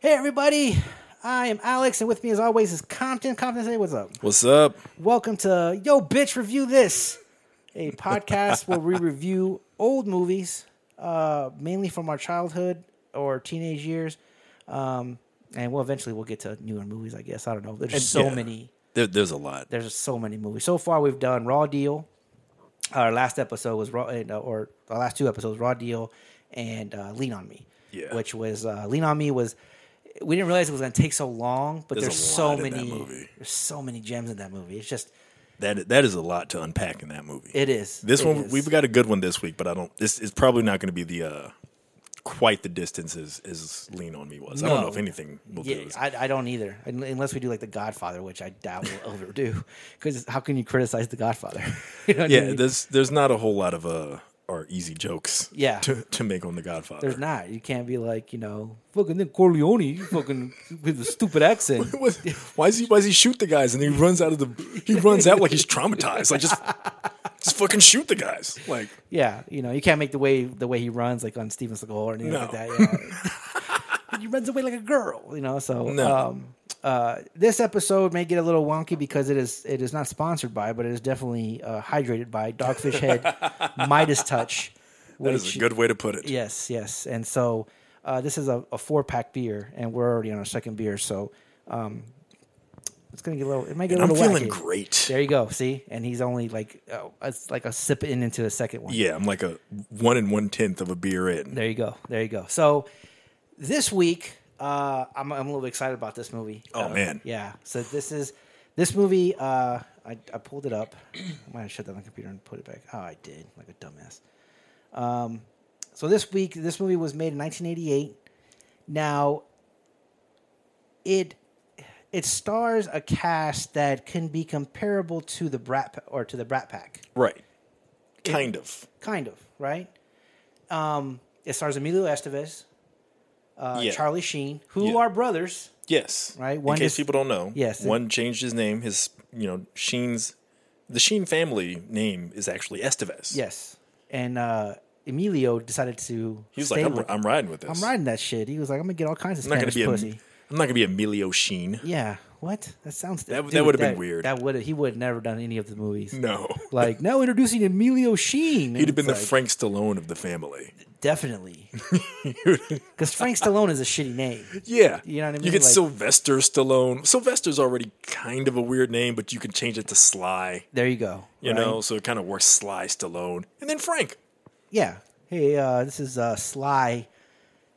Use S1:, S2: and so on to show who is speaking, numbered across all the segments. S1: Hey, everybody. I am Alex, and with me, as always, is Compton. Compton, say what's up.
S2: What's up?
S1: Welcome to Yo Bitch Review This, a podcast where we review old movies, uh, mainly from our childhood or teenage years. Um, and we'll eventually we'll get to newer movies, I guess. I don't know. There's so
S2: yeah.
S1: many.
S2: There, there's a lot.
S1: There's so many movies. So far, we've done Raw Deal. Our last episode was Raw, uh, or our last two episodes, Raw Deal and uh, Lean on Me.
S2: Yeah.
S1: Which was uh, Lean on Me was we didn't realize it was going to take so long, but there's,
S2: There's a
S1: so
S2: lot in that
S1: many.
S2: movie.
S1: There's so many gems in that movie. It's just
S2: That that is a lot to unpack in that movie.
S1: it is.
S2: this
S1: It
S2: one
S1: is.
S2: we've got a good one this week, but I don't. This is probably not going to be the uh, quite the distance as, as Lean on Me was. I don't know
S1: No.
S2: if anything will
S1: Yeah,
S2: do. This.
S1: I, I don't either. Un- Unless we do like The Godfather, which I doubt we'll overdo. Because how can you criticize The Godfather? You know what I
S2: yeah,
S1: mean?
S2: there's there's not a whole lot of uh or easy jokes.
S1: Yeah.
S2: to, to make on the Godfather.
S1: There's not. You can't be like, you know, fucking Nick Corleone, you fucking with a stupid accent.
S2: What- why is he why does he shoot the guys and he runs out of the he runs out like he's traumatized like just just fucking shoot the guys like
S1: Yeah, you know, you can't make the way the way he runs like on Steven Seagal or anything like
S2: No.
S1: that. Yeah. he runs away like a girl, you know. So
S2: No.
S1: um, uh, this episode may get a little wonky because it is it is not sponsored by, but it is definitely uh, hydrated by Dogfish Head Midas Touch. Which,
S2: that is a good way to put it.
S1: Yes, yes. And so uh, this is a, a four pack beer, and we're already on our second beer, so um, it's gonna get a little. It might get
S2: And
S1: a
S2: I'm
S1: little.
S2: feeling
S1: wacky.
S2: great.
S1: There you go. See, and he's only like uh, it's like a sip in into the second one.
S2: Yeah, I'm like a one and one tenth of a beer in.
S1: There you go. There you go. So this week, uh, I'm, I'm a little excited about this movie.
S2: Oh,
S1: Uh,
S2: man.
S1: yeah. So this is this movie. Uh, I, I pulled it up. I might have shut down the computer and put it back. Oh, I did, like a dumbass. Um, so this week, this movie was made in 1988. Now, it it stars a cast that can be comparable to the Brat Pa- or to the Brat Pack
S2: Right. Kind of.
S1: kind of right. Um, it stars Emilio Estevez, uh,
S2: Yeah.
S1: Charlie Sheen, who
S2: Yeah.
S1: are brothers.
S2: Yes.
S1: Right,
S2: One
S1: one
S2: In case
S1: is-
S2: people don't know,
S1: Yes.
S2: one changed his name. His you know Sheen's the Sheen family name is actually Estevez.
S1: Yes, and uh, Emilio decided to.
S2: He was
S1: stay
S2: like, I'm,
S1: with-
S2: I'm riding with this.
S1: I'm riding that shit. He was like, I'm gonna get all kinds of
S2: I'm not gonna
S1: Spanish
S2: be a,
S1: pussy.
S2: I'm not gonna be Emilio Sheen.
S1: yeah, what? That sounds
S2: That- that would've been weird.
S1: That would he would have never done any of the movies.
S2: No.
S1: Like now introducing Emilio Sheen.
S2: He'd have been
S1: It's
S2: the
S1: like,
S2: Frank Stallone of the family.
S1: definitely because Frank Stallone is a shitty name.
S2: Yeah.
S1: You know what I mean?
S2: You get
S1: Like-
S2: Sylvester Stallone. Sylvester's already kind of a weird name, but you can change it to Sly,
S1: There you go.
S2: you
S1: right?
S2: know, so it kind of works Sly Stallone. And then Frank.
S1: Yeah. Hey, uh, this is uh, Sly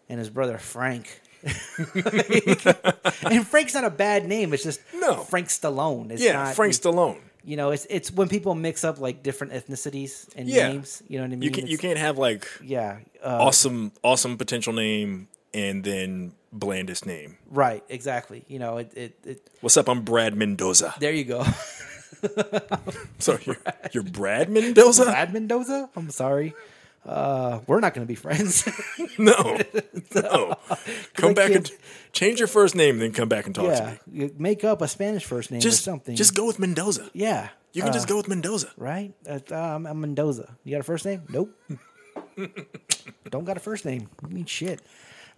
S1: and his brother Frank. and Frank's not a bad name. It's just
S2: No.
S1: Frank Stallone. It's
S2: Yeah,
S1: not,
S2: Frank Stallone.
S1: You know, it's it's when people mix up like different ethnicities and
S2: Yeah.
S1: names. You know what I mean?
S2: You can you
S1: It's-
S2: can't have like
S1: Yeah. Uh,
S2: awesome awesome potential name and then blandest name.
S1: Right. Exactly. You know. It, it, it.
S2: What's up? I'm Brad Mendoza.
S1: There you go.
S2: Sorry, you're, you're Brad Mendoza?
S1: Brad Mendoza. I'm sorry. Uh, we're not going to be friends.
S2: No, no. Come
S1: I
S2: back and
S1: can't-
S2: change your first name, then come back and talk to
S1: yeah.
S2: me.
S1: You make up a Spanish first name
S2: Just
S1: or something. Uh.
S2: Just go with Mendoza.
S1: yeah.
S2: You can just go with Mendoza.
S1: right? Uh, I'm, I'm Mendoza. You got a first name? Nope. Don't got a first name. You mean shit.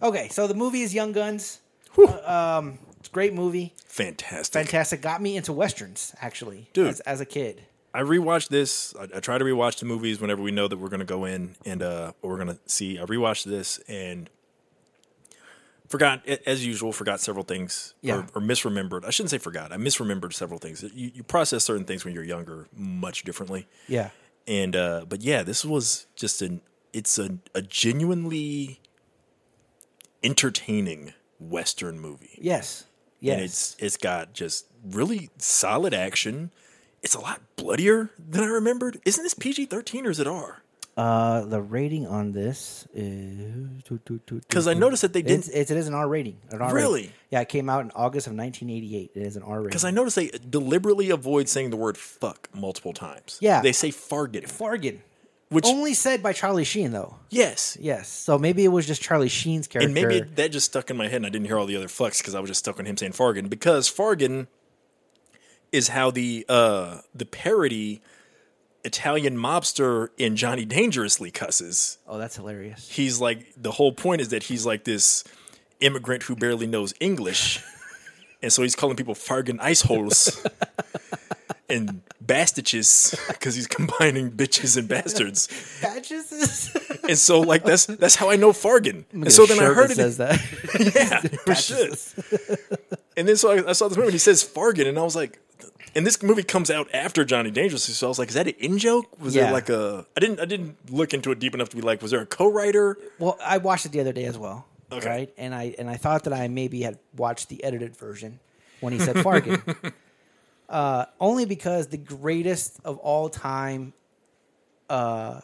S1: Okay, so the movie is Young Guns. Uh, um, it's a great movie.
S2: Fantastic.
S1: Fantastic. Got me into westerns actually,
S2: Dude.
S1: as, as a kid.
S2: I rewatched this. I, I try to rewatch the movies whenever we know that we're going to go in and uh, we're going to see. I rewatched this and forgot, a- as usual, forgot several things
S1: Yeah.
S2: or, or misremembered. I shouldn't say forgot. I misremembered several things. You, you process certain things when you're younger much differently.
S1: Yeah,
S2: And uh, but yeah, this was just an it's a, a genuinely entertaining Western movie
S1: yes, yes.
S2: and it's it's got just really solid action. It's a lot bloodier than I remembered. Isn't this PG thirteen or is it R?
S1: uh, the rating on this is
S2: Because I noticed that they
S1: Mm-hmm. it's,
S2: didn't.
S1: it's, it is an R rating. An R Rating.
S2: Really?
S1: Yeah, it came out in August of 1988. It is an R
S2: Because
S1: rating.
S2: I noticed they deliberately avoid saying the word "fuck" multiple times.
S1: Yeah.
S2: they say "fargit."
S1: Fargan,
S2: Which-
S1: only said by Charlie Sheen though.
S2: Yes,
S1: Yes. So maybe it was just Charlie Sheen's character.
S2: and maybe that just stuck in my head, and I didn't hear all the other fucks because I was just stuck on him saying "fargin." Because "fargin" is how the uh, the parody Italian mobster in Johnny Dangerously cusses.
S1: oh, that's hilarious.
S2: he's like the whole point is that he's like this immigrant who barely knows English, and so he's calling people Fargan ice holes and bastiches because he's combining bitches and bastards.
S1: Badges is.
S2: And so, like that's that's how I know Fargan. And
S1: Get
S2: so
S1: a
S2: then I
S1: shirt
S2: heard
S1: that
S2: it.
S1: says that.
S2: Yeah, we should. And then so I, I saw this movie and he says Fargan, and I was like, and this movie comes out after Johnny Dangerously, so I was like, is that an in joke? Was
S1: Yeah.
S2: there like a? I didn't I didn't look into it deep enough to be like, was there a co-writer?
S1: Well, I watched it the other day as well.
S2: Okay.
S1: Right? And I and I thought that I maybe had watched the edited version when he said Fargan. uh, only because the greatest of all time uh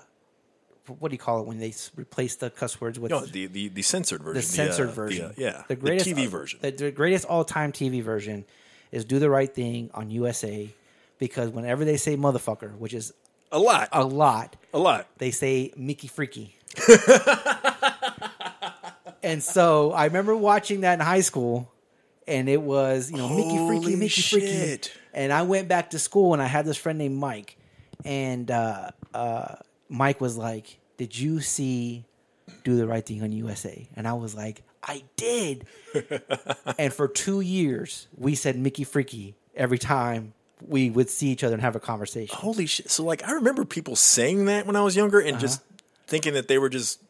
S1: what do you call it when they s- replace the cuss words with
S2: No, the the, the censored version,
S1: the censored
S2: uh,
S1: version.
S2: the, uh, yeah,
S1: the greatest
S2: TV version.
S1: The, the greatest all-time TV version is "Do the Right Thing" on USA, because whenever they say "motherfucker," which is
S2: a lot,
S1: a lot,
S2: a lot.
S1: they say Mickey Freaky. and so I remember watching that in high school, and it was you know Mickey Freaky,
S2: Holy
S1: Mickey
S2: shit.
S1: Freaky. And I went back to school, and I had this friend named Mike, and uh, uh, Mike was like, "Did you see Do the Right Thing on USA?" And I was like, "I did." and for two years, we said Mickey Freaky every time we would see each other and have a conversation.
S2: Holy shit! So like, I remember people saying that when I was younger and just
S1: Uh-huh.
S2: thinking that they were just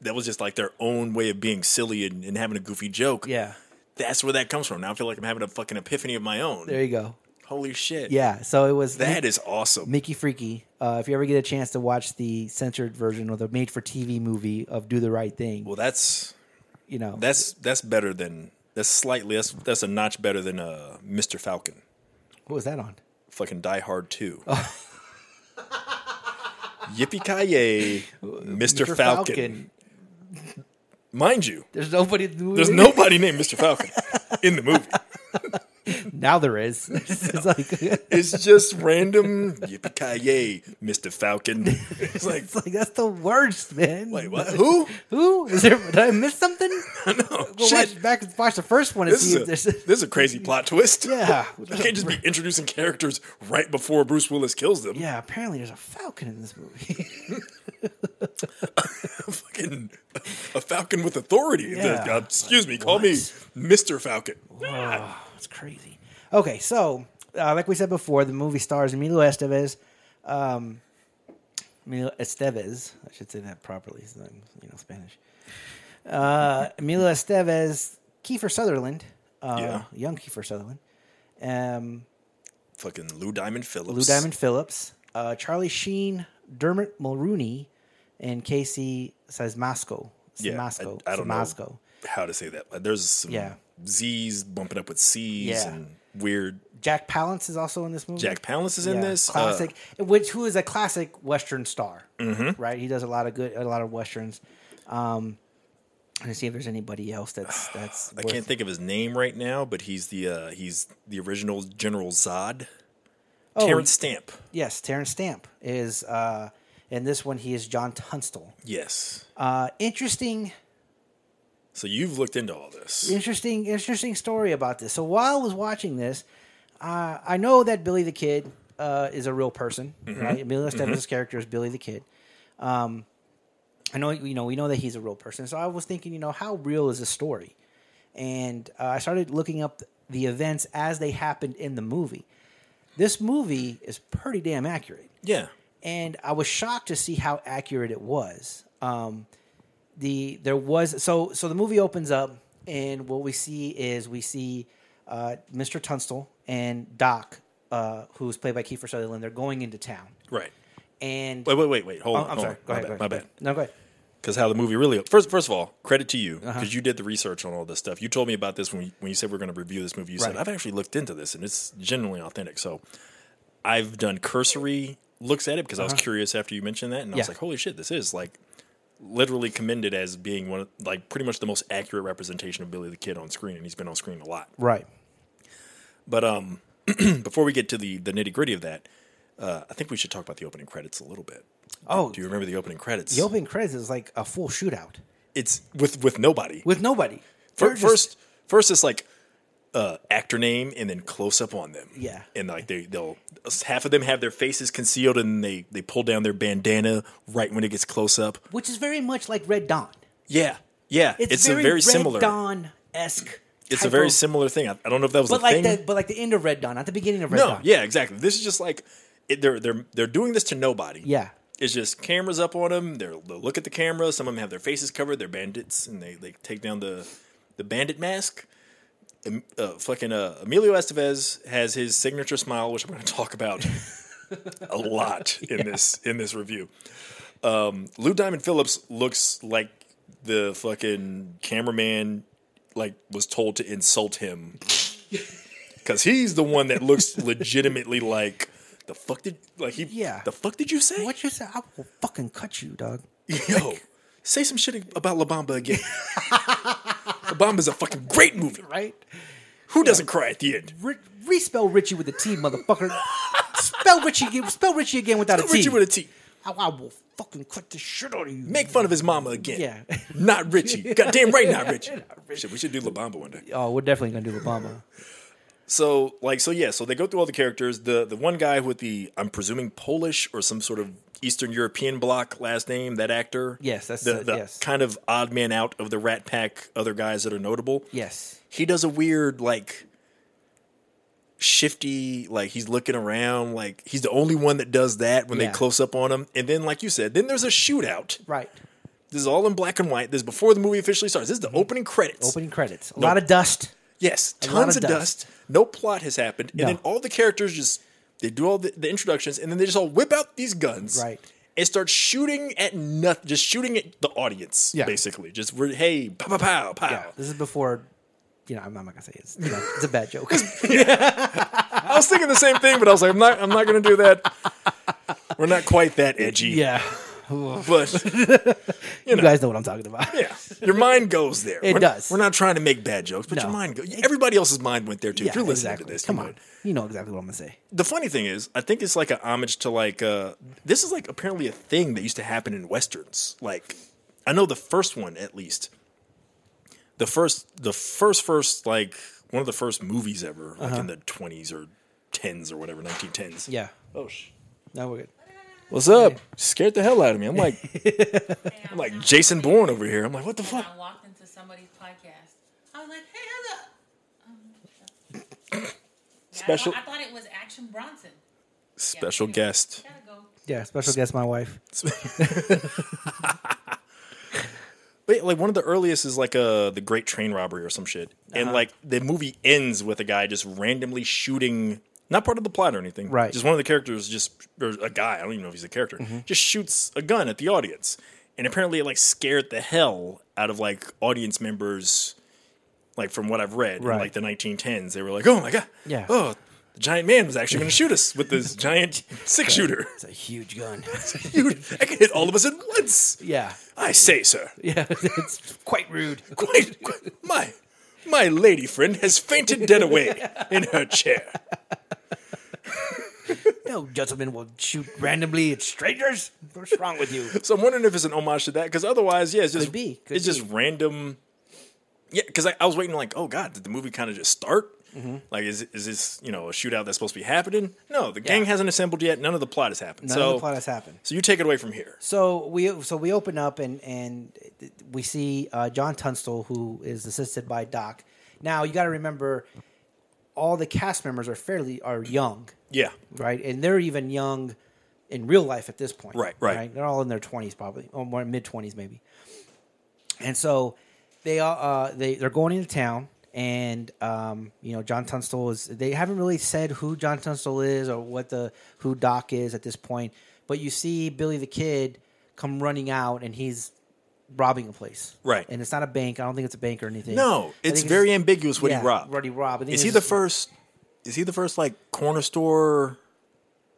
S2: that was just like their own way of being silly and, and having a goofy joke.
S1: Yeah,
S2: that's where that comes from. Now I feel like I'm having a fucking epiphany of my own.
S1: there you go.
S2: Holy shit!
S1: Yeah, so it was
S2: that is awesome.
S1: Mickey Freaky. Uh, if you ever get a chance to watch the censored version or the made-for-TV movie of "Do the Right Thing,"
S2: Well, that's
S1: you know
S2: That's that's better than that's slightly that's that's a notch better than uh Mr. Falcon.
S1: what was that on?
S2: Fucking Die Hard 2. Yippee ki Mr. Falcon. Mind you,
S1: There's nobody. In the movie.
S2: there's nobody named Mr. Falcon in the movie.
S1: Now there is. it's like it's
S2: It's just random yippee ki Mr. Falcon. It's like,
S1: like that's the worst, man.
S2: wait, what? Who?
S1: Who is there? Did I miss something? I know. Well,
S2: Shit.
S1: watch back and watch the first one and
S2: This
S1: see if
S2: is, a,
S1: there's.
S2: this is a crazy plot twist.
S1: Yeah.
S2: You can't just be introducing characters right before Bruce Willis kills them.
S1: Yeah, apparently there's a falcon in this movie.
S2: fucking a falcon with authority.
S1: Yeah.
S2: Uh, excuse me, call me Mr. Falcon.
S1: Oh, it's crazy. Okay, so uh, like we said before, the movie stars Emilio Estevez. Um, Emilio Estevez, I should say that properly, so I'm, you know, Spanish. Uh, Emilio Estevez, Kiefer Sutherland, uh,
S2: Yeah.
S1: young Kiefer Sutherland, um,
S2: Fucking Lou Diamond Phillips.
S1: Lou Diamond Phillips, uh, Charlie Sheen, Dermot Mulrooney, and Casey Sismasco.
S2: Yeah, I-
S1: Sismasco.
S2: I don't know.
S1: Sismasco.
S2: How to say that? There's some
S1: Yeah.
S2: Z's bumping up with C's
S1: Yeah.
S2: and weird.
S1: Jack Palance is also in this movie.
S2: Jack Palance is in
S1: Yeah,
S2: this. uh,
S1: classic, which who is a classic Western star,
S2: Mm-hmm.
S1: right? He does a lot of good, a lot of westerns. Um, and see if there's anybody else that's that's.
S2: I
S1: worth-
S2: can't think of his name right now, but he's the uh, he's the original General Zod.
S1: Oh,
S2: Terrence Stamp.
S1: Yes, Terrence Stamp is, uh, in this one he is John Tunstall.
S2: Yes.
S1: Uh, interesting,
S2: So you've looked into all this.
S1: interesting, interesting story about this. So while I was watching this, uh, I know that Billy the Kid uh, is a real person, right? Emilio Estevez's character is Billy the Kid. Um, I know you know we know that he's a real person. So I was thinking, you know, how real is this story? And uh, I started looking up the events as they happened in the movie. This movie is pretty damn accurate,
S2: Yeah.
S1: and I was shocked to see how accurate it was. Um, the there was so so the movie opens up, and what we see is we see uh, Mr. Tunstall and Doc, uh, who's played by Kiefer Sutherland. They're going into town,
S2: Right.
S1: and
S2: Wait, wait, wait, wait. Hold
S1: Oh,
S2: on.
S1: I'm
S2: hold
S1: sorry.
S2: on.
S1: Go
S2: my
S1: ahead, go
S2: bad. My
S1: ahead.
S2: bad.
S1: No, go ahead.
S2: because how the movie really first first of all credit to you
S1: Uh-huh.
S2: because you did the research on all this stuff you told me about this when, we, when you said we are going to review this movie you said
S1: Right.
S2: i've actually looked into this and it's genuinely authentic so i've done cursory looks at it because i was curious after you mentioned that and i was
S1: Uh-huh. Yeah.
S2: like holy shit this is like literally commended as being one of like pretty much the most accurate representation of billy the kid on screen and he's been on screen a lot
S1: Right.
S2: but um before we get to the the nitty gritty of that uh, i think we should talk about the opening credits a little bit
S1: Oh,
S2: do you remember the opening credits
S1: The opening credits is like a full shootout
S2: it's with with nobody
S1: with nobody. They're
S2: Fir-
S1: just-
S2: first, first it's like uh, actor name and then close up on them.
S1: Yeah.
S2: and like they they'll half of them have their faces concealed and they they pull down their bandana right when it gets close up.
S1: which is very much like Red Dawn.
S2: Yeah, yeah, it's, a very
S1: Red
S2: similar.
S1: Dawn esque.
S2: It's a very similar thing. I, I don't know if that was
S1: but
S2: the
S1: like
S2: thing.
S1: the but like the end of Red Dawn, not the beginning of Red
S2: no,
S1: Dawn.
S2: yeah, exactly. This is just like it, they're they're they're doing this to nobody.
S1: Yeah.
S2: it's just cameras up on them. They're, they look at the camera. Some of them have their faces covered. They're bandits, and they they take down the the bandit mask. Em- Uh, fucking uh, Emilio Estevez has his signature smile, which I'm going to talk about a lot in this in this review. Um, Lou Diamond Phillips looks like the fucking cameraman like was told to insult him because he's the one that looks legitimately like the fuck did like he
S1: Yeah.
S2: the fuck did you say
S1: What you say? I will fucking cut you, dog.
S2: Yo, say some shit about La Bamba again. La Bamba's a fucking great movie.
S1: Right?
S2: Who doesn't cry at the end?
S1: Ri- respell Richie with a T, motherfucker. spell Richie. again- Spell Richie again without a T.
S2: Richie with a T.
S1: I- I will fucking cut the shit out of you.
S2: Make fun of his mama again.
S1: Yeah.
S2: Not Richie. Goddamn right, not Richie. Shit, we should do La Bamba one day.
S1: Oh, we're definitely gonna do La Bamba.
S2: So, like, so yeah, so they go through all the characters. The the one guy with the, I'm presuming Polish or some sort of Eastern European block last name, that actor.
S1: Yes, that's
S2: the,
S1: it,
S2: the
S1: yes.
S2: kind of odd man out of the Rat Pack. Other guys that are notable.
S1: Yes.
S2: he does a weird like shifty like he's looking around like he's the only one that does that when
S1: Yeah.
S2: they close up on him and then like you said then there's a shootout
S1: Right.
S2: this is all in black and white this is before the movie officially starts this is the opening credits
S1: Mm-hmm. Opening credits. A lot of dust.
S2: yes
S1: lot
S2: tons
S1: of
S2: of,
S1: dust.
S2: dust. no plot has happened
S1: No.
S2: and then all the characters just they do all the, the introductions and then they just all whip out these guns
S1: Right.
S2: and start shooting at nothing just shooting at the audience
S1: Yeah.
S2: basically just we're hey pow pow pow pow
S1: Yeah. This is before. You know, I'm, I'm not gonna say it. It's, you know, it's a bad joke.
S2: I was thinking the same thing, but I was like, I'm not, I'm not going to do that. We're not quite that edgy,
S1: yeah.
S2: but
S1: You guys know what I'm talking about.
S2: yeah, your mind goes there.
S1: It
S2: We're-
S1: does.
S2: We're not trying to make bad jokes, but
S1: No.
S2: your mind goes. Everybody else's mind went there too.
S1: Yeah,
S2: if you're listening
S1: exactly.
S2: to this, you
S1: come
S2: know
S1: on.
S2: it.
S1: You know exactly what I'm gonna say.
S2: The funny thing is, I think it's like a homage to like uh, this is like apparently a thing that used to happen in westerns. Like I know the first one at least. The first, the first, first like one of the first movies ever, like in the 20s or 10s or whatever, 1910s.
S1: Uh-huh. Yeah.
S2: Oh shit.
S1: No, we're good.
S2: What's up? Scared the hell out of me. I'm like, I'm like Jason Bourne over here. I'm like, what the
S3: And
S2: fuck?
S3: I walked into somebody's podcast. I was like, hey, Heather. Um, yeah,
S2: Special-
S3: I thought, I thought it was Action Bronson.
S2: Special guest.
S3: Gotta go.
S1: Yeah. Special guest, my wife.
S2: But yeah, like one of the earliest is like uh the Great Train Robbery or some shit, and like the movie ends with a guy just randomly shooting, not part of the plot or anything,
S1: Right.
S2: Just one of the characters, just or a guy. I don't even know if he's a character. Just shoots a gun at the audience, and apparently it like scared the hell out of like audience members. Like from what I've read,
S1: Right.
S2: in like the 1910s, they were like, "Oh my god,
S1: Yeah.
S2: oh." The giant man was actually going to shoot us with this giant six shooter.
S1: It's a huge gun.
S2: Dude, I can hit all of us at once.
S1: yeah.
S2: I say, sir,
S1: Yeah. It's quite rude.
S2: quite, quite- my my lady friend has fainted dead away in her chair.
S1: No gentleman will shoot randomly at strangers. What's wrong with you?
S2: So I'm wondering if it's an homage to that, because otherwise, yeah, it's just
S1: Could be, could
S2: it's just random. Yeah, because I, I was waiting, like, oh god, did the movie kind of just start?
S1: Mm-hmm.
S2: Like, is is this you know a shootout that's supposed to be happening? No, the gang
S1: Yeah.
S2: hasn't assembled yet. None of the plot has happened.
S1: None
S2: so
S1: of the plot has happened.
S2: so you take it away from here.
S1: So we so we open up and and we see uh, John Tunstall who is assisted by Doc. Now you got to remember, all the cast members are fairly are young,
S2: Yeah,
S1: right? And they're even young in real life at this point,
S2: Right, right.
S1: They're all in their twenties probably, or more mid twenties maybe. And so they all uh, they they're going into town, and um, you know John Tunstall is. They haven't really said who John Tunstall is or what the who Doc is at this point, but you see Billy the Kid come running out, and he's robbing a place,
S2: Right.
S1: And it's not a bank. I don't think it's a bank or anything. I
S2: no,
S1: think
S2: it's very
S1: just-
S2: ambiguous what
S1: yeah,
S2: he robbed.
S1: What he robbed. I think
S2: Is
S1: it's
S2: he the
S1: just-
S2: first? Is he the first like corner store,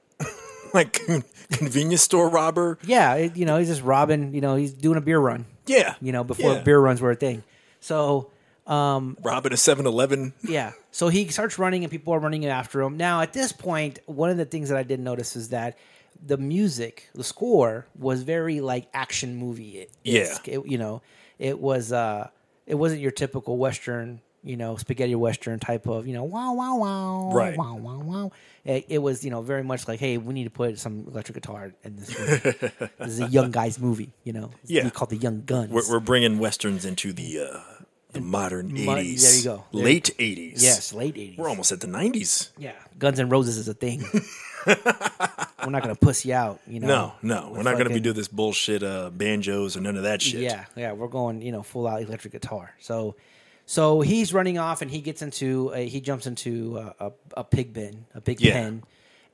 S2: like con- convenience store robber?
S1: Yeah, it, you know he's just robbing. You know he's doing a beer run.
S2: Yeah,
S1: you know before
S2: Yeah.
S1: beer runs were a thing. So
S2: robbing a 7-Eleven.
S1: Yeah. So he starts running and people are running after him. Now, at this point, one of the things that I did notice is that the music, the score was very like action movie.
S2: Yeah.
S1: It, you know, it was uh it wasn't your typical western, you know, spaghetti western type of, you know, wow wow wow
S2: Right.
S1: wow wow wow. It, it was, you know, very much like, hey, we need to put some electric guitar in this movie. this is a young guy's movie, you know. It's
S2: Yeah.
S1: called The Young Guns.
S2: We're, we're bringing westerns into the uh, The modern
S1: Mo- there you
S2: eighties.
S1: go. There-
S2: Late eighties.
S1: Yes, late 80s.
S2: We're almost at the nineties.
S1: yeah, Guns N' Roses is a thing. we're not going to pussy out, you know?
S2: No, no, we're
S1: with
S2: not going to be
S1: fucking-
S2: doing this bullshit uh, banjos or none of that shit.
S1: Yeah, yeah, we're going, you know, full out electric guitar. So, so he's running off and he gets into a, he jumps into a, a, a pig bin, a big
S2: Yeah.
S1: pen,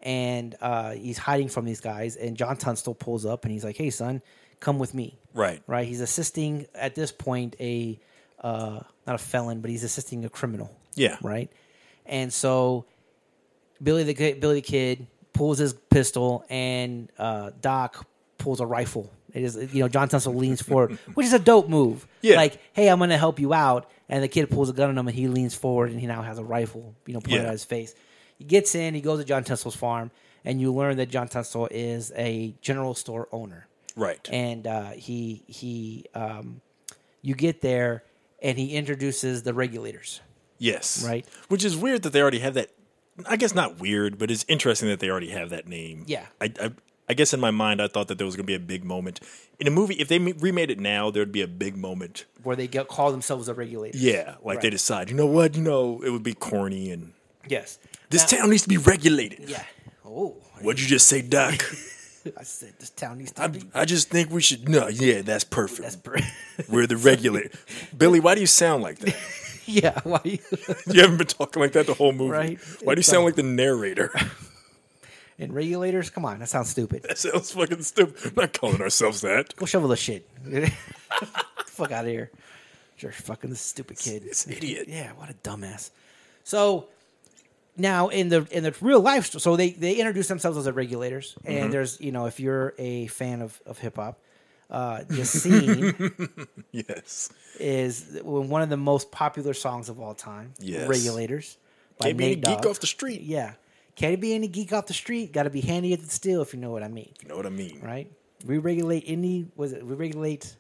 S1: and uh, he's hiding from these guys. And John Tunstall pulls up and he's like, "Hey, son, come with me."
S2: Right.
S1: right. He's assisting at this point a uh, not a felon, but he's assisting a criminal.
S2: Yeah.
S1: right. And so Billy the Kid- Billy the Kid pulls his pistol, and uh, Doc pulls a rifle. It is you know John Tunstall leans forward, which is a dope move.
S2: Yeah.
S1: like hey, I'm going to help you out, and the kid pulls a gun on him, and he leans forward, and he now has a rifle, you know, pointed
S2: Yeah.
S1: at his face. He gets in, he goes to John Tunstall's farm, and you learn that John Tunstall is a general store owner
S2: Right.
S1: and uh, he he um, you get there and he introduces the regulators
S2: yes.
S1: Right.
S2: Which is weird that they already have that. I guess not weird, but it's interesting that they already have that name.
S1: Yeah.
S2: I, I, I guess in my mind, I thought that there was going to be a big moment in a movie. If they m- remade it now, there'd be a big moment.
S1: where they get, call themselves the regulators.
S2: Yeah. Like they
S1: Right.
S2: decide, you know what? You know, it would be corny and
S1: Yes.
S2: this
S1: Now-
S2: town needs to be regulated.
S1: Yeah. Oh,
S2: What'd you just say, Doc?
S1: I said this town needs to
S2: I,
S1: be.
S2: I just think we should. No, yeah, that's perfect.
S1: That's br-
S2: We're the regulator. Billy, why do you sound like that?
S1: yeah. Why? you-
S2: You haven't been talking like that the whole movie.
S1: Right.
S2: Why do you
S1: It's,
S2: sound
S1: um,
S2: like the narrator?
S1: and regulators? Come on, that sounds stupid.
S2: That sounds fucking stupid. We're not calling ourselves that.
S1: Go shovel the shit. Fuck out of here. You're fucking stupid kid.
S2: It's an idiot.
S1: Yeah, what a dumbass. So now in the in the real life, so they they introduce themselves as the regulators, and
S2: Mm-hmm.
S1: there's you know if you're a fan of of hip hop, uh, the scene
S2: Yes.
S1: is one of the most popular songs of all time.
S2: Yes.
S1: regulators. By
S2: Can't be any
S1: Nate
S2: geek
S1: Dogg.
S2: off the street.
S1: Yeah, can't be any geek off the street. Got to be handy at the steel if you know what I mean,
S2: You know what I mean?
S1: right? We regulate any was it? We regulate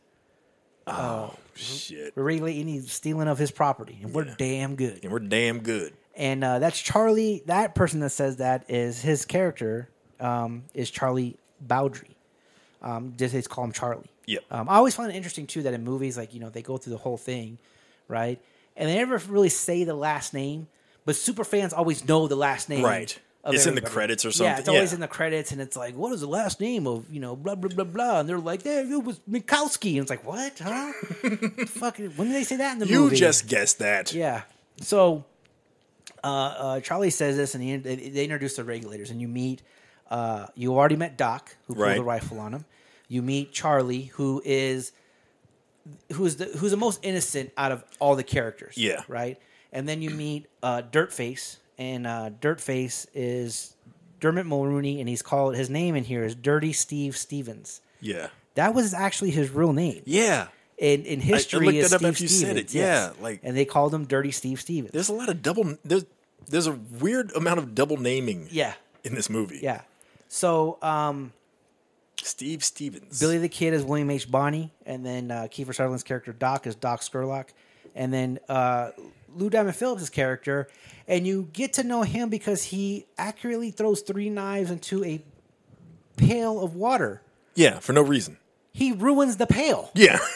S1: Mm-hmm.
S2: Shit.
S1: we regulate any stealing of his property, and we're
S2: Yeah.
S1: damn good.
S2: And we're damn good.
S1: and uh, that's Charlie. That person that says that is his character um, is Charlie Bowdry. Um, just they call him Charlie.
S2: Yep.
S1: Um, I always find it interesting too that in movies, like you know, they go through the whole thing, right? And they never really say the last name, but super fans always know the last name.
S2: Right.
S1: of
S2: It's in the
S1: everybody.
S2: credits or
S1: Yeah, it's
S2: something.
S1: always
S2: Yeah.
S1: in the credits, and it's like, what is the last name of you know, blah blah blah blah, and they're like, yeah, it was Mikowski, and it's like, what, huh? Fucking, when did they say that in the
S2: You
S1: movie?
S2: just guessed that.
S1: Yeah. So uh, uh, Charlie says this, and he, they they introduce the regulators, and you meet. Uh, you already met Doc, who pulled
S2: Right.
S1: the rifle on him. You meet Charlie, who is who's the who's the most innocent out of all the characters.
S2: Yeah.
S1: Right. And then you meet uh, Dirtface, and uh, Dirtface is Dermot Mulrooney, and he's called his name in here is Dirty Steve Stevens.
S2: Yeah.
S1: That was actually his real name
S2: Yeah.
S1: in in history
S2: looked
S1: is
S2: that up
S1: Steve
S2: after you said it.
S1: Stevens, yes.
S2: Yeah, like-
S1: and they called him Dirty Steve Stevens.
S2: There's a lot of double. There's, there's a weird amount of double naming
S1: yeah,
S2: in this movie.
S1: yeah. So um,
S2: Steve Stevens.
S1: Billy the Kid is William H. Bonney, and then uh, Kiefer Sutherland's character Doc is Doc Skurlock, and then uh, Lou Diamond Phillips' character, and you get to know him because he accurately throws three knives into a pail of water.
S2: Yeah, for no reason.
S1: He ruins the pail.
S2: Yeah.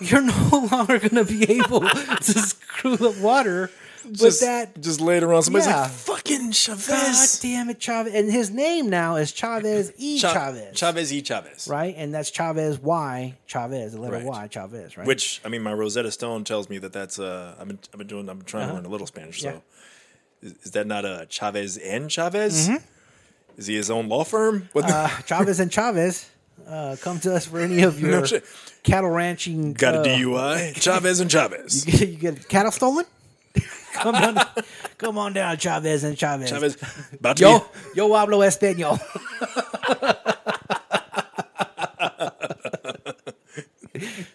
S1: You're no longer going to be able to screw up water with
S2: just,
S1: that
S2: Just later on, somebody's
S1: Yeah.
S2: like, fucking
S1: God
S2: Chavez.
S1: damn it, Chavez. And his name now is Chavez E.
S2: Cha-
S1: Chavez.
S2: Chavez E. Chavez.
S1: Right? And that's Chavez Y. Chavez, the letter
S2: Right.
S1: Y Chavez, right?
S2: Which I mean, my Rosetta Stone tells me that that's uh, I've been I've been doing I've been trying to learn a little Spanish.
S1: Uh-huh. Yeah. Mm-hmm.
S2: So is, is that not a Chavez and Chavez? Is he his own law firm? What the-
S1: Uh, Chavez and Chavez, uh, come to us for any of your
S2: shit.
S1: cattle ranching.
S2: got a
S1: uh,
S2: DUI? Chavez and Chavez.
S1: You get cattle stolen? come, on, come on down, Chavez and Chavez.
S2: Chavez. About to
S1: Yo, yo hablo español.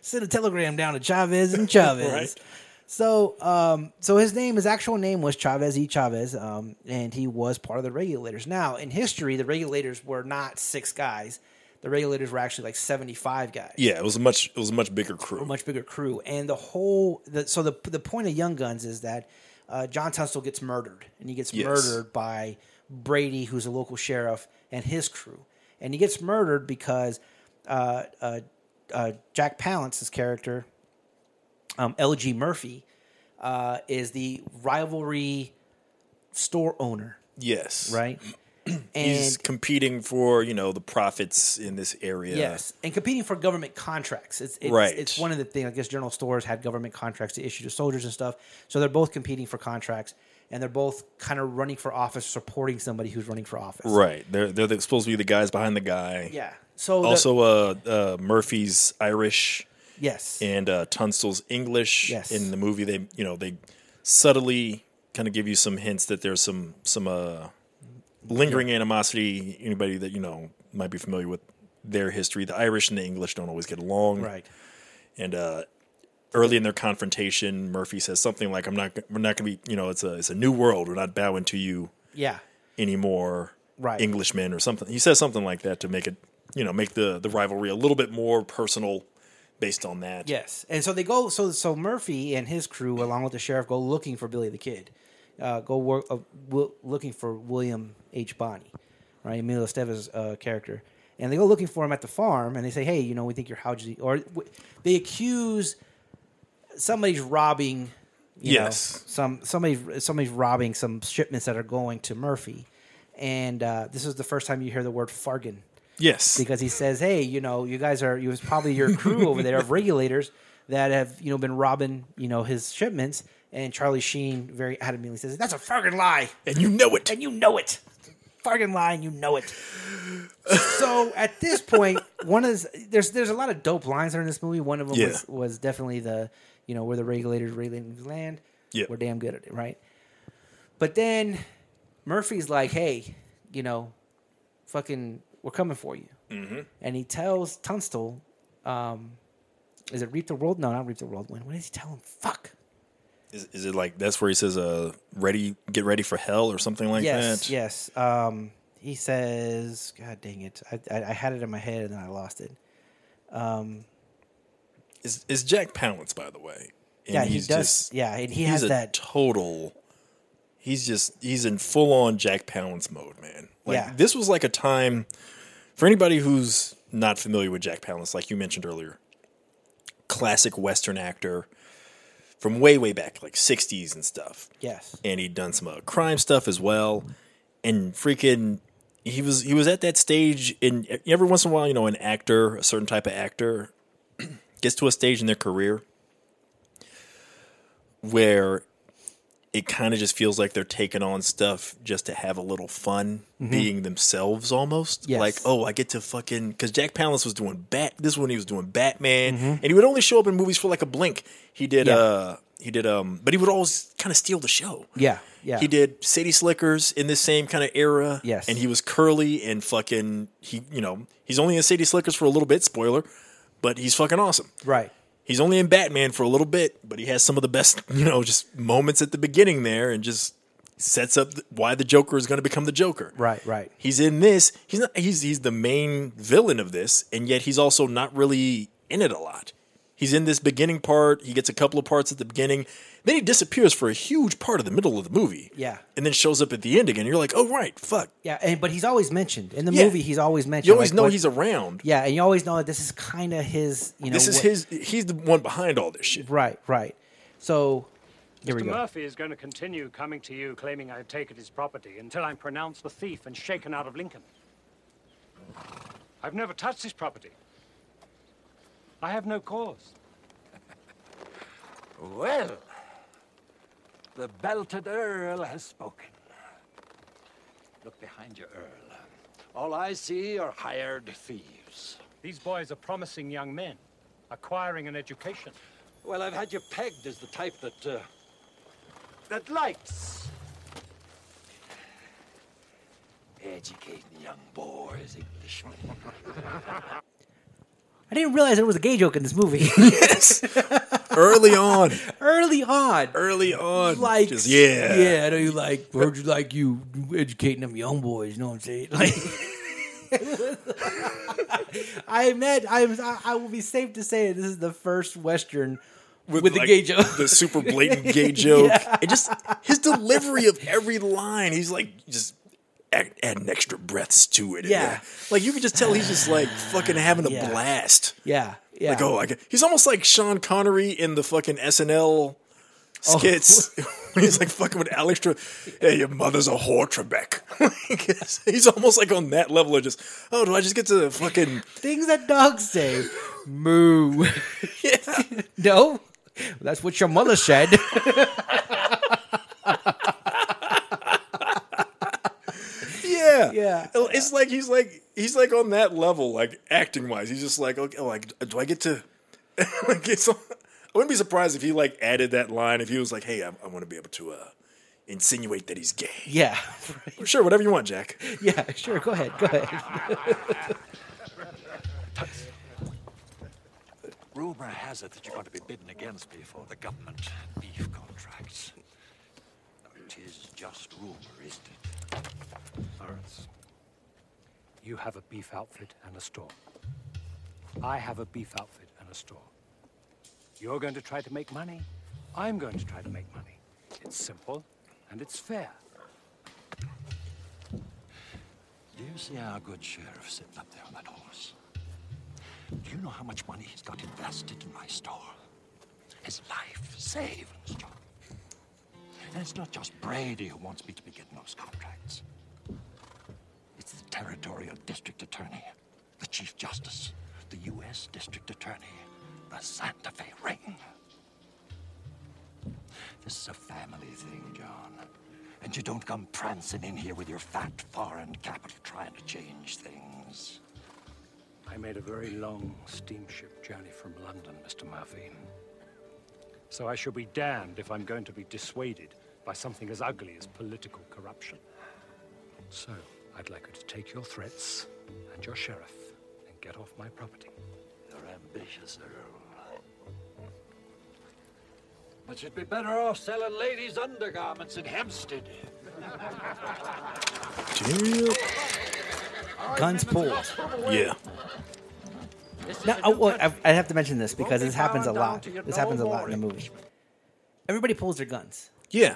S1: Send a telegram down to Chavez and Chavez.
S2: Right.
S1: So, um, so his name, his actual name was Chavez E. Chavez, um, and he was part of the regulators. Now, in history, the regulators were not six guys; the regulators were actually like seventy-five guys
S2: be, yeah, it was a much it was a much bigger crew.
S1: a much bigger crew. And the whole the, so the the point of Young Guns is that uh, John Tunstall gets murdered, and he gets
S2: Yes.
S1: murdered by Brady, who's a local sheriff, and his crew. And he gets murdered because uh, uh, uh, Jack Palance's character um, LG Murphy uh, is the rivalry store owner,
S2: Yes.
S1: right?
S2: He's competing for, you know, the profits in this area.
S1: Yes, and competing for government contracts. It's, it's
S2: Right.
S1: It's one of the things. I guess general stores had government contracts to issue to soldiers and stuff. So they're both competing for contracts, and they're both kind of running for office, supporting somebody who's running for office.
S2: Right. They're they're the, supposed to be the guys behind the guy.
S1: Yeah. So the-
S2: Also, uh, uh, Murphy's Irish
S1: yes,
S2: and uh, Tunstall's English.
S1: Yes.
S2: In the movie, they you know they subtly kind of give you some hints that there's some some uh, lingering animosity. Anybody that you know might be familiar with their history, the Irish and the English don't always get along.
S1: right.
S2: And uh, early in their confrontation, Murphy says something like, "I'm not we're not gonna be you know it's a it's a new world. We're not bowing to you."
S1: Yeah.
S2: anymore
S1: Right.
S2: Englishmen or something. He says something like that to make it, you know, make the, the rivalry a little bit more personal based on that.
S1: Yes, and so they go. So so Murphy and his crew, along with the sheriff, go looking for Billy the Kid. Uh, go work uh, w- looking for William H. Bonney, right? Emilio Estevez's uh, character, and they go looking for him at the farm, and they say, "Hey, you know, we think you're Howji," or w- they accuse somebody's robbing. You
S2: Yes.
S1: know, some somebody somebody's robbing some shipments that are going to Murphy, and uh, this is the first time you hear the word Fargan
S2: Yes.
S1: because he says, "Hey, you know, you guys are it was probably your crew over there of regulators that have you know been robbing you know his shipments." And Charlie Sheen very adamantly says, "That's a Fargan lie,
S2: and you know it.
S1: and you know it, Fargan lie, and you know it." so at this point, one is there's there's a lot of dope lines that are in this movie. One of them
S2: Yeah.
S1: was, was definitely the you know we're the regulators regulating the land.
S2: Yeah.
S1: we're damn good at it, right? But then Murphy's like, "Hey, you know, fucking, we're coming for you."
S2: Mm-hmm.
S1: and he tells Tunstall, um, "Is it reap the world? No, not reap the world. When? What does he tell him? Fuck.
S2: Is, is it like that's where he says, uh, ready, get ready for hell or something like
S1: yes,
S2: that?
S1: yes. Um, he says, "God dang it! I, I, I had it in my head and then I lost it."
S2: Is, is Jack Palance, by the way? And
S1: yeah, he
S2: he's
S1: does.
S2: just-
S1: yeah, and he
S2: he's
S1: has
S2: a
S1: that.
S2: total. He's just he's in full on Jack Palance mode, man. Like
S1: Yeah.
S2: this was like a time for anybody who's not familiar with Jack Palance, like you mentioned earlier, classic Western actor from way way back, like '60s and stuff
S1: Yes,
S2: and he'd done some uh, crime stuff as well. And freaking, he was he was at that stage. And every once in a while, you know, an actor, a certain type of actor, gets to a stage in their career where it kind of just feels like they're taking on stuff just to have a little fun, being themselves almost.
S1: Yes.
S2: Like, oh, I get to fucking because Jack Palance was doing Bat. This one he was doing Batman, and he would only show up in movies for like a blink. He did.
S1: Mm-hmm. Yeah.
S2: uh He did. um But he would always kind of steal the show.
S1: yeah, yeah.
S2: He did City Slickers in this same kind of era.
S1: Yes.
S2: And he was curly and fucking he you know, he's only in City Slickers for a little bit, spoiler, but he's fucking awesome.
S1: right.
S2: He's only in Batman for a little bit, but he has some of the best, you know, just moments at the beginning there and just sets up th- why the Joker is going to become the Joker.
S1: Right, right.
S2: He's in this. He's not he's he's the main villain of this and yet he's also not really in it a lot. He's in this beginning part, he gets a couple of parts at the beginning, then he disappears for a huge part of the middle of the movie.
S1: Yeah.
S2: And then shows up at the end again. You're like, "Oh right, fuck."
S1: Yeah, and but he's always mentioned in the
S2: Yeah.
S1: movie. He's always mentioned.
S2: You always
S1: like,
S2: know
S1: what-
S2: he's around.
S1: Yeah, and you always know that this is kind of his. You know,
S2: this is
S1: what-
S2: his he's the one behind all this shit.
S1: Right, right. So here we
S4: Mr.
S1: go.
S4: Murphy is going to continue coming to you claiming I've taken his property until I'm pronounced the thief and shaken out of Lincoln. I've never touched his property. I have no cause.
S5: Well, the belted Earl has spoken. Look behind you, Earl. All I see are hired thieves.
S4: These boys are promising young men, acquiring an education.
S5: Well, I've had you pegged as the type that, uh, that likes educating young boys, Englishmen.
S1: I didn't realize there was a gay joke in this movie
S2: Early on.
S1: early on.
S2: Early on.
S1: like
S2: just, yeah.
S1: yeah. I know you like heard you like you educating them young boys. You know what I'm saying? Like, I met. I, I I will be safe to say this is the first western with, the
S2: like,
S1: gay joke.
S2: The super blatant gay joke. It just his delivery of every line. He's like just add, adding extra breaths to it. and,
S1: Yeah.
S2: uh, like you could just tell he's just like fucking having a
S1: Yeah.
S2: blast.
S1: Yeah, yeah.
S2: Like oh, I get, he's almost like Sean Connery in the fucking SNL
S1: Oh.
S2: skits. when he's like fucking with Alex. Tre- hey, your mother's a whore, Trebek. Like, it's- he's almost like on that level of just oh, do I just get to fucking
S1: Things that dogs say. Moo. no, that's what your mother said.
S2: Yeah,
S1: Yeah.
S2: It- Oh, It's like he's like he's like on that level, like acting wise. He's just like, okay, like, do I get to? like, it's, I wouldn't be surprised if he like added that line. If he was like, hey, I, I want to be able to uh, insinuate that he's gay.
S1: yeah,
S2: Sure, whatever you want, Jack.
S1: yeah. Sure, go ahead, go ahead.
S5: Rumor has it that you're going to be bidding against me for the government beef contracts. It is just rumor, isn't it?
S4: Lawrence, you have a beef outfit and a store. I have a beef outfit and a store. You're going to try to make money. I'm going to try to make money. It's simple and it's fair.
S5: Do you see our good sheriff sitting up there on that horse? Do you know how much money he's got invested in my store? His life savings, John. And it's not just Brady who wants me to be getting those contracts. It's the territorial district attorney, the chief justice, the U.S. district attorney, the Santa Fe ring. This is a family thing, John. And you don't come prancing in here with your fat foreign capital trying to change things.
S4: I made a very long steamship journey from London, Mr. Murphy. So I shall be damned if I'm going to be dissuaded by something as ugly as political corruption. So I'd like you to take your threats and your sheriff and get off my property.
S5: You're ambitious, Earl. But you'd be better off selling ladies' undergarments in Hempstead.
S1: Guns pulled.
S2: Yeah,
S1: Now, oh, well, I, I have to mention this because this happens a lot. This happens a lot in the movie. Everybody pulls their guns.
S2: yeah.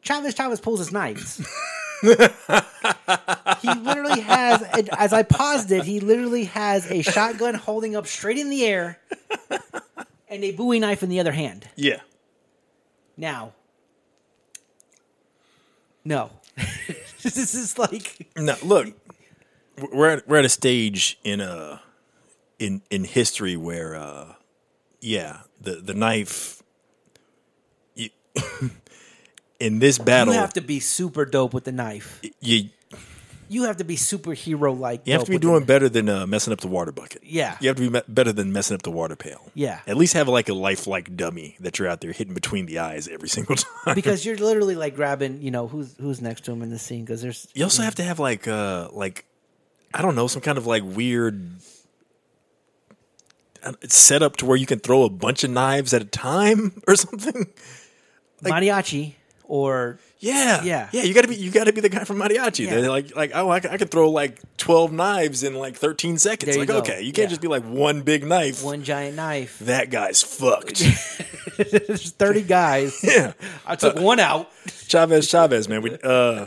S1: Chavez Chavez pulls his knives. he literally has, as I paused it, he literally has a shotgun holding up straight in the air and a Bowie knife in the other hand.
S2: Yeah.
S1: Now, no. this is like,
S2: No, look, we're at, we're at a stage in uh in in history where uh yeah the the knife you, in this
S1: you
S2: battle
S1: have to be super dope with the knife.
S2: you
S1: You have to be superhero like.
S2: you have to be doing better than uh, messing up the water bucket.
S1: Yeah.
S2: you have to be me- better than messing up the water pail.
S1: Yeah.
S2: at least have like a lifelike dummy that you're out there hitting between the eyes every single time.
S1: because you're literally like grabbing, you know, who's who's next to him in the scene because there's
S2: You also have to have like uh like I don't know some kind of like weird uh, setup to where you can throw a bunch of knives at a time or something.
S1: mariachi or
S2: Yeah,
S1: Yeah.
S2: yeah. You gotta be you gotta be the guy from mariachi.
S1: Yeah.
S2: They're like like oh I, c- I could throw like twelve knives in like thirteen seconds.
S1: There you
S2: like
S1: go.
S2: okay, you can't
S1: Yeah.
S2: just be like one big knife.
S1: one giant knife.
S2: That guy's fucked.
S1: There's 30 guys.
S2: yeah,
S1: I took one out.
S2: Chavez, Chavez, man. We uh,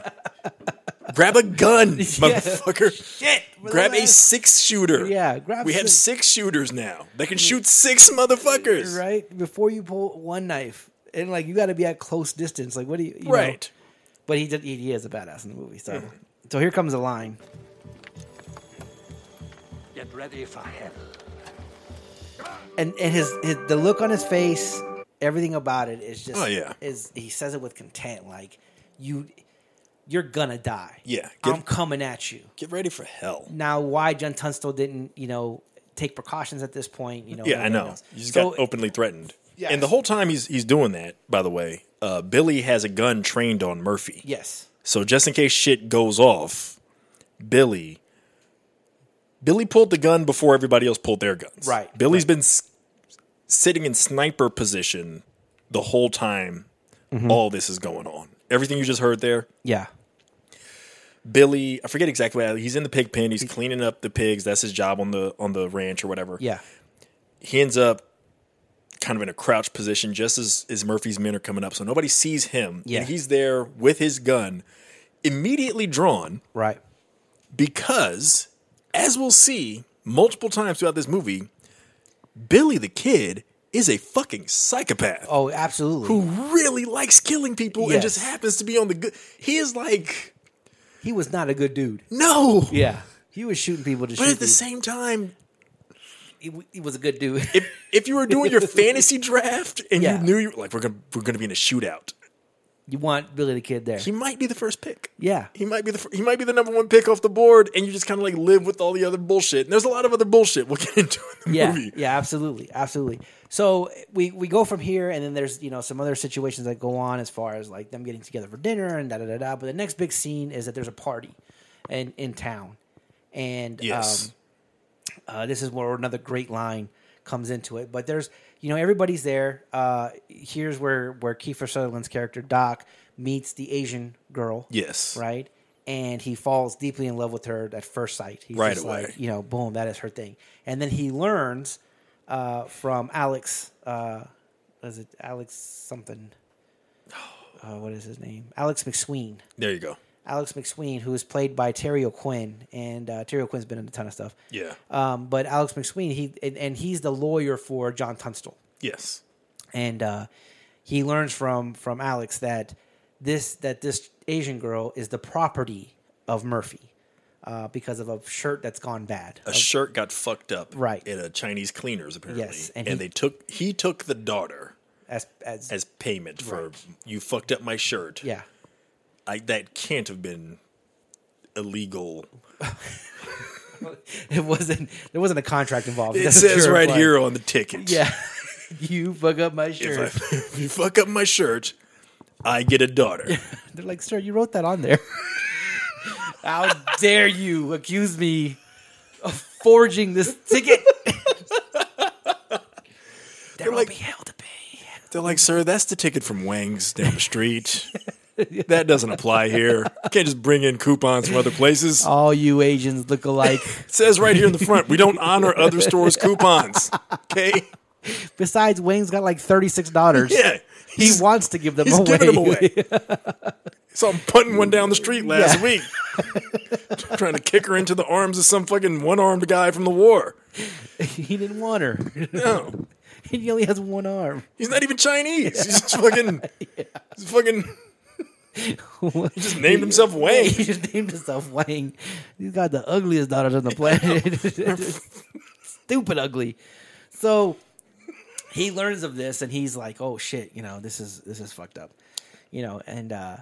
S2: grab a gun, motherfucker.
S1: Shit.
S2: Grab a six shooter.
S1: Yeah, grab
S2: We have
S1: six.
S2: six shooters now. They can shoot six motherfuckers.
S1: right before you pull one knife, and like you got to be at close distance. Like, what do you? you know?
S2: Right.
S1: But he did. He, he is a badass in the movie. So, so here comes a line.
S5: Get ready for hell.
S1: and and his, his the look on his face, everything about it is just
S2: Oh, yeah.
S1: is he says it with content like you you're gonna die.
S2: Yeah, get-
S1: I'm coming at you.
S2: Get ready for hell.
S1: Now why John Tunstall didn't, you know, take precautions at this point, you know.
S2: Yeah, I
S1: nobody
S2: know.
S1: knows.
S2: You just
S1: So-
S2: got openly threatened.
S1: Yes.
S2: And the whole time he's he's doing that, by the way, uh, Billy has a gun trained on Murphy.
S1: Yes.
S2: So just in case shit goes off, Billy Billy pulled the gun before everybody else pulled their guns.
S1: Right,
S2: Billy's been s- sitting in sniper position the whole time
S1: Mm-hmm.
S2: all this is going on. Everything you just heard there,
S1: Yeah.
S2: Billy, I forget exactly what he's in the pig pen, he's cleaning up the pigs, that's his job on the on the ranch or whatever
S1: Yeah.
S2: he ends up kind of in a crouch position just as, as Murphy's men are coming up. So nobody sees him.
S1: Yeah.
S2: And he's there with his gun. immediately drawn
S1: Right.
S2: because, as we'll see multiple times throughout this movie, Billy the Kid is a fucking psychopath
S1: Oh, absolutely.
S2: who really likes killing people and just
S1: Yes.
S2: happens to be on the good. He is like,
S1: He was not a good dude.
S2: no.
S1: Yeah. He was shooting people to
S2: But
S1: shoot
S2: at the
S1: people.
S2: same time,
S1: he, w- he was a good dude.
S2: if if you were doing your fantasy draft and
S1: Yeah.
S2: you knew you like we're gonna we're gonna be in a shootout,
S1: you want Billy the Kid there.
S2: he might be the first pick.
S1: yeah.
S2: He might be the fir- he might be the number one pick off the board, and you just kind of like live with all the other bullshit. And there's a lot of other bullshit we'll get into in the
S1: yeah,
S2: movie.
S1: yeah, absolutely, absolutely. So we we go from here, and then there's you know some other situations that go on as far as like them getting together for dinner and da da da da. But the next big scene is that there's a party, in in town, and
S2: Yes.
S1: um, uh, this is where another great line comes into it. But there's, you know, everybody's there. Uh, here's where where Kiefer Sutherland's character Doc meets the Asian girl.
S2: Yes.
S1: Right. And he falls deeply in love with her at first sight. He's
S2: Right
S1: just
S2: away.
S1: like, you know, boom, that is her thing. And then he learns uh, from Alex. Uh, was it Alex something? Uh, what is his name? Alex McSween.
S2: There you go.
S1: Alex McSween, who is played by Terry O'Quinn, and uh, Terry O'Quinn's been in a ton of stuff.
S2: Yeah.
S1: Um, but Alex McSween, he and, and he's the lawyer for John Tunstall,
S2: Yes.
S1: and uh, he learns from from Alex that this that this Asian girl is the property of Murphy uh, because of a shirt that's gone bad.
S2: A shirt got fucked up
S1: Right.
S2: at a Chinese cleaners apparently,
S1: Yes, and
S2: and,
S1: he-
S2: they took he took the daughter
S1: As, as,
S2: as payment for you fucked up my shirt.
S1: yeah,
S2: I, that can't have been illegal.
S1: it wasn't there wasn't a contract involved.
S2: It
S1: That's
S2: says
S1: sure,
S2: right
S1: but-
S2: here on the ticket.
S1: Yeah, you fuck up my
S2: If,
S1: shirt.
S2: I, if you fuck up my shirt, I get a daughter.
S1: They're like, sir, you wrote that on there. How dare you accuse me of forging this ticket? there will
S2: like-
S1: be hell to pay.
S2: They're like, sir, that's the ticket from Wang's down the street. That doesn't apply here. You can't just bring in coupons from other places.
S1: All you Asians look alike.
S2: It says right here in the front, we don't honor other stores' coupons. Okay?
S1: Besides, Wayne's got like thirty-six daughters.
S2: Yeah.
S1: He wants to give them
S2: He's
S1: away.
S2: giving them away. So I'm punting one down the street last
S1: Yeah.
S2: week, trying to kick her into the arms of some fucking one armed guy from the war.
S1: he didn't want her.
S2: No.
S1: he only has one arm.
S2: He's not even Chinese. He's just fucking. He's fucking. He just named himself Wang.
S1: He just named himself Wang. He's got the ugliest daughters on the planet. Stupid ugly. So he learns of this and he's like, "Oh shit, you know, this is this is fucked up." You know, and uh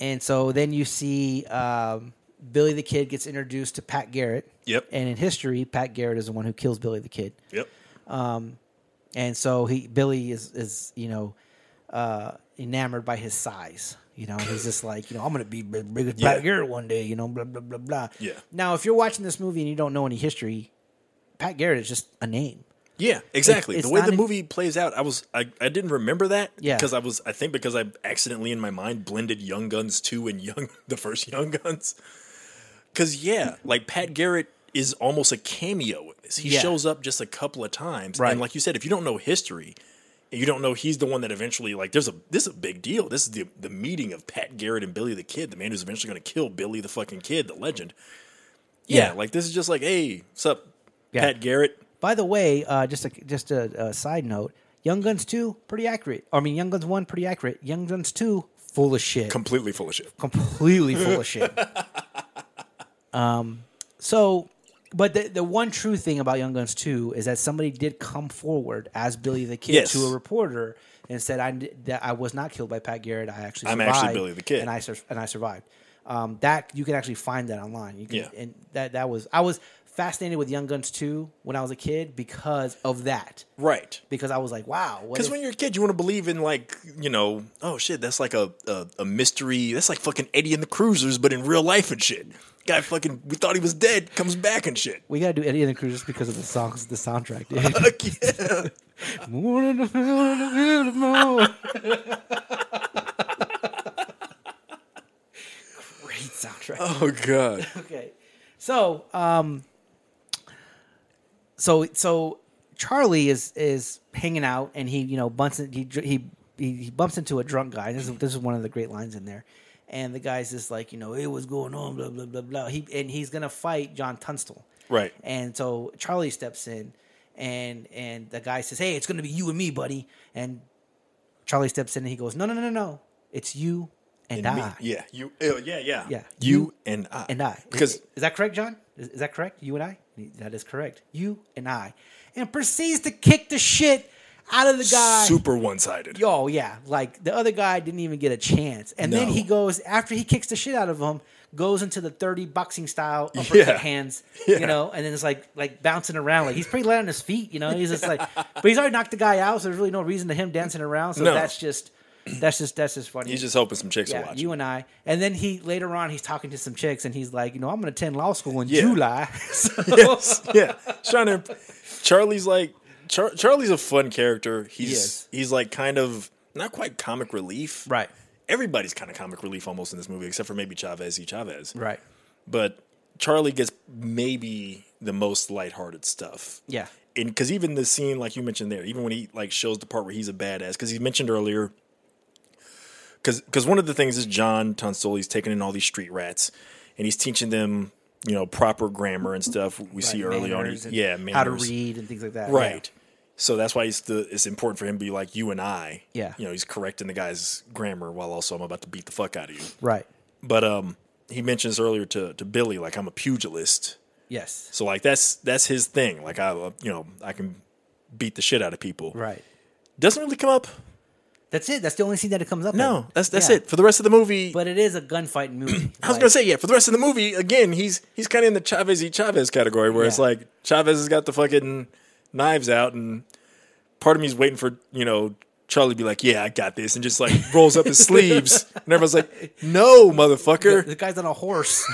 S1: and so then you see um Billy the Kid gets introduced to Pat Garrett.
S2: Yep.
S1: And in history, Pat Garrett is the one who kills Billy the Kid
S2: Yep.
S1: and so he Billy is is you know uh, enamored by his size. You know, he's just like you know I'm gonna be big, big as
S2: Yeah.
S1: Pat Garrett one day. You know, blah blah blah blah.
S2: Yeah.
S1: Now, if you're watching this movie and you don't know any history, Pat Garrett is just a name.
S2: Yeah, exactly.
S1: it's
S2: the way
S1: not
S2: the
S1: a-
S2: movie plays out, I was I, I didn't remember that.
S1: Yeah.
S2: because I was I think because I accidentally in my mind blended Young Guns two and Young the first Young Guns. Because yeah, like Pat Garrett is almost a cameo in this. He
S1: Yeah.
S2: shows up just a couple of times,
S1: Right.
S2: and like you said, if you don't know history. and You don't know he's the one that eventually like there's a this is a big deal. This is the the meeting of Pat Garrett and Billy the Kid, the man who's eventually going to kill Billy the fucking Kid, the legend. Yeah,
S1: Yeah.
S2: like this is just like hey, what's up,
S1: Yeah.
S2: Pat Garrett?
S1: By the way, uh, just a, just a, a side note: Young Guns two pretty accurate. I mean, Young Guns one pretty accurate. Young Guns two full of shit.
S2: Completely full of shit.
S1: completely full of shit. Um, so, but the, the one true thing about Young Guns 2 is that somebody did come forward as Billy the Kid
S2: Yes.
S1: to a reporter and said, I, did- that I was not killed by Pat Garrett. I actually
S2: I'm
S1: survived.
S2: actually Billy the Kid."
S1: And I, sur- and I survived. Um, that you can actually find that online. You can,
S2: Yeah.
S1: and that that was I was fascinated with Young Guns 2 when I was a kid because of that.
S2: Right.
S1: Because I was like, wow, what
S2: Because
S1: if-
S2: when you're a kid, you want to believe in like you know, oh shit, that's like a, a a mystery. That's like fucking Eddie and the Cruisers, but in real life and shit. Guy fucking, we thought he was dead, comes back and shit.
S1: we gotta do Eddie and the Cruisers because of the songs, the soundtrack, dude.
S2: Fuck yeah.
S1: Morning, morning, morning, morning. Great soundtrack.
S2: Oh god.
S1: Okay, so um, so so Charlie is is hanging out, and he you know bumps in, he dr- he he he bumps into a drunk guy. This is this is one of the great lines in there, and the guy's just like, you know, hey, what's going on? Blah blah blah blah. He and he's gonna fight John Tunstall,
S2: Right.
S1: And so Charlie steps in, and and the guy says, hey, it's gonna be you and me, buddy. And Charlie steps in and he goes, no no no no no, it's you and,
S2: And me-
S1: I.
S2: Yeah. You. ew, Yeah. Yeah.
S1: Yeah.
S2: You,
S1: You
S2: and I.
S1: and I.
S2: Because
S1: is, is that correct, John? Is, is that correct? You and I. That is correct. You and I, and proceeds to kick the shit out of the guy.
S2: super one-sided.
S1: Yo, yeah, like the other guy didn't even get a chance, and then
S2: No.
S1: he goes after he kicks the shit out of him, goes into the thirty boxing style uppercut
S2: Yeah.
S1: hands,
S2: Yeah.
S1: you know, and then it's like like bouncing around, like he's pretty light on his feet, you know. He's just like, but he's already knocked the guy out, so there's really no reason to him dancing around. So
S2: No.
S1: that's just that's just that's just funny.
S2: He's just hoping some chicks will
S1: Yeah,
S2: watch.
S1: you and I. And then he later on he's talking to some chicks and he's like, you know, I'm gonna attend law school in
S2: Yeah.
S1: July. So-
S2: yes. Yeah. He's trying to. Charlie's like. Char- Charlie's a fun character. He's
S1: is.
S2: he's like kind of not quite comic relief.
S1: Right.
S2: Everybody's kind of comic relief almost in this movie, except for maybe Chavez. E. Chavez.
S1: Right.
S2: But Charlie gets maybe the most lighthearted stuff.
S1: Yeah.
S2: And because even the scene, like you mentioned there, even when he like shows the part where he's a badass, because he mentioned earlier, because one of the things is John Tunstall, he's taking in all these street rats, and he's teaching them, you know, proper grammar and stuff. We see
S1: Like
S2: early on,
S1: manners and
S2: yeah,
S1: how to
S2: manners.
S1: read and things like that.
S2: right? So that's why it's the it's important for him to be like you and I.
S1: Yeah.
S2: you know, he's correcting the guy's grammar while also I'm about to beat the fuck out of you.
S1: Yeah. Right.
S2: But um, he mentions earlier to to Billy like I'm a pugilist.
S1: Yes.
S2: So like that's that's his thing. Like I uh, you know I can beat the shit out of people.
S1: Right.
S2: Doesn't really come up.
S1: That's it. That's the only scene that it comes up. in.
S2: No, that's that's
S1: Yeah.
S2: it for the rest of the movie.
S1: But it is a gunfighting movie.
S2: I was gonna say yeah for the rest of the movie again he's he's kind of in the Chavez y Chavez category where it's
S1: Yeah.
S2: like Chavez has got the fucking knives out and part of me's waiting for you know. Charlie be like, yeah, I got this, and just like rolls up his sleeves, and everyone's like, no, motherfucker,
S1: the guy's on a horse.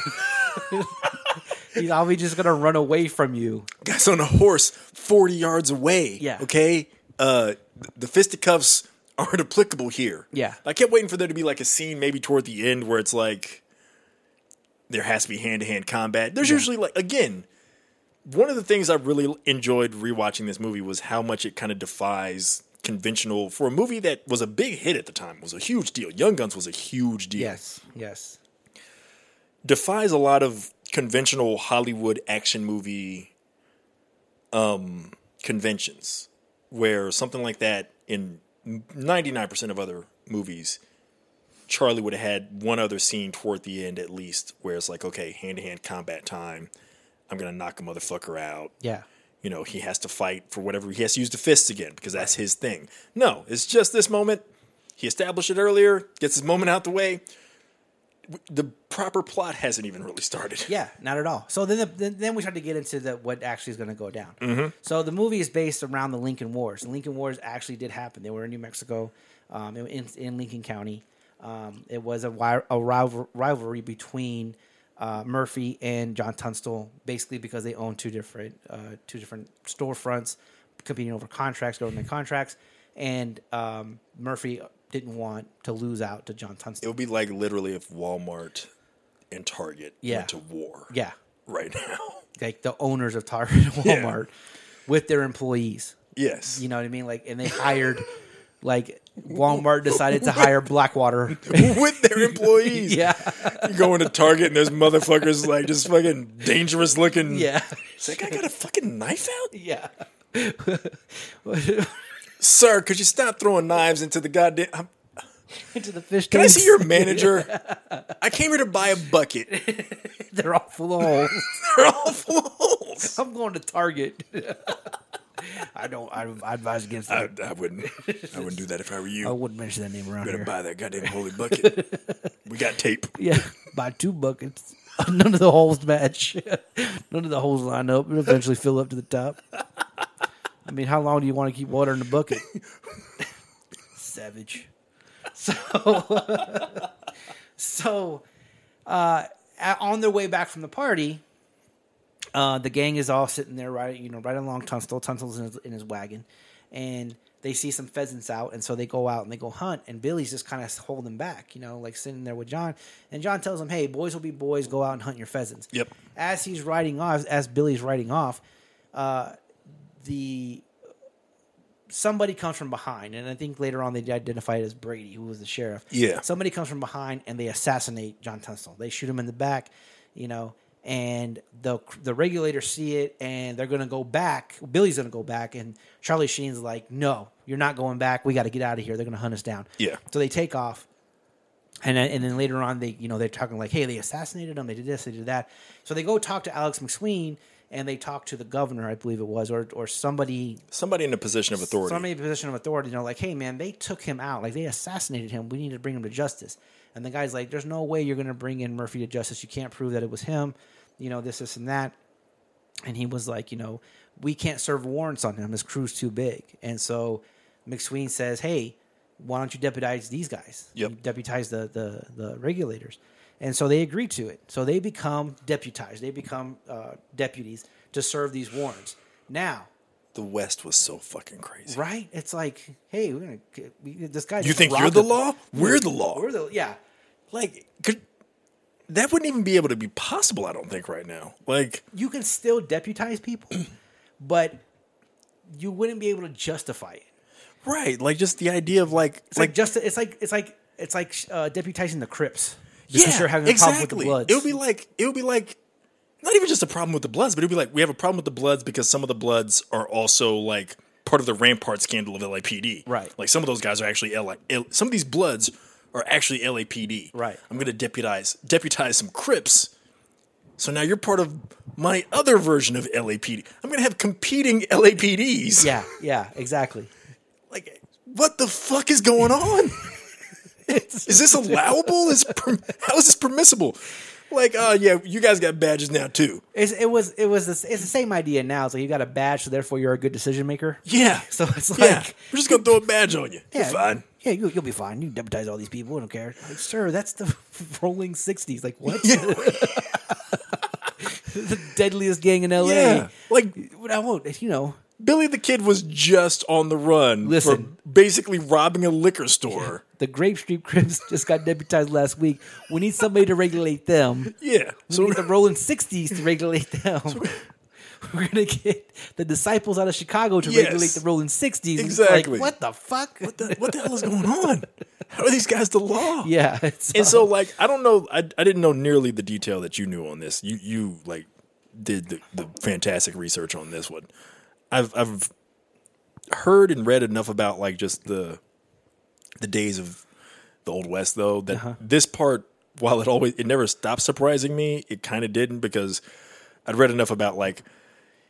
S1: he's obviously just gonna run away from you.
S2: guy's on a horse forty yards away.
S1: Yeah.
S2: Okay. Uh, th- the fisticuffs aren't applicable here.
S1: Yeah.
S2: I kept waiting for there to be like a scene maybe toward the end where it's like there has to be hand to hand combat. There's usually like again, one of the things I really enjoyed rewatching this movie was how much it kind of defies conventional for a movie that was a big hit at the time was a huge deal. Young Guns was a huge deal
S1: Yes. Yes.
S2: defies a lot of conventional Hollywood action movie um, conventions, where something like that in ninety nine percent of other movies, Charlie would have had one other scene toward the end at least, where it's like, okay, hand to hand combat time. I'm gonna knock a motherfucker out.
S1: Yeah.
S2: You know, he has to fight for whatever he has to use the fists again because that's his thing. No, it's just this moment. He established it earlier, gets his moment out the way. W- The proper plot hasn't even really started.
S1: Yeah, not at all. So then, the, then, then we start to get into the, what actually is going to go down. So the movie is based around the Lincoln Wars. The Lincoln Wars actually did happen. They were in New Mexico, um, in, in Lincoln County. Um, it was a, wi- a rival, rivalry between uh, Murphy and John Tunstall, basically because they owned two different uh, two different storefronts, competing over contracts, government contracts, and um, Murphy didn't want to lose out to John
S2: It
S1: Tunstall.
S2: would be like literally if Walmart and Target
S1: Yeah.
S2: went to war
S1: yeah.
S2: right now.
S1: like the owners of Target and Walmart with their employees.
S2: Yes.
S1: You know what I mean? Like, and they hired, like, Walmart decided to hire Blackwater.
S2: With their employees.
S1: yeah,
S2: You go into Target and there's motherfuckers like just fucking dangerous looking.
S1: yeah,
S2: Is that guy got a fucking knife out?
S1: yeah.
S2: Sir, could you stop throwing knives into the goddamn. I'm-
S1: Into the fish.
S2: Can I see your manager? I came here to buy a bucket.
S1: They're all full of holes.
S2: They're all full of holes.
S1: I'm going to Target. I don't. I, I advise against
S2: I,
S1: that.
S2: I wouldn't. I wouldn't do that if I were
S1: I,
S2: you.
S1: wouldn't mention that name around
S2: Better
S1: here.
S2: buy that goddamn holy bucket. We got tape.
S1: Yeah, buy two buckets. None of the holes match. None of the holes line up. It'll eventually fill up to the top. I mean, how long do you want to keep water in the bucket? Savage. So, so uh, a- on their way back from the party, uh, the gang is all sitting there, right, you know, right along Tunstall. Tunstall's in his, in his wagon, and they see some pheasants out, and so they go out and they go hunt. And Billy's just kind of holding them back, you know, like sitting there with John. And John tells him, "Hey, boys will be boys. Go out and hunt your pheasants."
S2: Yep.
S1: As he's riding off, as Billy's riding off, uh, the somebody comes from behind, and I think later on they identify it as Brady, who was the sheriff.
S2: Yeah.
S1: Somebody comes from behind and they assassinate John Tunstall. They shoot him in the back, you know, and the the regulators see it and they're gonna go back. Billy's gonna go back, and Charlie Sheen's like, "No, you're not going back. We got to get out of here. They're gonna hunt us down."
S2: Yeah.
S1: So they take off. And then, and then later on, they you know they're talking like, hey, they assassinated him, they did this, they did that. So they go talk to Alex McSween, and they talk to the governor, I believe it was, or or somebody,
S2: Somebody in a position of authority.
S1: somebody in a position of authority. You know, like, hey, man, they took him out, like they assassinated him. We need to bring him to justice. And the guy's like, there's no way you're going to bring in Murphy to justice. You can't prove that it was him. You know this, this, and that. And he was like, you know, we can't serve warrants on him. His crew's too big. And so McSween says, hey, why don't you deputize these guys?
S2: Yep.
S1: You deputize the, the, the regulators. And so they agree to it. So they become deputized. They become uh, deputies to serve these warrants. Now,
S2: the West was so fucking crazy.
S1: right? It's like, hey, we're going to, we, this guy.
S2: You
S1: just
S2: think you're
S1: robbed a-
S2: the law? We're the law.
S1: We're the, yeah.
S2: like, could, that wouldn't even be able to be possible. I don't think right now. Like,
S1: you can still deputize people, but you wouldn't be able to justify it.
S2: right? Like, just the idea of like,
S1: It's like, just it's like it's like it's like uh, deputizing the Crips. Just 'cause you're having a problem
S2: exactly.
S1: with the Bloods.
S2: It would be like it would be like not even just a problem with the Bloods, but it would be like we have a problem with the Bloods because some of the Bloods are also like part of the Rampart scandal of LAPD.
S1: Right.
S2: Like some of those guys are actually LA, L- some of these Bloods are actually LAPD.
S1: Right.
S2: I'm going to deputize deputize some Crips. So now you're part of my other version of LAPD. I'm going to have competing LAPDs.
S1: yeah, yeah, exactly.
S2: Like what the fuck is going on?
S1: It's,
S2: Is this allowable? Is per- how is this permissible? Like, oh yeah, you guys got badges now too.
S1: it's, it was it was the, s- it's the same idea now. It's like you got a badge, so therefore you're a good decision maker.
S2: Yeah.
S1: So it's like
S2: yeah, we're just gonna throw a badge on you.
S1: yeah,
S2: You're fine.
S1: Yeah, you, you'll be fine. You deputize all these people. I don't care. Like, sir, that's the Rolling Sixties. Like what? the deadliest gang in L.A.
S2: Yeah. Like
S1: But I won't. You know.
S2: Billy the Kid was just on the run
S1: Listen.
S2: for basically robbing a liquor store.
S1: The Grape Street Crips just got deputized last week. We need somebody to regulate them.
S2: Yeah.
S1: we
S2: So
S1: need the Rolling Sixties to regulate them. We're gonna get the disciples out of Chicago to
S2: Yes.
S1: regulate the Rolling Sixties.
S2: Exactly.
S1: what the fuck?
S2: what the, what the hell is going on? How are these guys the law?
S1: yeah. It's,
S2: And so like I don't know I, I didn't know nearly the detail that you knew on this. You you like did the, the fantastic research on this one. I've I've heard and read enough about like just the the days of the old west though that this part while it always it never stopped surprising me, it kind of didn't because I'd read enough about like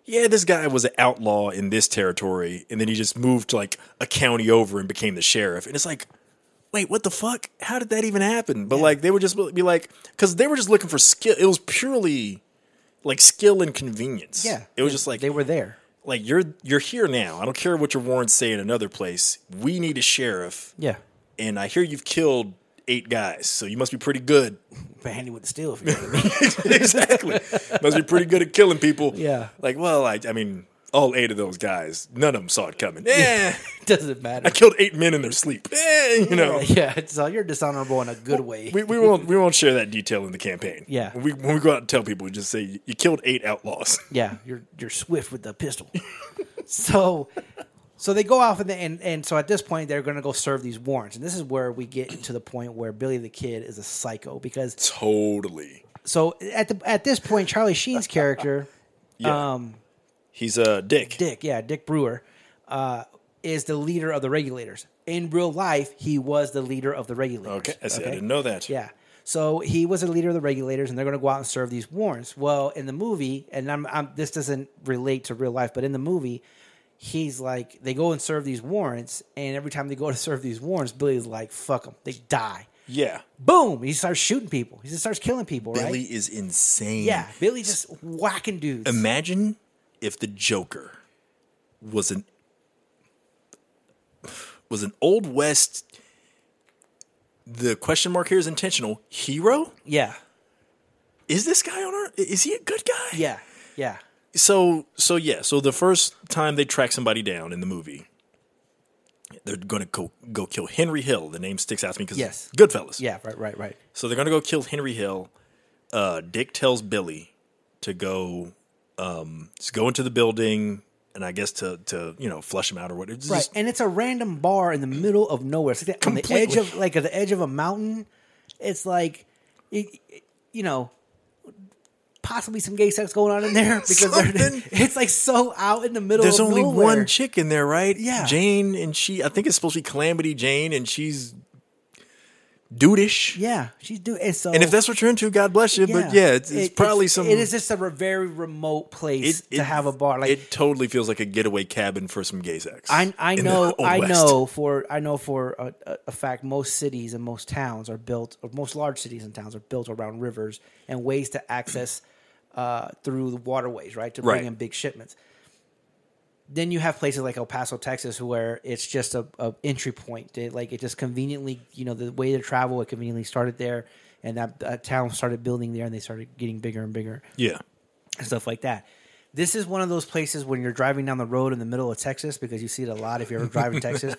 S2: yeah, this guy was an outlaw in this territory and then he just moved to like a county over and became the sheriff. And it's like wait, what the fuck? How did that even happen? But like, they would just be like, because they were just looking for skill. It was purely like skill and convenience.
S1: yeah.
S2: it was just like
S1: they were there.
S2: like you're you're here now. I don't care what your warrants say in another place. We need a sheriff,
S1: Yeah.
S2: and I hear you've killed eight guys, so you must be pretty good.
S1: But handy with the steel. If you know what I mean.
S2: exactly, must be pretty good at killing people.
S1: Yeah.
S2: like well, I I mean. All eight of those guys, none of them saw it coming. Yeah,
S1: doesn't matter.
S2: I killed eight men in their sleep. Eh, you know,
S1: Yeah. So you're dishonorable in a good way.
S2: we, we won't we won't share that detail in the campaign.
S1: Yeah.
S2: When we when we go out and tell people, we just say you killed eight outlaws.
S1: Yeah, you're you're swift with the pistol. so, so they go off and, they, and and so at this point they're going to go serve these warrants, and this is where we get to the point where Billy the Kid is a psycho because
S2: totally.
S1: so at the at this point Charlie Sheen's character
S2: Yeah.
S1: Um,
S2: He's a dick.
S1: Dick, yeah Dick Brewer, uh, is the leader of the regulators. In real life, he was the leader of the regulators.
S2: Okay. I, see, I didn't know that.
S1: Yeah. So he was a leader of the regulators, and they're going to go out and serve these warrants. Well, in the movie, and I'm, I'm, this doesn't relate to real life, but in the movie, he's like, they go and serve these warrants, and every time they go to serve these warrants, Billy's like, fuck them. They die.
S2: Yeah.
S1: Boom! He starts shooting people. He just starts killing people, right?
S2: Billy is insane.
S1: Yeah, Billy just whacking dudes.
S2: Imagine if the Joker was an was an old west the question mark here is intentional hero?
S1: yeah,
S2: Is this guy on our is he a good guy?
S1: yeah, yeah,
S2: so so yeah so the first time they track somebody down in the movie they're gonna go, go kill henry hill the name sticks out to me because
S1: Yes.
S2: goodfellas
S1: yeah. Right, right, right.
S2: so they're gonna go kill henry hill uh, dick tells billy to go um, just go into the building and I guess to to you know flush him out or whatever. It's
S1: right,
S2: just-
S1: and it's a random bar in the middle of nowhere. It's like on the edge of like at the edge of a mountain. It's like, it, it- you know, possibly some gay sex going on in there because they're,
S2: Something.
S1: it's like so out in the middle.
S2: there's
S1: of
S2: only
S1: nowhere.
S2: one chick in there, right?
S1: Yeah.
S2: Jane, and she. I think it's supposed to be Calamity Jane, and she's dudish.
S1: Yeah, she's doing. And so,
S2: And if that's what you're into, God bless you. But yeah, it's, it's
S1: It-
S2: probably some.
S1: It is just a re- very remote place
S2: it-
S1: to
S2: it-
S1: have a bar. Like
S2: it totally feels like a getaway cabin for some gay sex.
S1: I, I
S2: in the
S1: know,
S2: Old
S1: I
S2: West.
S1: know for I know for a, a, a fact, most cities and most towns are built, or most large cities and towns are built around rivers and ways to access uh, through the waterways, right, to bring
S2: Right.
S1: in big shipments. Then you have places like El Paso, Texas, where it's just a, a entry point. They- like it just conveniently, you know, the way to travel, it conveniently started there, and that, that town started building there, and they started getting bigger and bigger
S2: Yeah.
S1: and stuff like that. This is one of those places when you're driving down the road in the middle of Texas, because you see it a lot if you ever drive in Texas.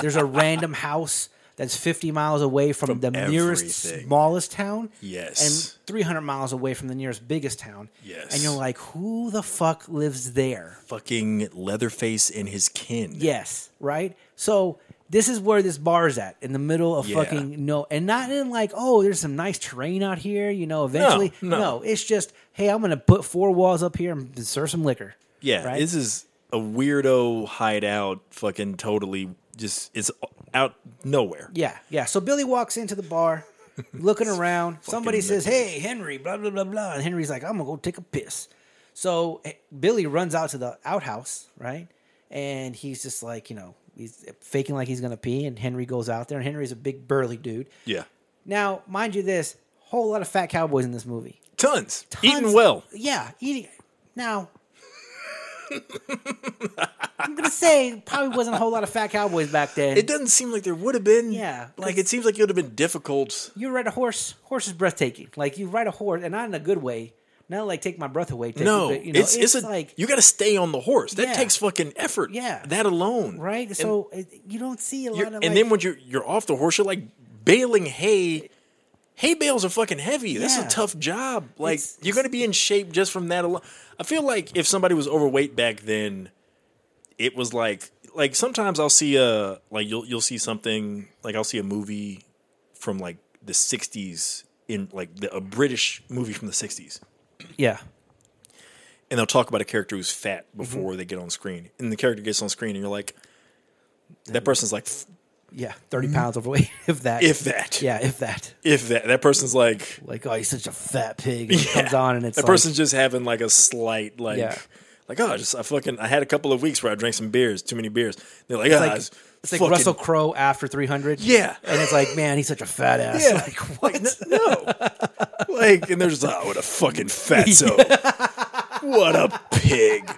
S1: There's a random house that's 50 miles away from, the nearest
S2: everything.
S1: smallest town.
S2: Yes.
S1: And 300 miles away from the nearest biggest town.
S2: Yes.
S1: And you're like, who the fuck lives there?
S2: Fucking Leatherface and his kin.
S1: Yes, right? So this is where this bar is at in the middle of
S2: Yeah.
S1: fucking no, and not in like oh, there's some nice terrain out here, you know. Eventually,
S2: no.
S1: it's just hey, I'm gonna put four walls up here and serve some liquor.
S2: Yeah,
S1: right?
S2: this is a weirdo hideout. Fucking totally, just it's out nowhere.
S1: yeah, yeah. So Billy walks into the bar, looking around. Somebody says,
S2: mental.
S1: "Hey, Henry," blah blah blah blah, and Henry's like, "I'm gonna go take a piss." So eh, Billy runs out to the outhouse, right? And he's just like, you know, he's faking like he's gonna pee, and Henry goes out there, and Henry's a big burly dude.
S2: Yeah,
S1: Now, mind you, this whole lot of fat cowboys in this movie.
S2: tons, eating
S1: Tons-
S2: well.
S1: Yeah, eating. Now, I'm gonna say probably wasn't a whole lot of fat cowboys back then.
S2: It doesn't seem like there would have been.
S1: Yeah,
S2: like
S1: 'cause-
S2: it seems like it would have been difficult.
S1: you ride a horse. Horse is breathtaking. Like you ride a horse, and not in a good way. Not like take my breath away. Take
S2: No,
S1: but, you know,
S2: it's, it's, a,
S1: like
S2: you got to stay on the horse. That
S1: Yeah.
S2: takes fucking effort.
S1: Yeah.
S2: that alone,
S1: right.
S2: And
S1: so it, you don't see a
S2: you're-
S1: lot of.
S2: and
S1: like-
S2: then when you're you're off the horse, you're like baling hay. Hay bales are fucking heavy. That's a
S1: Yeah.
S2: tough job. Like
S1: It's-
S2: you're gonna be in shape just from that alone. I feel like if somebody was overweight back then, it was like like sometimes I'll see a like you'll you'll see something like I'll see a movie from like the '60s in like the, a British movie from the '60s,
S1: yeah,
S2: and they'll talk about a character who's fat
S1: Mm-hmm.
S2: before they get on screen, and the character gets on screen, and you're like, that person's like, "F-
S1: yeah, thirty pounds overweight, if that.
S2: Mm-hmm. if that,
S1: yeah, if that.
S2: if that that person's like
S1: Like oh, he's such a fat pig. And it
S2: yeah,
S1: comes on, and it's
S2: that
S1: like,
S2: person's just having like a slight like
S1: Yeah.
S2: like oh I just I fucking I had a couple of weeks where I drank some beers too many beers they're like ah,
S1: like-
S2: it's
S1: It's like
S2: fucking-
S1: Russell Crowe after 300.
S2: Yeah.
S1: And it's like, man, he's such a fat ass.
S2: yeah
S1: Like, what?
S2: Like, no like and they're just like, oh what a fucking fatso what a pig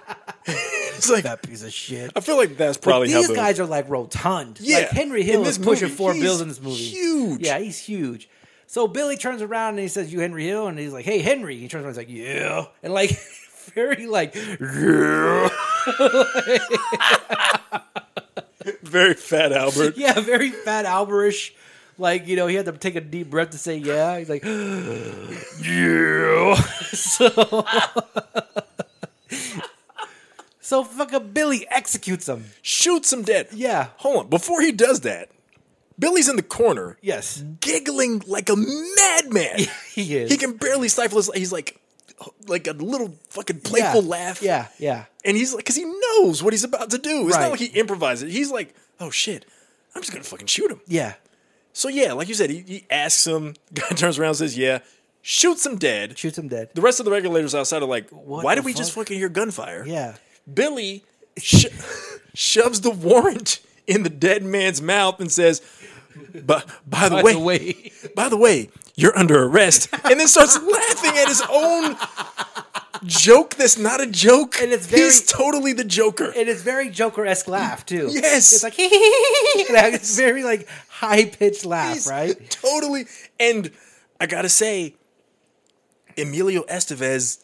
S2: it's like
S1: that piece of shit.
S2: I feel like that's probably
S1: these
S2: how the-
S1: guys are like rotund.
S2: Yeah.
S1: Like Henry
S2: In
S1: Hill is
S2: this
S1: pushing
S2: movie,
S1: four
S2: he's
S1: bills in this movie.
S2: huge.
S1: Yeah, he's huge. So Billy turns around and he says, You Henry Hill? And he's like, Hey, Henry. He turns around and he's like, Yeah. And like, very like, Yeah.
S2: very fat Albert
S1: Yeah, very fat Alberish. Like, you know, he had to take a deep breath to say yeah. He's like, yeah. so, so fucking Billy executes him.
S2: shoots him dead
S1: Yeah.
S2: hold on before he does that Billy's in the corner
S1: Yes.
S2: giggling like a madman.
S1: he is.
S2: Mm-hmm. He can barely stifle his. He's like, like a little fucking playful
S1: yeah.
S2: laugh.
S1: Yeah, yeah.
S2: and he's like, because he knows what he's about to do. It's
S1: Right.
S2: not like he improvised it. He's like, oh shit, I'm just gonna fucking shoot him.
S1: Yeah.
S2: So yeah, like you said, he, he asks him. Guy turns around, and says, yeah, shoots him dead.
S1: Shoots him dead.
S2: The rest of the regulators outside are like, why
S1: the
S2: did we just
S1: fuck?
S2: fucking hear gunfire?
S1: Yeah.
S2: Billy sho- shoves the warrant in the dead man's mouth and says, but by the
S1: By
S2: way,
S1: the way.
S2: by the way, you're under arrest, and then starts laughing at his own joke that's not a joke.
S1: And it's very-
S2: he's totally the Joker.
S1: And it's very Joker esque laugh, too.
S2: Yes.
S1: It's like, like, it's very like high pitched laugh,
S2: He's
S1: right?
S2: Totally. And I gotta say, Emilio Estevez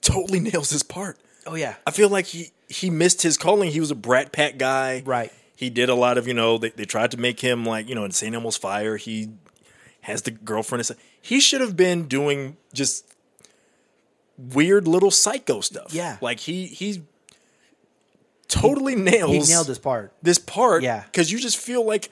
S2: totally nails his part.
S1: Oh, yeah.
S2: I feel like he he missed his calling. He was a Brat Pack guy,
S1: Right.
S2: He did a lot of you know they, they tried to make him like you know in Saint Elmo's Fire. He has the girlfriend. and stuff. He should have been doing just weird little psycho stuff.
S1: Yeah.
S2: like he he totally nails
S1: He nailed this part.
S2: this part
S1: Yeah.
S2: because you just feel like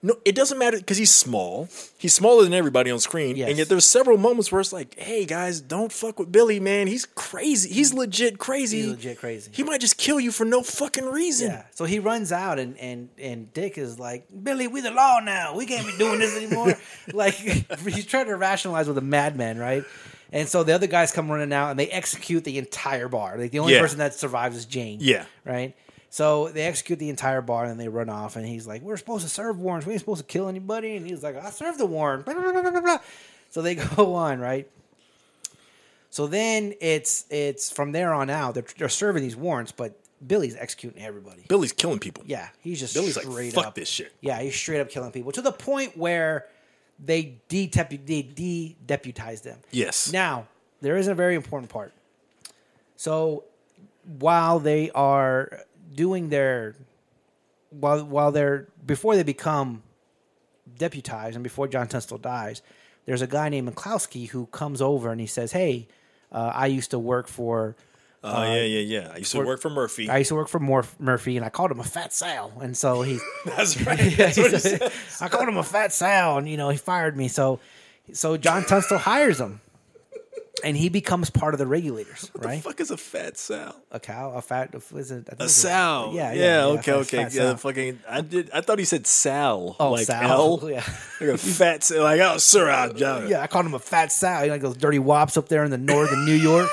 S2: no it doesn't matter because he's small he's smaller than everybody on screen
S1: Yes.
S2: and yet there's several moments where it's like hey guys don't fuck with billy man he's crazy he's legit crazy
S1: Mm. He's legit crazy.
S2: he might just kill you for no fucking reason
S1: Yeah. So he runs out, and and and Dick is like, Billy, we the law now. We can't be doing this anymore. like he's trying to rationalize with a madman, right? And so the other guys come running out, and they execute the entire bar. Like the only
S2: Yeah.
S1: person that survives is Jane.
S2: Yeah.
S1: Right. So they execute the entire bar, and they run off. And he's like, "We're supposed to serve warrants. We ain't supposed to kill anybody." And he's like, "I served the warrant." Blah, blah, blah, blah, blah, blah. So they go on, right? So then it's it's from there on out they're, they're serving these warrants, but Billy's executing everybody.
S2: billy's killing people
S1: Yeah, he's just
S2: Billy's like,
S1: straight
S2: "Fuck
S1: up,
S2: this shit."
S1: Yeah, he's straight up killing people to the point where they de-depu- they de-deputize them.
S2: yes
S1: Now there is a very important part. So while they are doing their while while they're before they become deputized and before John Tunstall dies, there's a guy named Miklowski who comes over and he says, "Hey, uh, I used to work for."
S2: oh
S1: um,
S2: yeah yeah yeah i used to work for murphy
S1: I used to work for Morf- Murphy, and I called him a fat Sal, and so he
S2: that's right that's what he said.
S1: I called him a fat sow, and you know he fired me. So, so John Tunstall hires him, and he becomes part of the regulators, right?
S2: fuck is a fat sow
S1: A cow, a fat, was it, I think it
S2: a
S1: was
S2: sow
S1: Yeah, yeah,
S2: yeah,
S1: yeah,
S2: okay
S1: fat-
S2: okay
S1: fat
S2: yeah
S1: sow.
S2: fucking i did i thought he said sal
S1: Oh,
S2: like
S1: sow.
S2: L.
S1: Yeah.
S2: like a fat sow like oh sir i
S1: Yeah, I called him a fat sow. You know, like those dirty wops up there in the north of New York,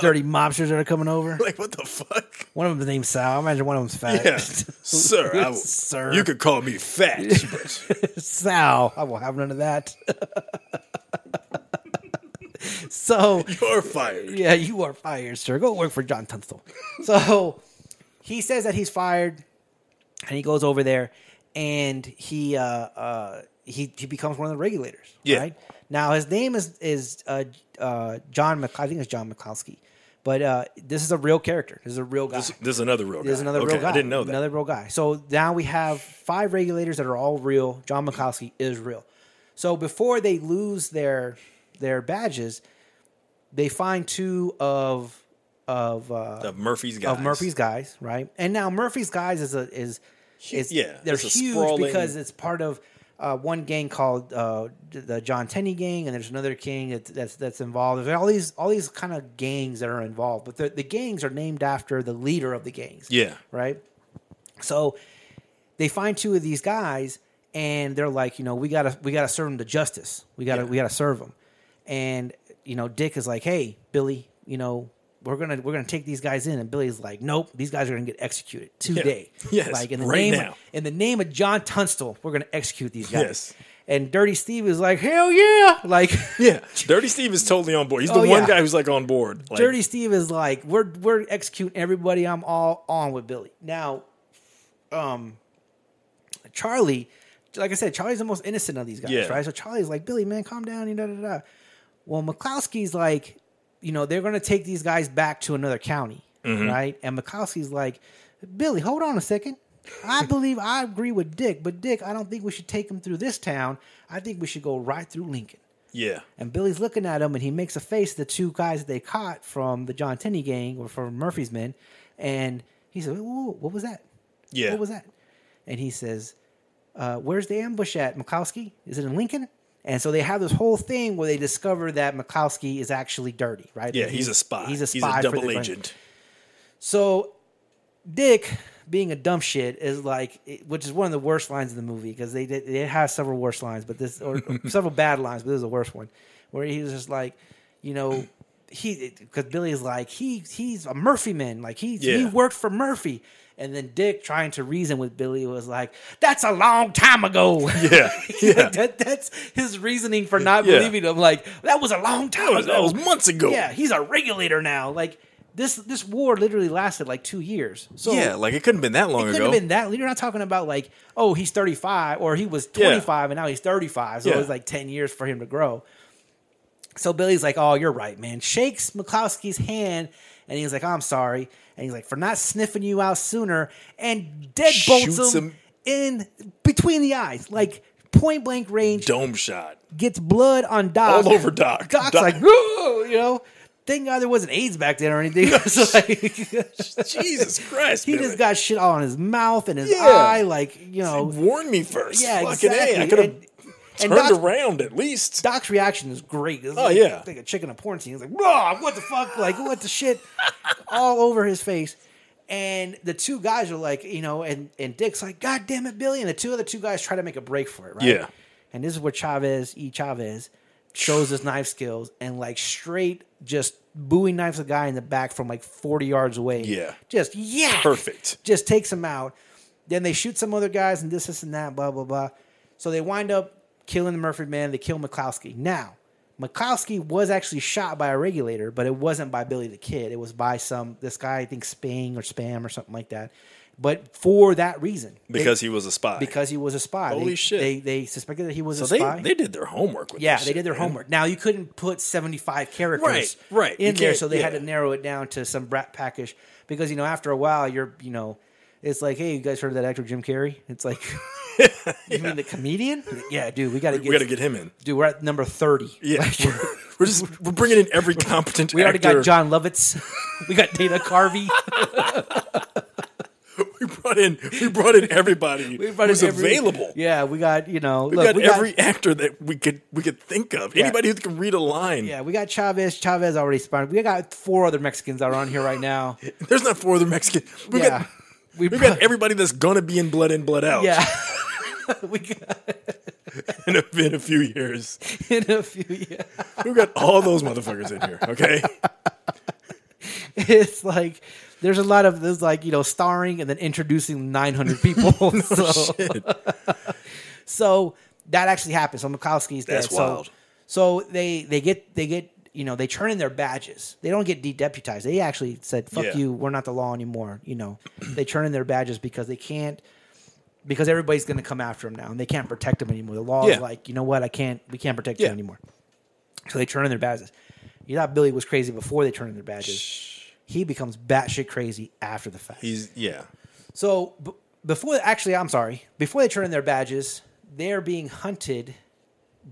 S1: dirty mobsters that are coming over.
S2: like what the fuck
S1: One of them's named Sal. I imagine one of them's fat.
S2: Yeah, sir, I will,
S1: Sir.
S2: You could call me fat. but-
S1: Sal, I will have none of that. so
S2: You're fired.
S1: Yeah, you are fired, sir. Go work for John Tunstall. So he says that he's fired, and he goes over there, and he uh, uh, he he becomes one of the regulators.
S2: Yeah.
S1: Right now, his name is is uh, uh, John. Mc- I think it's John McCloskey, but uh, this is a real character. This is a real guy.
S2: This, this is another real guy.
S1: There's another
S2: okay,
S1: real guy.
S2: I didn't know that.
S1: Another real guy. So now we have five regulators that are all real. John Minkowski is real. So before they lose their their badges, they find two of of uh,
S2: Of Murphy's guys.
S1: of Murphy's guys, right? And now Murphy's guys is a is is
S2: yeah,
S1: they're
S2: it's a
S1: huge
S2: sprawling-
S1: because it's part of uh, one gang called uh, the John Tenney gang, and there's another gang that, that's that's involved. There's all these all these kind of gangs that are involved, but the, the gangs are named after the leader of the gangs.
S2: Yeah.
S1: right. So they find two of these guys, and they're like, you know, we gotta we gotta serve them to justice. We gotta we gotta serve them. And you know, Dick is like, hey, Billy, you know, we're gonna we're gonna take these guys in, and Billy's like, nope, these guys are gonna get executed today.
S2: Yes,
S1: like in the
S2: right
S1: name
S2: now.
S1: Of, in the name of John Tunstall, we're gonna execute these guys.
S2: Yes.
S1: And Dirty Steve is like, hell yeah, like.
S2: Yeah. Dirty Steve is totally on board. He's the
S1: Oh,
S2: one
S1: yeah.
S2: guy who's like on board. Like,
S1: Dirty Steve is like, we're we're executing everybody. I'm all on with Billy. Now, um, Charlie, like I said, Charlie's the most innocent of these guys,
S2: Yeah.
S1: right? So Charlie's like, Billy, man, calm down, you know, da, da, da. Well, McCloskey's like, you know, they're gonna take these guys back to another county,
S2: Mm-hmm.
S1: right? And McCloskey's like, Billy, hold on a second. I believe I agree with Dick, but Dick, I don't think we should take him through this town. I think we should go right through Lincoln.
S2: Yeah.
S1: And Billy's looking at him, and he makes a face at the two guys that they caught from the John Tenney gang or from Murphy's men, and he said, "Whoa, whoa, whoa, "What was that?
S2: Yeah.
S1: what was that?" And he says, uh, "Where's the ambush at, Mikowski? Is it in Lincoln?" And so they have this whole thing where they discover that Mikowski is actually dirty, right?
S2: Yeah, he's a spy.
S1: He's a spy. for the-
S2: double agent.
S1: So Dick, being a dumb shit, is like, it- which is one of the worst lines in the movie because they did, it has several worse lines, but this or several bad lines, but this is the worst one, where he was just like, you know, he because Billy is like he he's a Murphy man, like he he
S2: Yeah.
S1: worked for Murphy, and then Dick trying to reason with Billy was like, that's a long time ago.
S2: Yeah. Yeah.
S1: that, that's his reasoning for not
S2: Yeah.
S1: believing him. Like that was a long time
S2: That was-
S1: ago.
S2: that was months ago.
S1: Yeah, he's a regulator now. Like this this war literally lasted like two years. So
S2: yeah. Like it couldn't have been that long
S1: it could
S2: ago.
S1: have been that. You're not talking about like, oh, he's 35 or he was 25 and now he's 35. So it
S2: Yeah.
S1: was like 10 years for him to grow. So Billy's like, oh, you're right, man. Shakes McCloskey's hand and he's like, I'm sorry. And he's like, for not sniffing you out sooner and deadbolts
S2: Shoots
S1: him,
S2: him.
S1: in between the eyes, like point blank range,
S2: Dome shot.
S1: gets blood on Doc.
S2: All over Doc.
S1: Doc's
S2: Doc-
S1: like, "Whoa," you know. Thank God there wasn't AIDS back then or anything. It's like,
S2: Jesus Christ.
S1: he
S2: man.
S1: just got shit all on his mouth and his
S2: Yeah.
S1: eye, like you know.
S2: warn me first.
S1: Yeah,
S2: Fucking A,
S1: exactly.
S2: I could have
S1: And- and
S2: turned
S1: Doc-
S2: around at least.
S1: Doc's reaction is great. It's
S2: Oh,
S1: like-
S2: yeah.
S1: like a chicken in a porn scene. He's like, "Raw, what the fuck? Like, what the shit?" All over his face. And the two guys are like, you know, and and Dick's like, "God damn it, Billy!" And the two other two guys try to make a break for it, right?
S2: Yeah.
S1: And this is where Chavez E. Chavez shows his knife skills and like straight just Bowie knives a guy in the back from like forty yards away.
S2: Yeah.
S1: Just yeah.
S2: Perfect.
S1: Just takes him out. Then they shoot some other guys and this, this, and that, blah, blah, blah. So they wind up killing the Murphy man. They kill McCloskey. Now, McCloskey was actually shot by a regulator, but it wasn't by Billy the Kid. It was by some, this guy, I think Spang or Spam or something like that. But for that reason. They-
S2: Because he was a spy.
S1: because he was a spy.
S2: Holy
S1: they,
S2: shit.
S1: They, they suspected that he was
S2: so
S1: a
S2: they,
S1: spy.
S2: they did their homework with
S1: yeah,
S2: this
S1: they
S2: shit,
S1: did their
S2: man.
S1: homework. Now, you couldn't put 75 characters
S2: Right, right. You
S1: in there,
S2: can't-
S1: so they had
S2: yeah.
S1: to narrow it down to some brat packish because, you know, after a while, you're, you know, it's like, hey, you guys heard of that actor Jim Carrey? It's like, you mean the comedian? Yeah, dude, we got to
S2: We
S1: get,
S2: got to get him in.
S1: dude, we're at number 30.
S2: Yeah. we're, we're just we're bringing in every competent
S1: We already
S2: actor.
S1: got John Lovitz. we got Dana Carvey.
S2: We brought in we brought in everybody
S1: We
S2: we
S1: brought
S2: who's
S1: in every-
S2: available.
S1: Yeah, we got, you know,
S2: We
S1: look,
S2: got
S1: we got
S2: every actor that we could we could think of.
S1: Yeah.
S2: Anybody who can read a line.
S1: yeah, we got Chavez. Chavez already spawned. We got four other Mexicans that are on here right now.
S2: There's not four other Mexican. We
S1: yeah.
S2: got
S1: we
S2: we got everybody that's gonna be in Blood In Blood Out
S1: Yeah. we got
S2: in, a, in a few years.
S1: in a few yeah.
S2: We've got all those motherfuckers in here. Okay,
S1: It's like there's a lot of there's like, you know, starring and then introducing 900 people. so, so that actually happened. So Mikowski's dead.
S2: That's
S1: so,
S2: wild.
S1: So they they get they get you know they turn in their badges. They don't get dedeputized. They actually said, "Fuck
S2: Yeah.
S1: you, we're not the law anymore." You know, they turn in their badges because they can't because everybody's going to come after them now, and they can't protect them anymore. The law
S2: Yeah.
S1: is like, you know what? I can't. We can't protect
S2: Yeah.
S1: you anymore. So they turn in their badges. You thought Billy was crazy before they turned in their badges. He becomes batshit crazy after the fact.
S2: he's yeah.
S1: So b- before, actually, I'm sorry. Before they turn in their badges, they're being hunted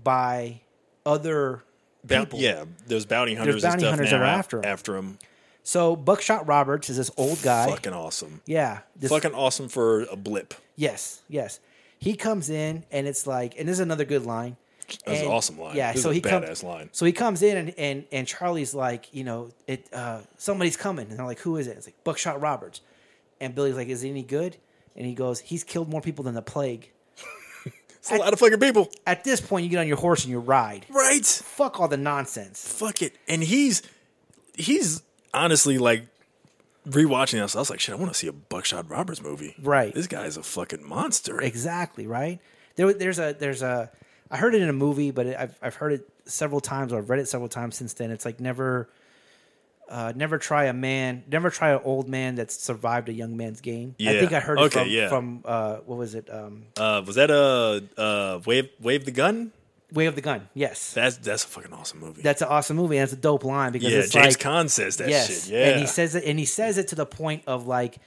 S1: by other
S2: Bou-
S1: people.
S2: Yeah, there's bounty hunters.
S1: bounty
S2: and stuff
S1: hunters
S2: now
S1: that are after 'em.
S2: After him,
S1: So Buckshot Roberts is this old guy.
S2: fucking awesome.
S1: yeah. This,
S2: Fucking awesome for a blip.
S1: yes. Yes. He comes in and it's like, and this is another good line.
S2: That's an
S1: And-
S2: awesome line.
S1: Yeah.
S2: This is
S1: so
S2: a
S1: he comes.
S2: badass line.
S1: So he comes in and, and and Charlie's like, you know, it uh, somebody's coming, and they're like, who is it? It's like Buckshot Roberts, and Billy's like, is he any good? And he goes, he's killed more people than the plague.
S2: It's a lot of fucking people,
S1: At this point, you get on your horse and you ride.
S2: right?
S1: Fuck all the nonsense.
S2: Fuck it. And he's he's honestly like rewatching this. I was like, shit, I want to see a Buckshot Roberts movie.
S1: Right.
S2: This guy's a fucking monster.
S1: Exactly right. There, there's a there's a. I heard it in a movie, but it, I've I've heard it several times or I've read it several times since then. It's like never, uh, never try a man, never try an old man that's survived a young man's game. I
S2: Yeah.
S1: think I heard
S2: Okay,
S1: it from,
S2: yeah.
S1: from uh, what was it? Um,
S2: Uh, was that a uh, wave wave the gun?
S1: Way of the Gun. Yes,
S2: That's that's a fucking awesome movie.
S1: that's an awesome movie. and That's a dope line because
S2: yeah,
S1: it's
S2: James
S1: like
S2: Caan says that
S1: yes,
S2: shit. Yeah,
S1: and he says it, and he says it to the point of like,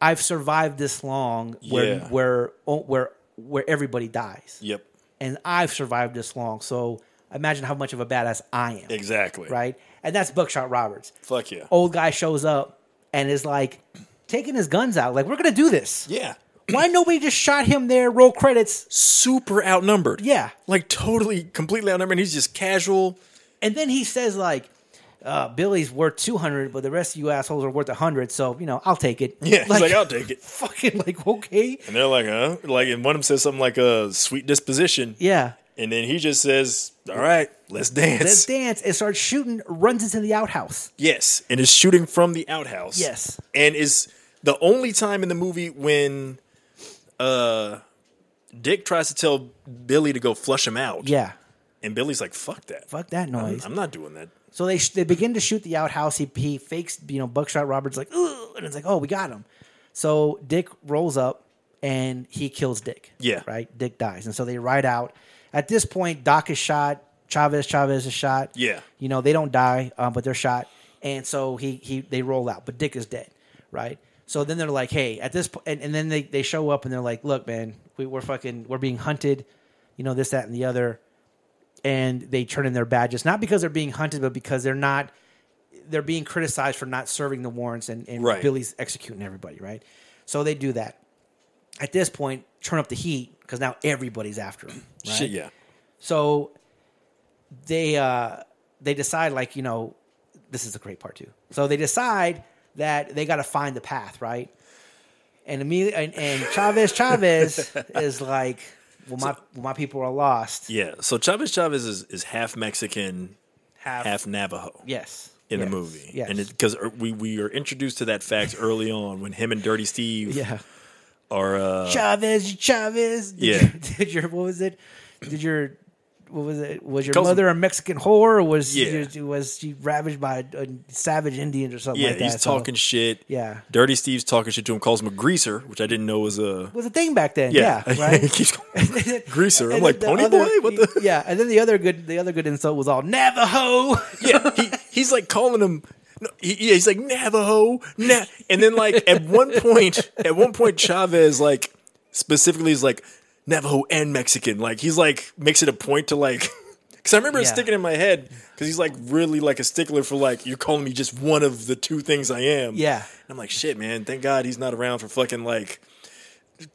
S1: I've survived this long where
S2: Yeah.
S1: where oh, where where everybody dies.
S2: Yep,
S1: and I've survived this long. So imagine how much of a badass I am.
S2: exactly.
S1: Right? Oh. And that's Buckshot Roberts.
S2: Fuck yeah.
S1: Old guy shows up and is like taking his guns out. Like, we're going to do this.
S2: Yeah.
S1: Why nobody just shot him there? Roll credits.
S2: Super outnumbered.
S1: Yeah.
S2: Like totally, completely outnumbered. He's just casual.
S1: And then he says, like, uh, Billy's worth 200, but the rest of you assholes are worth 100. So, you know, I'll take it.
S2: Yeah. He's like, I'll take it.
S1: Fucking like, okay.
S2: And they're like, huh? Like, and one of them says something like a sweet disposition.
S1: Yeah.
S2: And then he just says, all right, let's dance.
S1: Let's dance and starts shooting, runs into the outhouse.
S2: Yes, and is shooting from the outhouse.
S1: Yes.
S2: and is the only time in the movie when uh, Dick tries to tell Billy to go flush him out.
S1: Yeah.
S2: and Billy's like, "Fuck that!
S1: Fuck that
S2: I'm,
S1: noise.
S2: I'm not doing that."
S1: So they they begin to shoot the outhouse. He, he fakes, you know, Buckshot Roberts like, ooh, and it's like, oh, we got him. So Dick rolls up and he kills Dick.
S2: Yeah.
S1: Right? Dick dies. And so they ride out. At this point, Doc is shot. Chavez, Chavez is shot.
S2: Yeah.
S1: You know, they don't die, um, but they're shot. And so he, he they roll out, but Dick is dead. Right? So then they're like, hey, at this point, and, and then they, they show up and they're like, look, man, we, we're fucking, we're being hunted, you know, this, that, and the other and they turn in their badges not because they're being hunted, but because they're not they're being criticized for not serving the warrants and, and
S2: Right.
S1: Billy's executing everybody, right? So they do that. At this point, turn up the heat because now everybody's after him. Right?
S2: Shit, yeah.
S1: So they uh, they decide like you know this is a great part too. So they decide that they got to find the path right, and immediately and, and Chavez Chavez is like, well my well, my people are lost.
S2: Yeah. So Chavez Chavez is, is half Mexican, half, Navajo
S1: Yes.
S2: in the
S1: Yes.
S2: movie.
S1: Yes.
S2: And because we, we are introduced to that fact early on when him and Dirty Steve
S1: yeah.
S2: are. Uh,
S1: Chavez Chavez. Did
S2: Yeah.
S1: Your, did your what was it? Did your what was it? Was your
S2: Cousin.
S1: mother a Mexican whore, or was
S2: Yeah.
S1: your- was she ravaged by a savage Indians or something
S2: yeah,
S1: like that?
S2: he's
S1: So-
S2: talking shit.
S1: Yeah.
S2: Dirty Steve's talking shit to him, calls him a greaser, which I didn't know was a.
S1: was a thing back then. Yeah, right.
S2: he keeps going, greaser. I'm
S1: And
S2: like,
S1: the
S2: pony
S1: other-
S2: boy? What the?
S1: Yeah, and then the other good, the other good insult was all Navajo.
S2: yeah, he, he's like calling him. no, he- Yeah, he's like Navajo, na-. and then like at one point, at one point, Chavez like specifically is like Navajo and Mexican. Like he's like makes it a point to like, because I remember it
S1: Yeah.
S2: sticking in my head because he's like really like a stickler for like you're calling me just one of the two things I am.
S1: Yeah.
S2: And I'm like shit, man. Thank God he's not around for fucking like.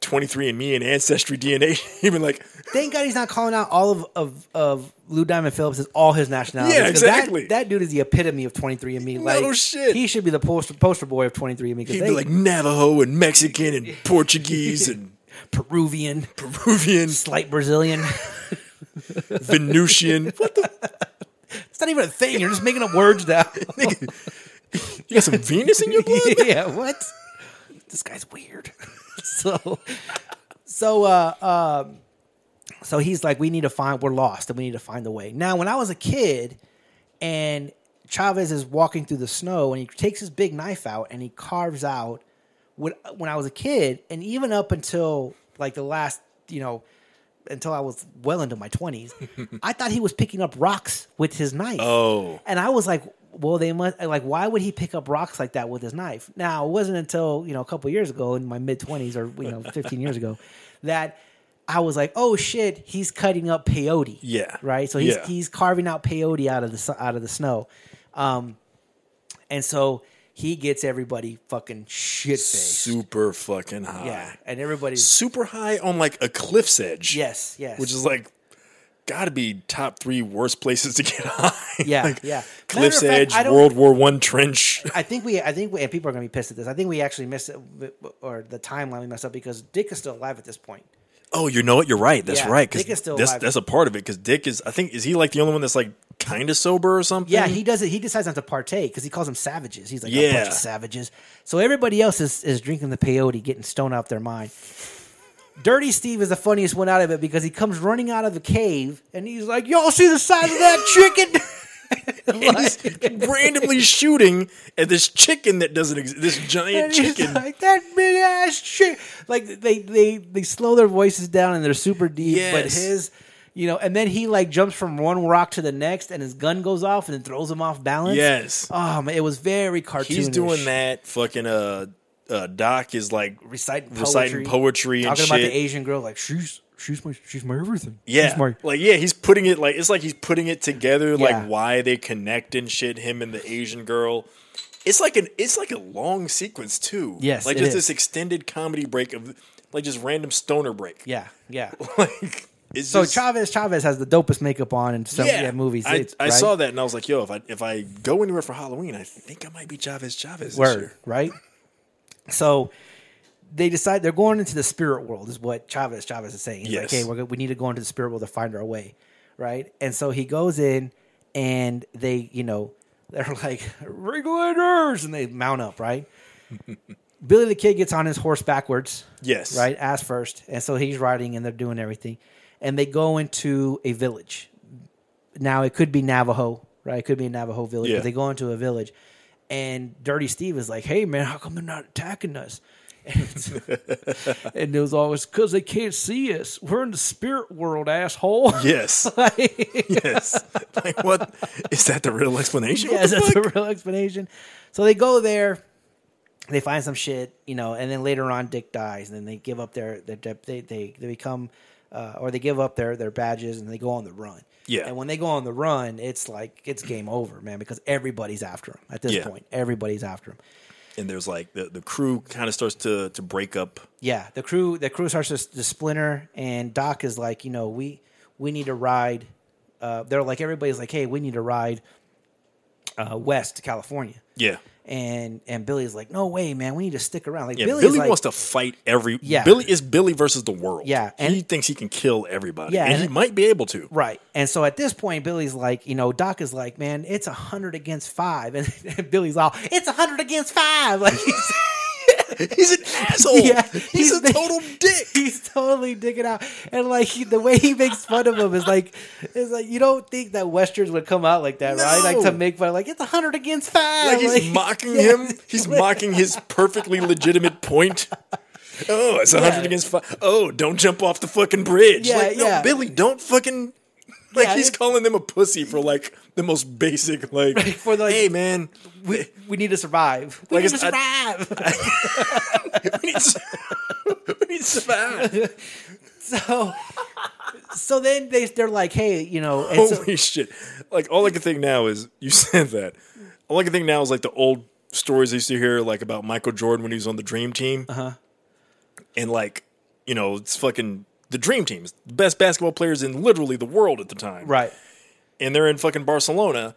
S2: 23andMe and Ancestry DNA. Even like,
S1: Thank God he's not calling out all of of, of Lou Diamond Phillips as all his nationalities.
S2: Yeah,
S1: 'cause that-
S2: exactly.
S1: That, dude is the epitome of twenty three and Me.
S2: No
S1: Like,
S2: shit.
S1: He should be the poster poster boy of twenty three and Me.
S2: he'd be like Navajo and Mexican and Portuguese and
S1: Peruvian,
S2: Peruvian.
S1: slight Brazilian.
S2: Venusian. What the?
S1: it's not even a thing. You're just making up words now.
S2: You got some Venus in your blood?
S1: yeah, what? This guy's weird. so, so, uh, um, so he's like, we need to find, we're lost, and we need to find a way. Now, when I was a kid, and Chavez is walking through the snow, and he takes his big knife out, and he carves out. When when I was a kid, and even up until like the last, you know, until I was well into my twenties, I thought he was picking up rocks with his knife.
S2: Oh.
S1: And I was like, well, they must like. Why would he pick up rocks like that with his knife? Now, it wasn't until you know a couple years ago, in my mid twenties or you know fifteen years ago, that I was like, oh shit, he's cutting up peyote.
S2: Yeah.
S1: right. So he's
S2: Yeah.
S1: he's carving out peyote out of the s- out of the snow, um, and so he gets everybody fucking shit faced.
S2: Super fucking high.
S1: Yeah, and everybody's
S2: Super high on like a cliff's edge.
S1: yes, yes,
S2: Which is like gotta be top three worst places to get high.
S1: Yeah,
S2: Like,
S1: yeah.
S2: Cliff's
S1: Matter of fact,
S2: edge,
S1: I don't-
S2: World War One trench.
S1: I think we, I think, we, and people are gonna be pissed at this. I think we actually missed it, or the timeline we messed up because Dick is still alive at this point.
S2: Oh, you know what? You're right. That's
S1: Yeah,
S2: right. 'cause
S1: Dick is still
S2: that's,
S1: alive.
S2: that's a part of it. Because Dick is, I think, is he like the only one that's like kind of sober or something?
S1: Yeah, he does it. He decides not to partake because he calls them savages. He's like a bunch
S2: Yeah.
S1: of savages. So everybody else is, is drinking the peyote, getting stoned out their mind. Dirty Steve is the funniest one out of it because he comes running out of the cave and he's like, "Y'all see the size of that chicken?"
S2: He's randomly shooting at this chicken that doesn't exist. This giant
S1: And he's
S2: chicken.
S1: like that big ass chick. Like they they they slow their voices down and they're super deep, but
S2: Yes.
S1: his. You know, and then he like jumps from one rock to the next, and his gun goes off, and it throws him off balance.
S2: Yes.
S1: oh man, it was very cartoonish.
S2: He's doing that. Fucking uh, uh, Doc is like
S1: reciting poetry,
S2: reciting poetry and
S1: talking
S2: shit.
S1: about the Asian girl. Like she's she's my she's my everything.
S2: yeah,
S1: she's my,
S2: like yeah, he's putting it like it's like he's putting it together,
S1: Yeah.
S2: like why they connect and shit. Him and the Asian girl. It's like an it's like a long sequence too.
S1: Yes,
S2: like
S1: it
S2: just
S1: is.
S2: this extended comedy break of like just random stoner break.
S1: yeah, yeah.
S2: like it's
S1: So
S2: just,
S1: Chavez Chavez has the dopest makeup on in some yeah, movies.
S2: I,
S1: It's-
S2: I
S1: right?
S2: saw that and I was like, yo, if I if I go anywhere for Halloween, I think I might be Chavez Chavez. This
S1: word
S2: year.
S1: right. So they decide they're going into the spirit world. Is what Chavez Chavez is saying. He's like,
S2: Yes.
S1: hey, we're go- we need to go into the spirit world to find our way, right? And so he goes in, and they you know they're like regulators, and they mount up right. Billy the Kid gets on his horse backwards.
S2: Yes.
S1: Right? Ass first. And so he's riding and they're doing everything. And they go into a village. Now it could be Navajo, right? It could be a Navajo village,
S2: Yeah.
S1: but they go into a village. And Dirty Steve is like, hey, man, how come they're not attacking us? And, and it was always because they can't see us. We're in the spirit world, asshole.
S2: Yes. yes. Like what is that the real explanation? What
S1: yes,
S2: the
S1: that's
S2: fuck?
S1: a real explanation. So they go there, they find some shit, you know, and then later on Dick dies, and then they give up their their dep- they they they become uh, or they give up their their badges and they go on the run.
S2: Yeah.
S1: And when they go on the run, it's like it's game over, man, because everybody's after them at this
S2: Yeah.
S1: point. Everybody's after them.
S2: and there's like the, the crew kind of starts to to break up.
S1: Yeah, the crew the crew starts to, s- to splinter, and Doc is like, you know, we we need to ride. Uh, they're like everybody's like, hey, we need to ride uh, west to California,
S2: Yeah.
S1: and and Billy's like, no way, man, we need to stick around. Like
S2: Yeah,
S1: Billy's
S2: Billy
S1: like,
S2: wants to fight every.
S1: Yeah.
S2: Billy is Billy versus the world.
S1: Yeah,
S2: he
S1: and-
S2: thinks he can kill everybody.
S1: Yeah,
S2: and,
S1: and-
S2: he might be able to.
S1: Right. And so at this point, Billy's like, you know, Doc is like, man, it's a 100 against five. And, Billy's all, it's a 100 against five. Like, he's,
S2: He's an asshole.
S1: Yeah,
S2: he's,
S1: he's
S2: a
S1: the-
S2: total dick.
S1: he's totally digging out. And like, he, the way he makes fun of him is like, is like, you don't think that Westerns would come out like that, right? Like to
S2: No.
S1: make fun, like, it's a 100 against five.
S2: Like he's mocking him. He's mocking his perfectly legitimate point. Oh, it's a hundred
S1: Yeah.
S2: against five. Oh, don't jump off the fucking bridge.
S1: Yeah,
S2: like, no,
S1: yeah.
S2: Billy, don't fucking. Like
S1: Yeah,
S2: he's
S1: it-
S2: calling them a pussy for like the most basic like.
S1: for, like-
S2: hey man,
S1: We need to survive. We
S2: Like,
S1: need to
S2: it's- I-
S1: survive.
S2: we need to, we need to survive.
S1: so, so then they, they're like, hey, you know, and so-
S2: Holy shit! Like all I can think now is you said that. All I can think now is like the old stories I used to hear, like about Michael Jordan when he was on the Dream Team, uh-huh. and like you know, it's fucking the Dream Team, it's the best basketball players in literally the world at the time,
S1: right.
S2: And they're in fucking Barcelona,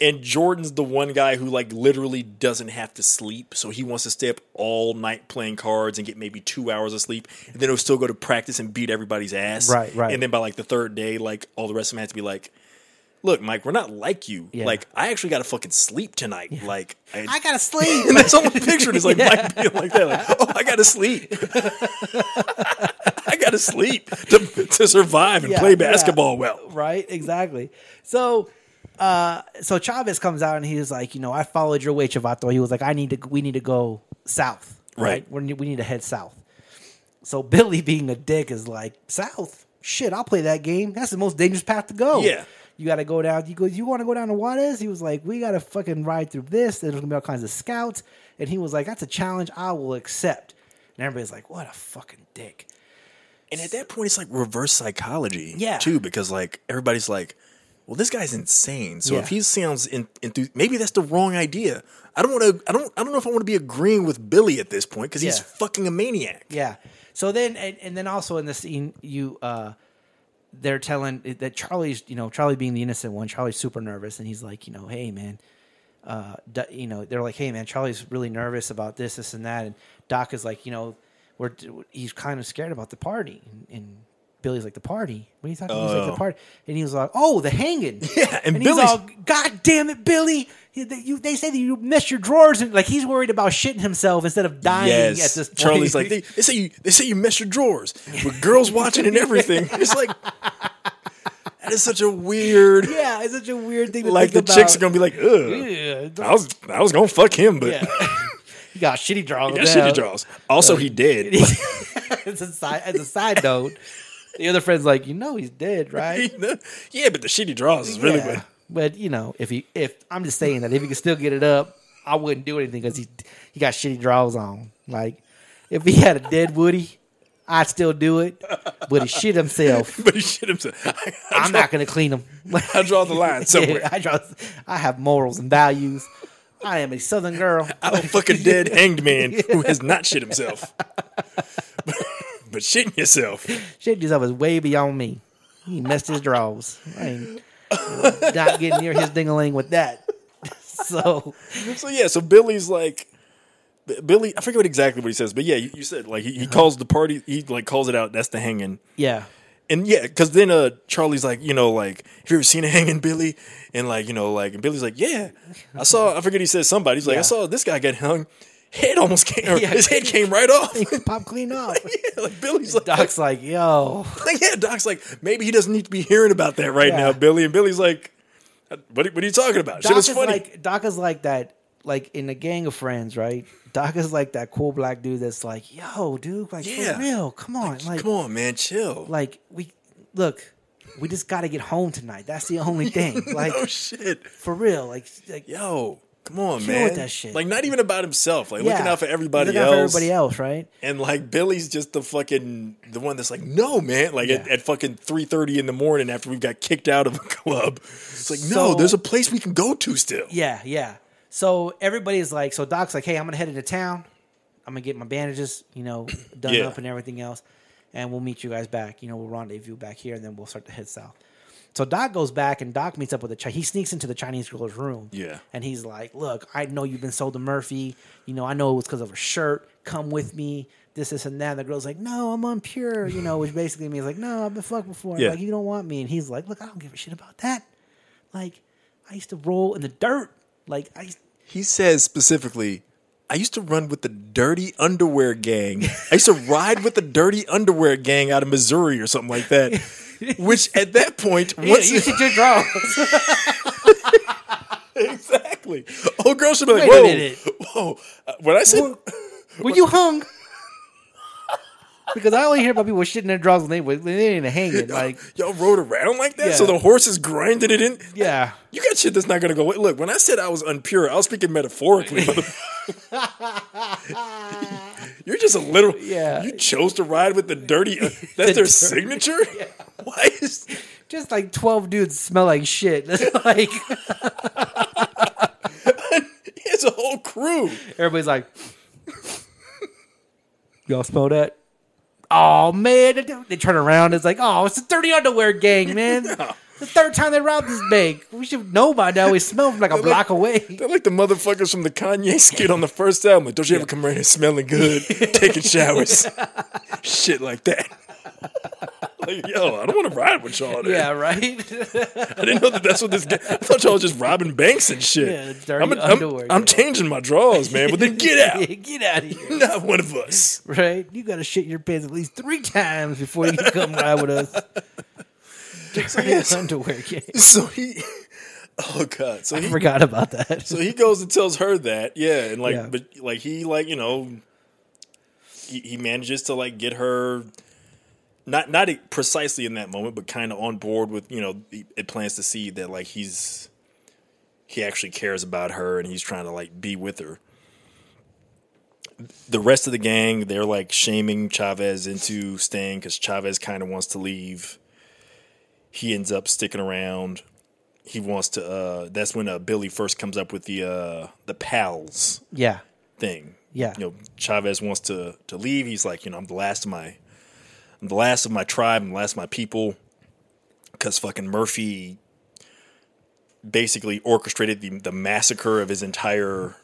S2: and Jordan's the one guy who like literally doesn't have to sleep, so he wants to stay up all night playing cards and get maybe two hours of sleep, and then he'll still go to practice and beat everybody's ass,
S1: Right, right.
S2: And then by like the third day, like all the rest of them had to be like look, Mike, we're not like you.
S1: Yeah.
S2: Like, I actually got to fucking sleep tonight. Like, I,
S1: I got to sleep.
S2: and that's all I pictured is like Mike being like that. Like, oh, I got to sleep. I got to sleep to, to survive and
S1: Yeah,
S2: play
S1: yeah.
S2: basketball well.
S1: right? Exactly. So, uh, so Chavez comes out and he was like, you know, I followed your way, Chavato. He was like, I need to, we need to go south,
S2: Right.
S1: We need, we need to head south. So Billy, being a dick, is like, south? Shit, I'll play that game. That's the most dangerous path to go.
S2: Yeah.
S1: You got to go down. You go. You want to go down to Juarez? He was like, "We got to fucking ride through this. There's gonna be all kinds of scouts." And he was like, "That's a challenge I will accept." And everybody's like, "What a fucking dick!"
S2: And at that point, it's like reverse psychology,
S1: Yeah.
S2: too, because like everybody's like, well, this guy's insane. So if
S1: Yeah.
S2: he sounds in, enthu- maybe that's the wrong idea. I don't want to. I don't. I don't know if I want to be agreeing with Billy at this point because he's
S1: Yeah.
S2: fucking a maniac.
S1: Yeah. So then, and, and then also in the scene, you uh, they're telling that Charlie's, you know, Charlie being the innocent one, Charlie's super nervous, and he's like, you know, hey man, uh, Do- you know, they're like, hey man, Charlie's really nervous about this, this, and that, and Doc is like, you know, we're he's kind of scared about the party, and. and Billy's like the party. What are you talking? about? He's like
S2: Oh.
S1: the party, and he was like, "Oh, the hanging."
S2: Yeah, and
S1: he's
S2: Billy's-
S1: all, "God damn it, Billy! You, they- you, they say that you missed your drawers, and like he's worried about shitting himself instead of dying at this point."
S2: Charlie's like they, they say you they say you mess your drawers with girls watching and everything. It's like that is such a weird
S1: Yeah, it's such a weird thing to
S2: like the
S1: think
S2: chicks are
S1: about.
S2: gonna be like, ugh.
S1: Yeah,
S2: I was I was gonna fuck him, but
S1: yeah. you got shitty draws.
S2: that shit he draws. Also, he dead.
S1: as, a side, as a side note, the other friend's like, you know, he's dead, right?
S2: yeah, but the shitty draws is really
S1: Yeah.
S2: what.
S1: But you know, if he, if I'm just saying that if he could still get it up, I wouldn't do anything because he, he got shitty draws on. Like, if he had a dead Woody, I'd still do it, but he shit himself.
S2: But he shit himself. I, I
S1: I'm
S2: draw,
S1: not gonna clean him.
S2: I draw the line somewhere.
S1: I draw. I have morals and values. I am a Southern girl.
S2: I'm a fucking dead hanged man who has not shit himself. but shitting yourself.
S1: Shit yourself is way beyond me. He messed his draws. I ain't uh, not getting near his ding-a-ling with that. So
S2: So yeah, so Billy's like B- Billy. I forget what exactly what he says, but yeah, you, you said like he,
S1: Uh-huh.
S2: he calls the party. He like calls it out. That's the hanging.
S1: yeah,
S2: And yeah, because then uh Charlie's like, you know, like have you ever seen a hanging, Billy? And like you know, like and Billy's like, yeah, I saw. I forget he says somebody. He's like, I
S1: Yeah.
S2: saw this guy get hung. Head almost came. or
S1: Yeah.
S2: His head came right off.
S1: pop clean off.
S2: yeah, like Billy's like,
S1: Doc's like, yo,
S2: like, yeah, Doc's like, maybe he doesn't need to be hearing about that right
S1: Yeah.
S2: now, Billy. And Billy's like, "Uh, what, are- what are you talking about?
S1: Doc
S2: Shit was
S1: is
S2: funny.
S1: like Doc is like that. Like in a gang of friends, right? Doc is like that cool black dude that's like, yo, dude, like
S2: Yeah.
S1: for real, come on, like,
S2: Come on, man, chill.
S1: like we look, we just got to get home tonight. That's the only thing. Like
S2: oh shit,
S1: for real, like, like
S2: yo. Come on,
S1: Kill
S2: man.
S1: with that shit.
S2: Like not even about himself. Like looking
S1: Yeah.
S2: out for everybody
S1: Looking out
S2: else.
S1: for everybody else, right?
S2: And like Billy's just the fucking the one that's like, no, man. Like at,
S1: Yeah.
S2: at fucking three thirty in the morning after we've got kicked out of a club. It's like, no,
S1: So-
S2: there's a place we can go to still.
S1: Yeah, yeah. So everybody's like, so Doc's like, hey, I'm gonna head into town. I'm gonna get my bandages, you know, done
S2: Yeah.
S1: up and everything else, and we'll meet you guys back. You know, we'll rendezvous back here, and then we'll start to head south. So Doc goes back, and Doc meets up with a Chi He sneaks into the Chinese girl's room.
S2: Yeah.
S1: and he's like, "Look, I know you've been sold to Murphy. You know, I know it was because of her shirt. Come with me. This, this, and that." And the girl's like, "No, I'm unpure." You know, which basically means like, "No, I've been fucked before.
S2: Yeah.
S1: Like, you don't want me." And he's like, "Look, I don't give a shit about that. Like, I used to roll in the dirt. Like, I." used-
S2: He says specifically, I used to run with the dirty underwear gang. I used to ride with the dirty underwear gang out of Missouri or something like that. Which at that point, once
S1: you should just draw.
S2: exactly, old girl should be like,
S1: Wait a
S2: "Whoa,
S1: minute.
S2: whoa!" Uh, when I said,
S1: Were you hung? Because I only hear about people shitting their drawers when they when they ain't hanging. Like,
S2: y'all rode around like that, so
S1: Yeah.
S2: the horses grinded it in.
S1: yeah,
S2: You got shit that's not gonna go. away. Look, when I said I was unpure, I was speaking metaphorically. mother- You're just a little.
S1: Yeah.
S2: You chose to ride with the dirty. uh, That's their signature. Why is?
S1: just like twelve dudes smell like shit. That's like
S2: He has a whole crew.
S1: everybody's like, y'all smell that? Oh man! They do- They turn around. It's like, oh, it's the dirty underwear gang, man. The third time they robbed this bank. We should know by now. We smell from like a block away.
S2: They're like the motherfuckers from the Kanye skit on the first album. Like, Don't you ever come around here smelling good, taking showers, shit like that. Like, yo, I don't want to ride with y'all. There.
S1: Yeah, right.
S2: I didn't know that that's what this. Guy, I thought y'all was just robbing banks and shit.
S1: Yeah, dirty
S2: I'm, I'm-
S1: underwear,
S2: I'm
S1: yeah.
S2: changing my draws, man. But then get out.
S1: Get out of here.
S2: Not one of us.
S1: Right? You gotta shit your pants at least three times before you can come ride with us.
S2: So, yes.
S1: Underwear gang.
S2: so he. Oh god. So he.
S1: Forgot about that.
S2: So he goes and tells her that. Yeah, and like,
S1: Yeah.
S2: but like he like you know. He, he manages to like get her. Not not e-, precisely in that moment, but kind of on board with you know he- it plans to see that like he's he actually cares about her and he's trying to like be with her. The rest of the gang they're like shaming Chavez into staying because Chavez kind of wants to leave. He ends up sticking around. He wants to. uh That's when uh, Billy first comes up with the uh the pals
S1: Yeah.
S2: thing.
S1: Yeah.
S2: You know, Chavez wants to to leave. He's like, you know, I'm the last of my I'm the last of my tribe, I'm the last of my people. Cause fucking Murphy basically orchestrated the the massacre of his entire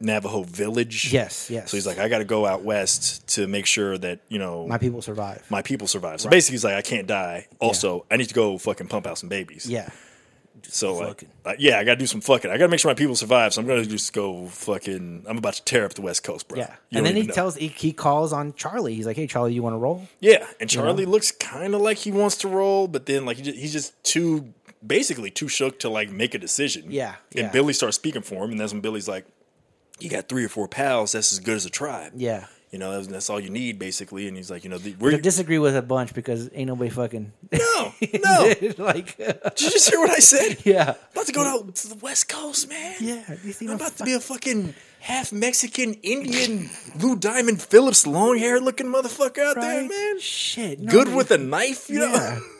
S2: Navajo village.
S1: Yes, yes.
S2: So he's like, I gotta go out west to make sure that, you know,
S1: My people survive.
S2: my people survive. So basically he's like, I can't die. Also, I need to go fucking pump out some babies.
S1: Yeah.
S2: So like,
S1: fucking.
S2: uh, yeah, I gotta do some fucking. I gotta make sure my people survive. So I'm gonna just go fucking. I'm about to tear up the West Coast, bro.
S1: Yeah.
S2: You don't
S1: and then
S2: even
S1: he
S2: know.
S1: tells he, he calls on Charlie. He's like, Hey Charlie, you wanna roll?
S2: yeah. And Charlie looks kind of like he wants to roll, but then like he just, he's just too basically too shook to like make a decision.
S1: Yeah,
S2: And
S1: yeah.
S2: Billy starts speaking for him, and that's when Billy's like, "You got three or four pals. That's as good as a tribe.
S1: Yeah.
S2: You know, that's, that's all you need basically." And he's like, "You know, the, we're
S1: I disagree with a bunch because ain't nobody fucking
S2: no, no. Did
S1: like
S2: you just hear what I said?
S1: Yeah.
S2: About to go out to the West Coast, man.
S1: Yeah. You see
S2: I'm
S1: no
S2: about to be a fucking half Mexican Indian Lou Diamond Phillips long hair looking motherfucker out there,
S1: fucking-
S2: man.
S1: Shit. no,
S2: Good
S1: dude.
S2: with a knife, you
S1: Yeah.
S2: know.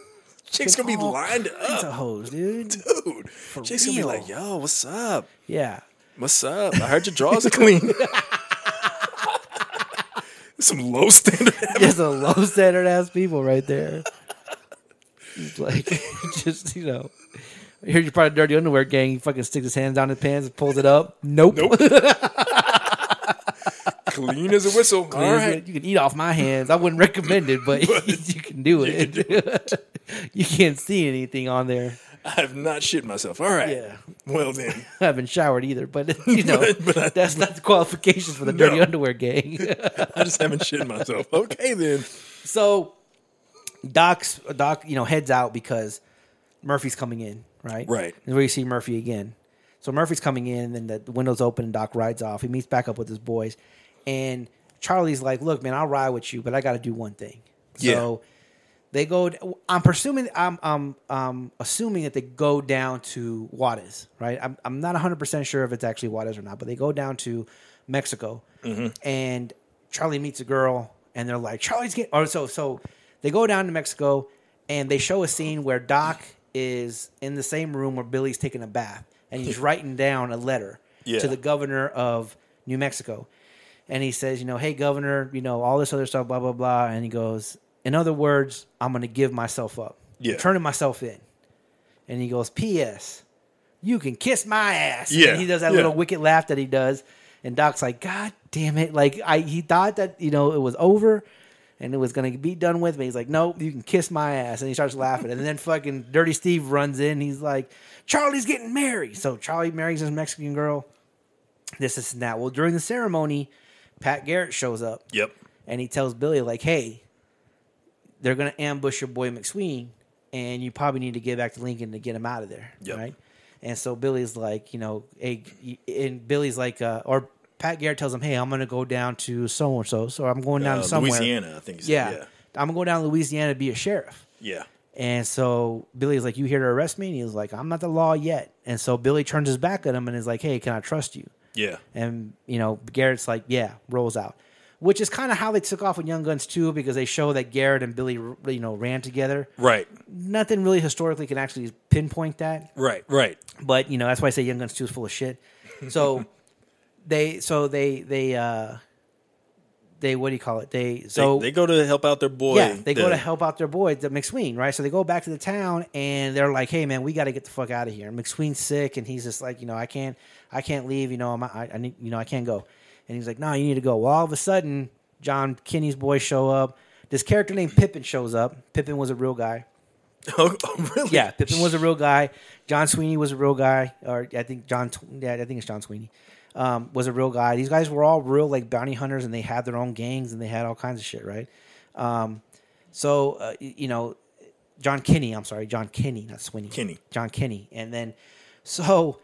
S2: Chick's gonna be
S1: All
S2: lined
S1: It's a
S2: up,
S1: hose, dude.
S2: dude. Chick's gonna be
S1: real.
S2: like, "Yo, what's up?
S1: Yeah.
S2: What's up? I heard your drawers are clean." Some low standard.
S1: Just a low standard ass people right there. Just like, just you know, here's your part of dirty underwear gang. He fucking sticks his hands down his pants and pulls it up. Nope.
S2: Nope. clean as a whistle.
S1: Clean
S2: All
S1: as
S2: right.
S1: it. You can eat off my hands. I wouldn't recommend it, but, you can do it. You, can't see anything on there.
S2: I have not shit myself. All right.
S1: Yeah.
S2: Well then.
S1: I haven't showered either, but you know
S2: but I-
S1: that's not the qualifications for the dirty
S2: No.
S1: underwear gang.
S2: I just haven't shit myself. Okay then.
S1: so, Doc's Doc, you know, heads out because Murphy's coming in, right?
S2: Right.
S1: Is where you see Murphy again. So Murphy's coming in, and the windows open, and Doc rides off. He meets back up with his boys, and Charlie's like, "Look, man, I'll ride with you, but I got to do one thing."
S2: Yeah.
S1: So They go. d- I'm presuming. I'm. I'm. I'm assuming that they go down to Juarez, right? I'm. I'm not 100 percent sure if it's actually Juarez or not, but they go down to Mexico, and Charlie meets a girl, and they're like, Charlie's getting. Or so. So they go down to Mexico, and they show a scene where Doc is in the same room where Billy's taking a bath, and he's writing down a letter
S2: Yeah.
S1: to the governor of New Mexico. And he says, you know, hey, governor, you know, all this other stuff, blah, blah, blah. And he goes, in other words, I'm going to give myself up. I'm
S2: Yeah.
S1: turning myself in. And he goes, P.S., you can kiss my ass.
S2: Yeah,
S1: And he does that
S2: yeah.
S1: little wicked laugh that he does. And Doc's like, God damn it. Like, I he thought that, you know, it was over and it was going to be done with. But he's like, nope, you can kiss my ass. And he starts laughing. And then fucking Dirty Steve runs in. He's like, Charlie's getting married. So Charlie marries this Mexican girl this, this, and that. Well, during the ceremony, Pat Garrett shows up
S2: Yep.
S1: and he tells Billy, like, hey, they're going to ambush your boy McSween, and you probably need to get back to Lincoln to get him out of there.
S2: Yep.
S1: Right? And so Billy's like, you know, hey, y- and Billy's like, uh, or Pat Garrett tells him, hey, I'm going to go down to so and so. So I'm going down
S2: Uh,
S1: to somewhere.
S2: Louisiana, I think. he said.
S1: Yeah. I'm going to go down to Louisiana to be a sheriff.
S2: Yeah. Yeah.
S1: And so Billy's like, You here to arrest me? And he was like, I'm not the law yet. And so Billy turns his back at him and is like, Hey, can I trust you?
S2: Yeah.
S1: And you know, Garrett's like, yeah, rolls out, which is kind of how they took off with Young Guns too, because they show that Garrett and Billy, you know, ran together.
S2: Right.
S1: Nothing really historically can actually pinpoint that,
S2: Right. Right.
S1: but you know, that's why I say Young Guns two is full of shit. So they, so they, they, uh they, what do you call it? They,
S2: They,
S1: so
S2: they go to help out their boy.
S1: yeah, they go
S2: the-
S1: to help out their boy, the McSween, right? So they go back to the town and they're like, "Hey, man, we got to get the fuck out of here." McSween's sick, and he's just like, "You know, I can't, I can't leave. You know, I'm, I, I need, you know, I can't go." And he's like, "No, you need to go." Well, all of a sudden, John Kinney's boys show up. This character named Pippin shows up. Pippin was a real guy.
S2: Oh, really?
S1: Yeah, Pippin was a real guy. John Sweeney was a real guy, or I think John. Tw- Yeah, I think it's John Sweeney. Um, was a real guy. These guys were all real, like bounty hunters, and they had their own gangs and they had all kinds of shit, right? Um, so uh, y- you know, John Kinney. I'm sorry, John Kinney, not Sweeney.
S2: Kinney.
S1: John Kinney. And then, so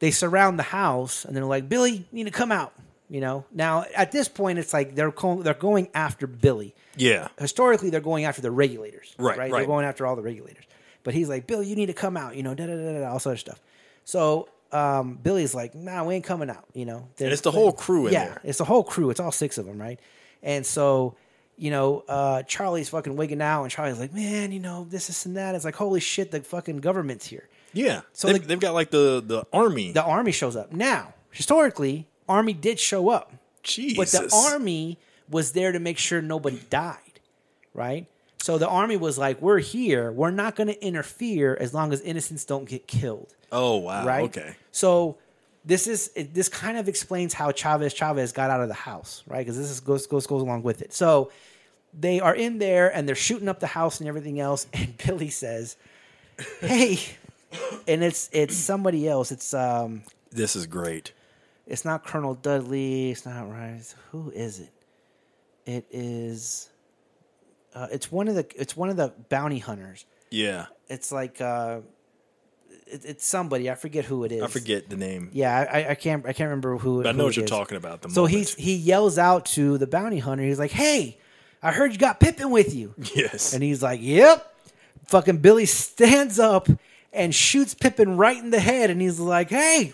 S1: they surround the house and they're like, "Billy, you need to come out." You know. Now at this point, it's like they're co- they're going after Billy
S2: Yeah.
S1: historically they're going after the regulators,
S2: Right,
S1: They're
S2: right.
S1: going after all the regulators. But he's like, Bill, you need to come out, you know, da da da da, da all sort of stuff. So um, Billy's like, Nah, we ain't coming out, you know.
S2: And it's the whole crew in
S1: yeah,
S2: there.
S1: it's the whole crew. It's all six of them, right? And so, you know, uh, Charlie's fucking wigging out, and Charlie's like, Man, you know, this, this, and that. It's like, holy shit, the fucking government's here.
S2: Yeah.
S1: So
S2: So they've,
S1: the-
S2: they've got like the the army.
S1: The army shows up. Now, historically, army did show up.
S2: Jesus.
S1: But the army was there to make sure nobody died, right? So the army was like, "We're here. We're not going to interfere as long as innocents don't get killed."
S2: Oh wow.
S1: right?
S2: Okay.
S1: So this is it- this kind of explains how Chavez Chavez got out of the house, right? Because this is, goes goes goes along with it. So they are in there and they're shooting up the house and everything else. And Billy says, "Hey," and it's it's somebody else. It's um
S2: This is great.
S1: it's not Colonel Dudley. It's not Rice. Who is it? It is. Uh, it's one of the. It's one of the bounty hunters.
S2: Yeah.
S1: It's like. Uh, it, it's somebody. I forget who it is.
S2: I forget the name.
S1: Yeah, I, I- I can't. I can't remember who.
S2: But I
S1: who
S2: know
S1: it
S2: what you're
S1: is.
S2: talking about. The
S1: So
S2: moment.
S1: he's he yells out to the bounty hunter. He's like, "Hey, I heard you got Pippin with you."
S2: yes.
S1: And he's like, "Yep." Fucking Billy stands up and shoots Pippin right in the head, and he's like, "Hey,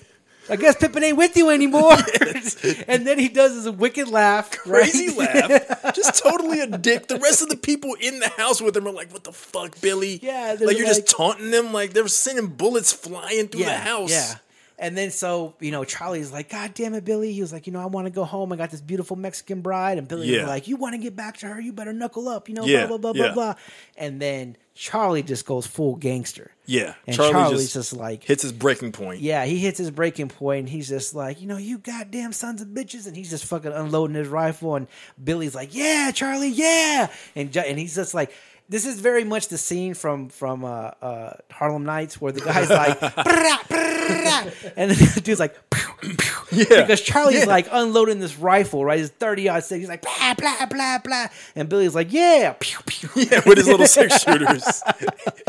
S1: I guess Pippin ain't with you anymore." and then he does his wicked laugh,
S2: Crazy
S1: right?
S2: laugh, just totally a dick. The rest of the people in the house with him are like, "What the fuck, Billy?"
S1: Yeah, they're
S2: like you're
S1: like-
S2: just taunting them. Like they're sending bullets flying through the house.
S1: Yeah. And then so, you know, Charlie's like, God damn it, Billy. He was like, you know, I want to go home. I got this beautiful Mexican bride. And Billy
S2: Yeah.
S1: was like, You want to get back to her, you better knuckle up, you know,
S2: Yeah,
S1: blah, blah, blah,
S2: yeah.
S1: blah, blah. And then Charlie just goes full gangster.
S2: Yeah.
S1: And
S2: Charlie
S1: Charlie's
S2: just
S1: just, like
S2: Hits his breaking point.
S1: Yeah, he hits his breaking point and he's just like, you know, you goddamn sons of bitches. And he's just fucking unloading his rifle. And Billy's like, yeah, Charlie, yeah. And, Ju- and he's just like, this is very much the scene from from uh, uh, Harlem Nights where the guy's like, "Brrrah, brrrah," and then the dude's like, "Pew, pew."
S2: Yeah.
S1: because Charlie's like unloading this rifle, right? His 30 odd six. He's like, blah, blah, blah, blah. And Billy's like, yeah, pew, pew.
S2: Yeah, with his little six shooters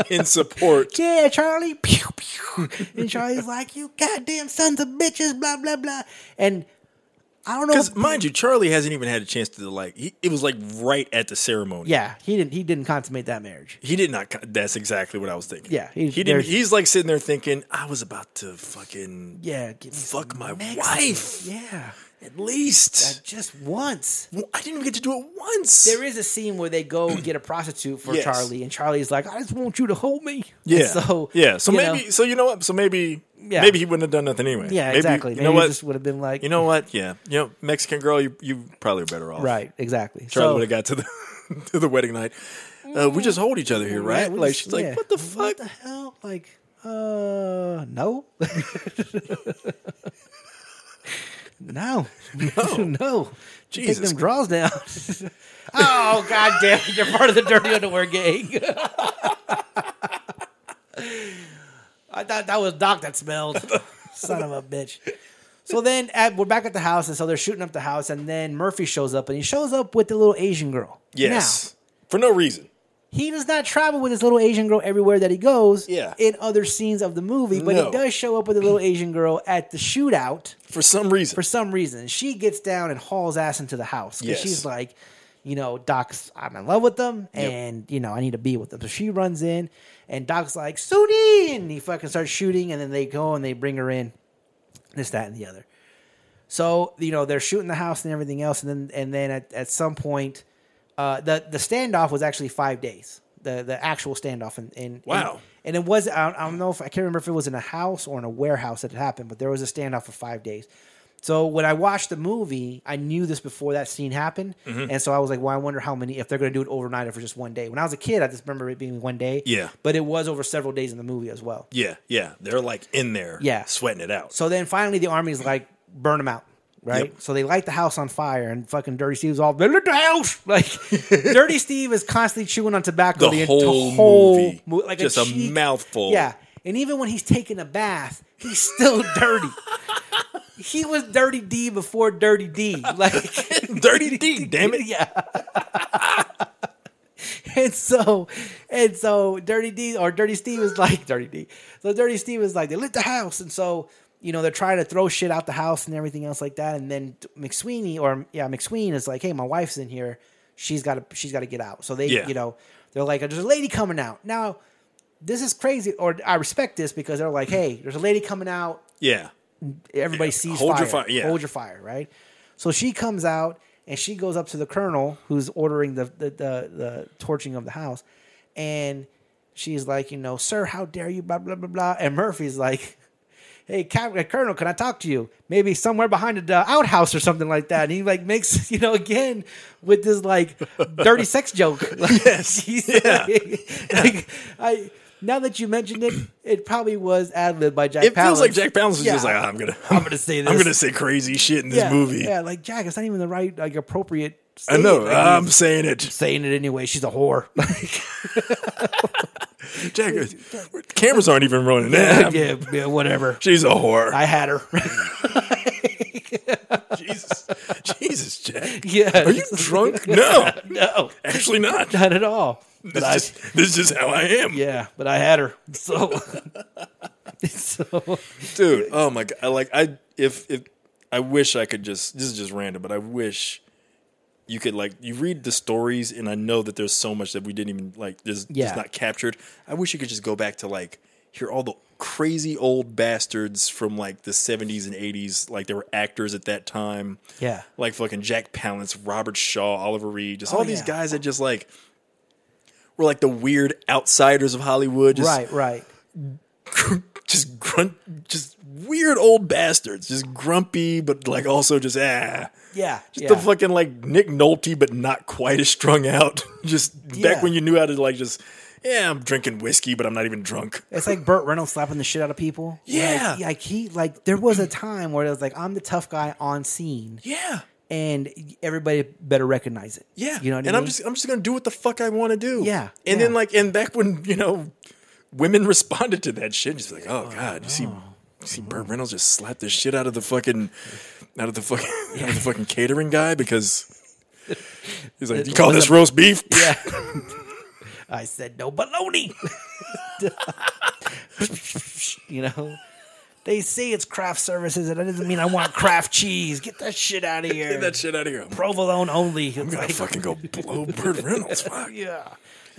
S2: in support.
S1: yeah, Charlie, pew pew. And Charlie's like, you goddamn sons of bitches, blah blah blah. And I don't know.
S2: Because
S1: what-
S2: mind you, Charlie hasn't even had a chance to like. He, it was like right at the ceremony.
S1: yeah, he didn't. He didn't consummate that marriage.
S2: He did not. con- That's exactly what I was thinking.
S1: Yeah,
S2: he,
S1: he-
S2: didn't.
S1: there's-
S2: He's like sitting there thinking, "I was about to fucking
S1: Yeah, give me some
S2: fuck my
S1: Mexican.
S2: wife
S1: Yeah,
S2: at least."
S1: that just once.
S2: Well, I didn't even get to do it once.
S1: There is a scene where they go get a prostitute for
S2: Yes.
S1: Charlie, and Charlie's like, "I just want you to hold me." And
S2: yeah.
S1: so
S2: yeah. So
S1: you
S2: maybe.
S1: know,
S2: So you know what? So maybe.
S1: Yeah.
S2: Maybe he wouldn't have done nothing anyway.
S1: yeah,
S2: Maybe-
S1: exactly.
S2: You
S1: Maybe
S2: know
S1: it
S2: what?
S1: just would have been like,
S2: you know what? Yeah. You know, Mexican girl, you you probably were better off.
S1: right, exactly.
S2: Charlie
S1: so,
S2: would have got to the to the wedding night. Uh, we just hold each other here, right?
S1: we
S2: like
S1: just-
S2: she's like,
S1: yeah.
S2: "What the fuck?"
S1: What the hell? Like, uh, no, no, no, no.
S2: Jesus
S1: Take them draws down. oh god damn! it, You're part of the dirty underwear gang. I thought that was Doc that smelled. Son of a bitch. So then at, we're back at the house, and so they're shooting up the house, and then Murphy shows up, and he shows up with the little Asian girl. Now,
S2: Yes. For no reason.
S1: he does not travel with his little Asian girl everywhere that he goes
S2: Yeah.
S1: in other scenes of the movie, but
S2: No.
S1: he does show up with a little Asian girl at the shootout
S2: For some reason.
S1: for some reason. She gets down and hauls ass into the house because
S2: Yes.
S1: she's like, you know, Doc's, I'm in love with them and, you know, I need to be with them. So she runs in and Doc's like, Suni! And he fucking starts shooting and then they go and they bring her in, this, that, and the other. So, you know, they're shooting the house and everything else. And then, and then at, at some point, uh, the, the standoff was actually five days. The, the actual standoff and, and
S2: Wow.
S1: and, it was I don't, I don't know if I can't remember if it was in a house or in a warehouse that it happened but there was a standoff for five days so when I watched the movie, I knew this before that scene happened, and so I was like, "Well, I wonder how many if they're going to do it overnight or for just one day." When I was a kid, I just remember it being one day.
S2: Yeah.
S1: but it was over several days in the movie as well.
S2: yeah, yeah. They're like in there
S1: Yeah.
S2: sweating it out.
S1: So then finally, the army's like, "Burn them out." Right,
S2: Yep.
S1: so they light the house on fire, and fucking Dirty Steve's all "They lit the house. Like, Dirty Steve is constantly chewing on tobacco
S2: the,
S1: the, ent-
S2: whole,
S1: whole
S2: movie.
S1: mo- like
S2: just
S1: a,
S2: a,
S1: cheek-
S2: mouthful.
S1: Yeah. And even when he's taking a bath, he's still dirty. he was Dirty D before Dirty D. Like
S2: Dirty D, damn it.
S1: Yeah. and so and so Dirty D or Dirty Steve is like Dirty D. So Dirty Steve is like, they lit the house. And so, you know, they're trying to throw shit out the house and everything else like that. And then McSweeney or yeah, McSween is like, hey, my wife's in here. She's gotta she's gotta get out. So they,
S2: Yeah.
S1: you know, they're like, there's a lady coming out. Now, this is crazy, or I respect this because they're like, hey, there's a lady coming out
S2: Yeah.
S1: everybody
S2: Yeah,
S1: sees
S2: hold
S1: fire.
S2: your fire, yeah.
S1: Hold your fire, right? So she comes out and she goes up to the colonel who's ordering the the, the, the torching of the house, and she's like, you know, sir, how dare you, blah blah blah blah. And Murphy's like, hey, Cap- uh, Colonel, can I talk to you? Maybe somewhere behind the uh, outhouse or something like that. And he like makes you know again with this like dirty sex joke. Like, he's
S2: Yeah.
S1: like, like, I. Now that you mentioned it, it probably was ad lib by Jack.
S2: It feels like
S1: Palance.
S2: Jack Palance was
S1: Yeah.
S2: just like, "Ah, I'm gonna
S1: I'm gonna say
S2: I'm
S1: this."
S2: gonna say crazy shit in this
S1: yeah,
S2: movie.
S1: Yeah, like Jack, it's not even the right like appropriate.
S2: I know.
S1: state.
S2: um,
S1: Like,
S2: I'm
S1: he's
S2: saying it.
S1: saying it anyway. She's a whore.
S2: Jack, cameras aren't even running. Nah,
S1: yeah, yeah, whatever.
S2: She's a whore.
S1: I had her.
S2: Jesus, Jesus, Jack.
S1: yeah,
S2: Are you drunk? No,
S1: no,
S2: actually not.
S1: not at all. But
S2: This
S1: I,
S2: is, this is how I am,
S1: yeah, but I had her. So, so
S2: dude. Oh my god! I Like I, if if I wish I could just this is just random, but I wish you could like you read the stories, and I know that there's so much that we didn't even like just
S1: Yeah.
S2: just not captured. I wish you could just go back to like hear all the crazy old bastards from like the 70s and 80s like they were actors at that time
S1: Yeah.
S2: like fucking Jack Palance, Robert Shaw, Oliver Reed, just
S1: Oh,
S2: all these
S1: yeah.
S2: guys that just like were like the weird outsiders of Hollywood, just
S1: right, right.
S2: just grunt, just weird old bastards, just grumpy, but like also just ah,
S1: Yeah,
S2: just
S1: yeah.
S2: the fucking like Nick Nolte, but not quite as strung out. just
S1: Yeah.
S2: back when you knew how to like just yeah, I'm drinking whiskey, but I'm not even drunk.
S1: It's like Burt Reynolds slapping the shit out of people.
S2: Yeah.
S1: like, like he like there was a time where it was like I'm the tough guy on scene,
S2: Yeah.
S1: and everybody better recognize it.
S2: Yeah,
S1: you know what
S2: and
S1: I mean.
S2: I'm just I'm just gonna do what the fuck I want to do.
S1: Yeah,
S2: and
S1: yeah.
S2: then like and back when you know women responded to that shit, just like oh god, you see, you see, Burt Reynolds just slapped the shit out of the fucking out of the fucking out of the fucking catering guy because he's like, you call this roast beef?
S1: Yeah. I said no baloney. you know, They say it's craft services, and that doesn't mean I want craft cheese. Get that shit out of here.
S2: Get that shit out of here. I'm
S1: Provolone only. It's
S2: gonna
S1: like,
S2: fucking go blow Burt Reynolds. Fuck.
S1: yeah.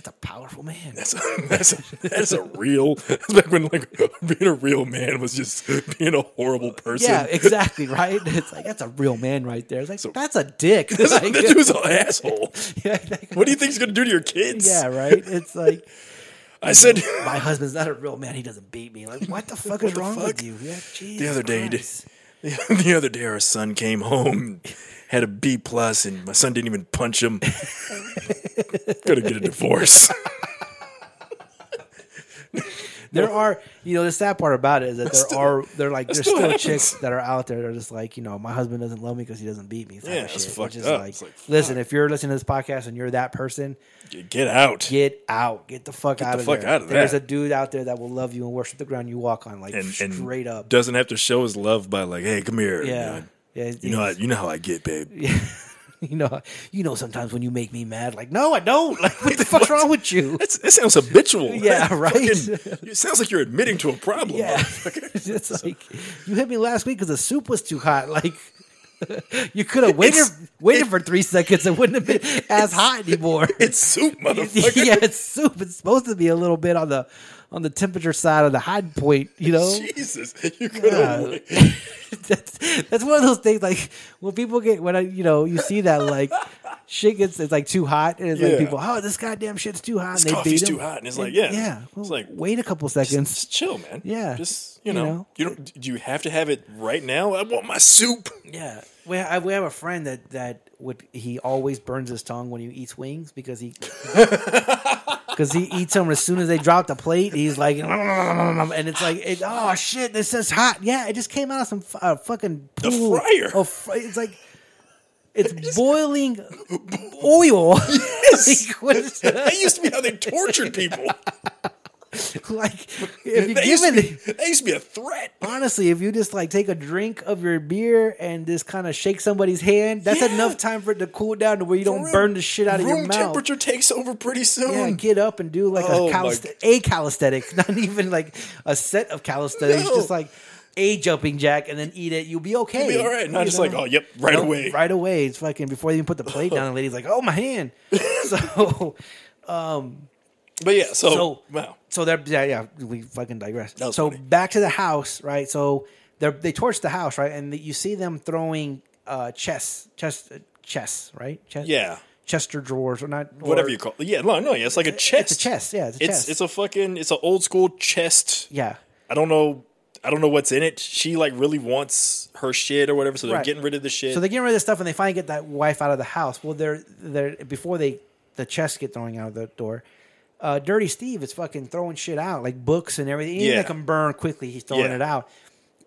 S1: That's a powerful man.
S2: That's a, that's a, that's a real. That's back when like being a real man was just being a horrible person.
S1: Yeah, exactly, right? It's like, that's a real man right there. It's like, that's a dick. Like,
S2: that dude's an asshole.
S1: yeah, like-
S2: What do you think he's gonna do to your kids?
S1: yeah, right? It's like,
S2: I said
S1: my husband's not a real man. He doesn't beat me. Like, what the fuck is
S2: the
S1: wrong
S2: fuck?
S1: with you? Yeah, Jesus
S2: the other day. he did-
S1: Christ.
S2: The, the other day, our son came home, had a B plus, and my son didn't even punch him. Gonna get a divorce.
S1: There are, you know, the sad part about it is that there are, they're like, there's
S2: still
S1: still
S2: happens.
S1: chicks that are out there that are just like, you know, my husband doesn't love me because he doesn't beat me. type
S2: Yeah,
S1: of
S2: it's
S1: shit.
S2: fucked
S1: Which is
S2: up.
S1: like,
S2: It's like,
S1: listen, if you're listening to this podcast and you're that person,
S2: Get out.
S1: get out, get the fuck out
S2: the
S1: of
S2: fuck
S1: there.
S2: out of
S1: there's
S2: that.
S1: a dude out there that will love you and worship the ground you walk on, like
S2: and, and
S1: straight up.
S2: doesn't have to show his love by like, hey, come here.
S1: yeah, yeah,
S2: You know, you know, how, you know how I get, babe.
S1: you know, you know. Sometimes when you make me mad, like, no, I don't. Like, what the fuck's wrong with you?
S2: That's, that sounds habitual.
S1: Yeah,
S2: That
S1: right.
S2: fucking- it sounds like you're admitting to a problem.
S1: Yeah, it's like you hit me last week because the soup was too hot. Like you could have waited
S2: It's-
S1: waited for three seconds; it wouldn't have been as hot anymore.
S2: It's soup, motherfucker.
S1: yeah, it's soup. It's supposed to be a little bit on the on the temperature side of the high point. You know,
S2: Jesus, you could have.
S1: that's, that's one of those things. Like when people get when I you know you see that like shit gets it's like too hot and it's
S2: Yeah.
S1: like people oh this goddamn shit's too hot
S2: This
S1: and they
S2: coffee's
S1: beat 'em.
S2: too hot, and it's like, yeah,
S1: yeah
S2: it's
S1: well,
S2: like-
S1: wait a couple seconds
S2: Just chill, man.
S1: Yeah.
S2: just
S1: You
S2: you know, you,
S1: know.
S2: don't. Do you have to have it right now? I want my soup.
S1: yeah we I, we have a friend that that would he always burns his tongue when he eats wings because he because he eats them as soon as they drop the plate he's like and it's like it, oh shit this is hot yeah it just came out of some f- uh, fucking
S2: The
S1: pool
S2: fryer.
S1: of fr- it's like it's boiling oil
S2: Yes.
S1: Like, what is-
S2: that used to be how they tortured people.
S1: like if you give
S2: that, used to
S1: it
S2: be, that used to be a threat.
S1: honestly, if you just like take a drink of your beer and just kind of shake somebody's hand, that's
S2: Yeah.
S1: enough time for it to cool down to where you don't
S2: Room-
S1: burn the shit out of your
S2: Room
S1: mouth.
S2: temperature takes over pretty
S1: Yeah,
S2: soon.
S1: get up and do like
S2: Oh,
S1: a,
S2: my
S1: calist- a calisthenics, not even like a set of calisthenics,
S2: No.
S1: just like a jumping jack and then eat it. You'll be okay.
S2: Be all right, not
S1: You
S2: just
S1: know?
S2: like, oh, yep, right
S1: Nope,
S2: away.
S1: Right away. It's fucking before they even put the plate down. The lady's like, oh, my hand. So,
S2: But yeah, so,
S1: So-
S2: Oh, wow,
S1: so they're yeah, yeah we fucking digress.
S2: That was
S1: So
S2: funny.
S1: back to the house, right? So they they torch the house, right? And you see them throwing uh, chess, chess, uh, chess, right? Chess,
S2: Yeah.
S1: Chester drawers or not? or-
S2: whatever you call. Yeah, no, no, yeah, it's like a
S1: It's
S2: chest.
S1: a chest, yeah. It's a
S2: It's
S1: chest.
S2: it's a fucking it's an old school chest.
S1: yeah.
S2: I don't know. I don't know what's in it. She like really wants her shit or whatever, so they're
S1: Right.
S2: getting rid of the shit.
S1: So they're getting rid of this stuff, and they finally get that wife out of the house. Well, they're they're before they the chests get throwing out of the door. Uh, Dirty Steve is fucking throwing shit out, like books and everything. Anything
S2: Yeah.
S1: that can burn quickly, he's throwing
S2: Yeah.
S1: it out.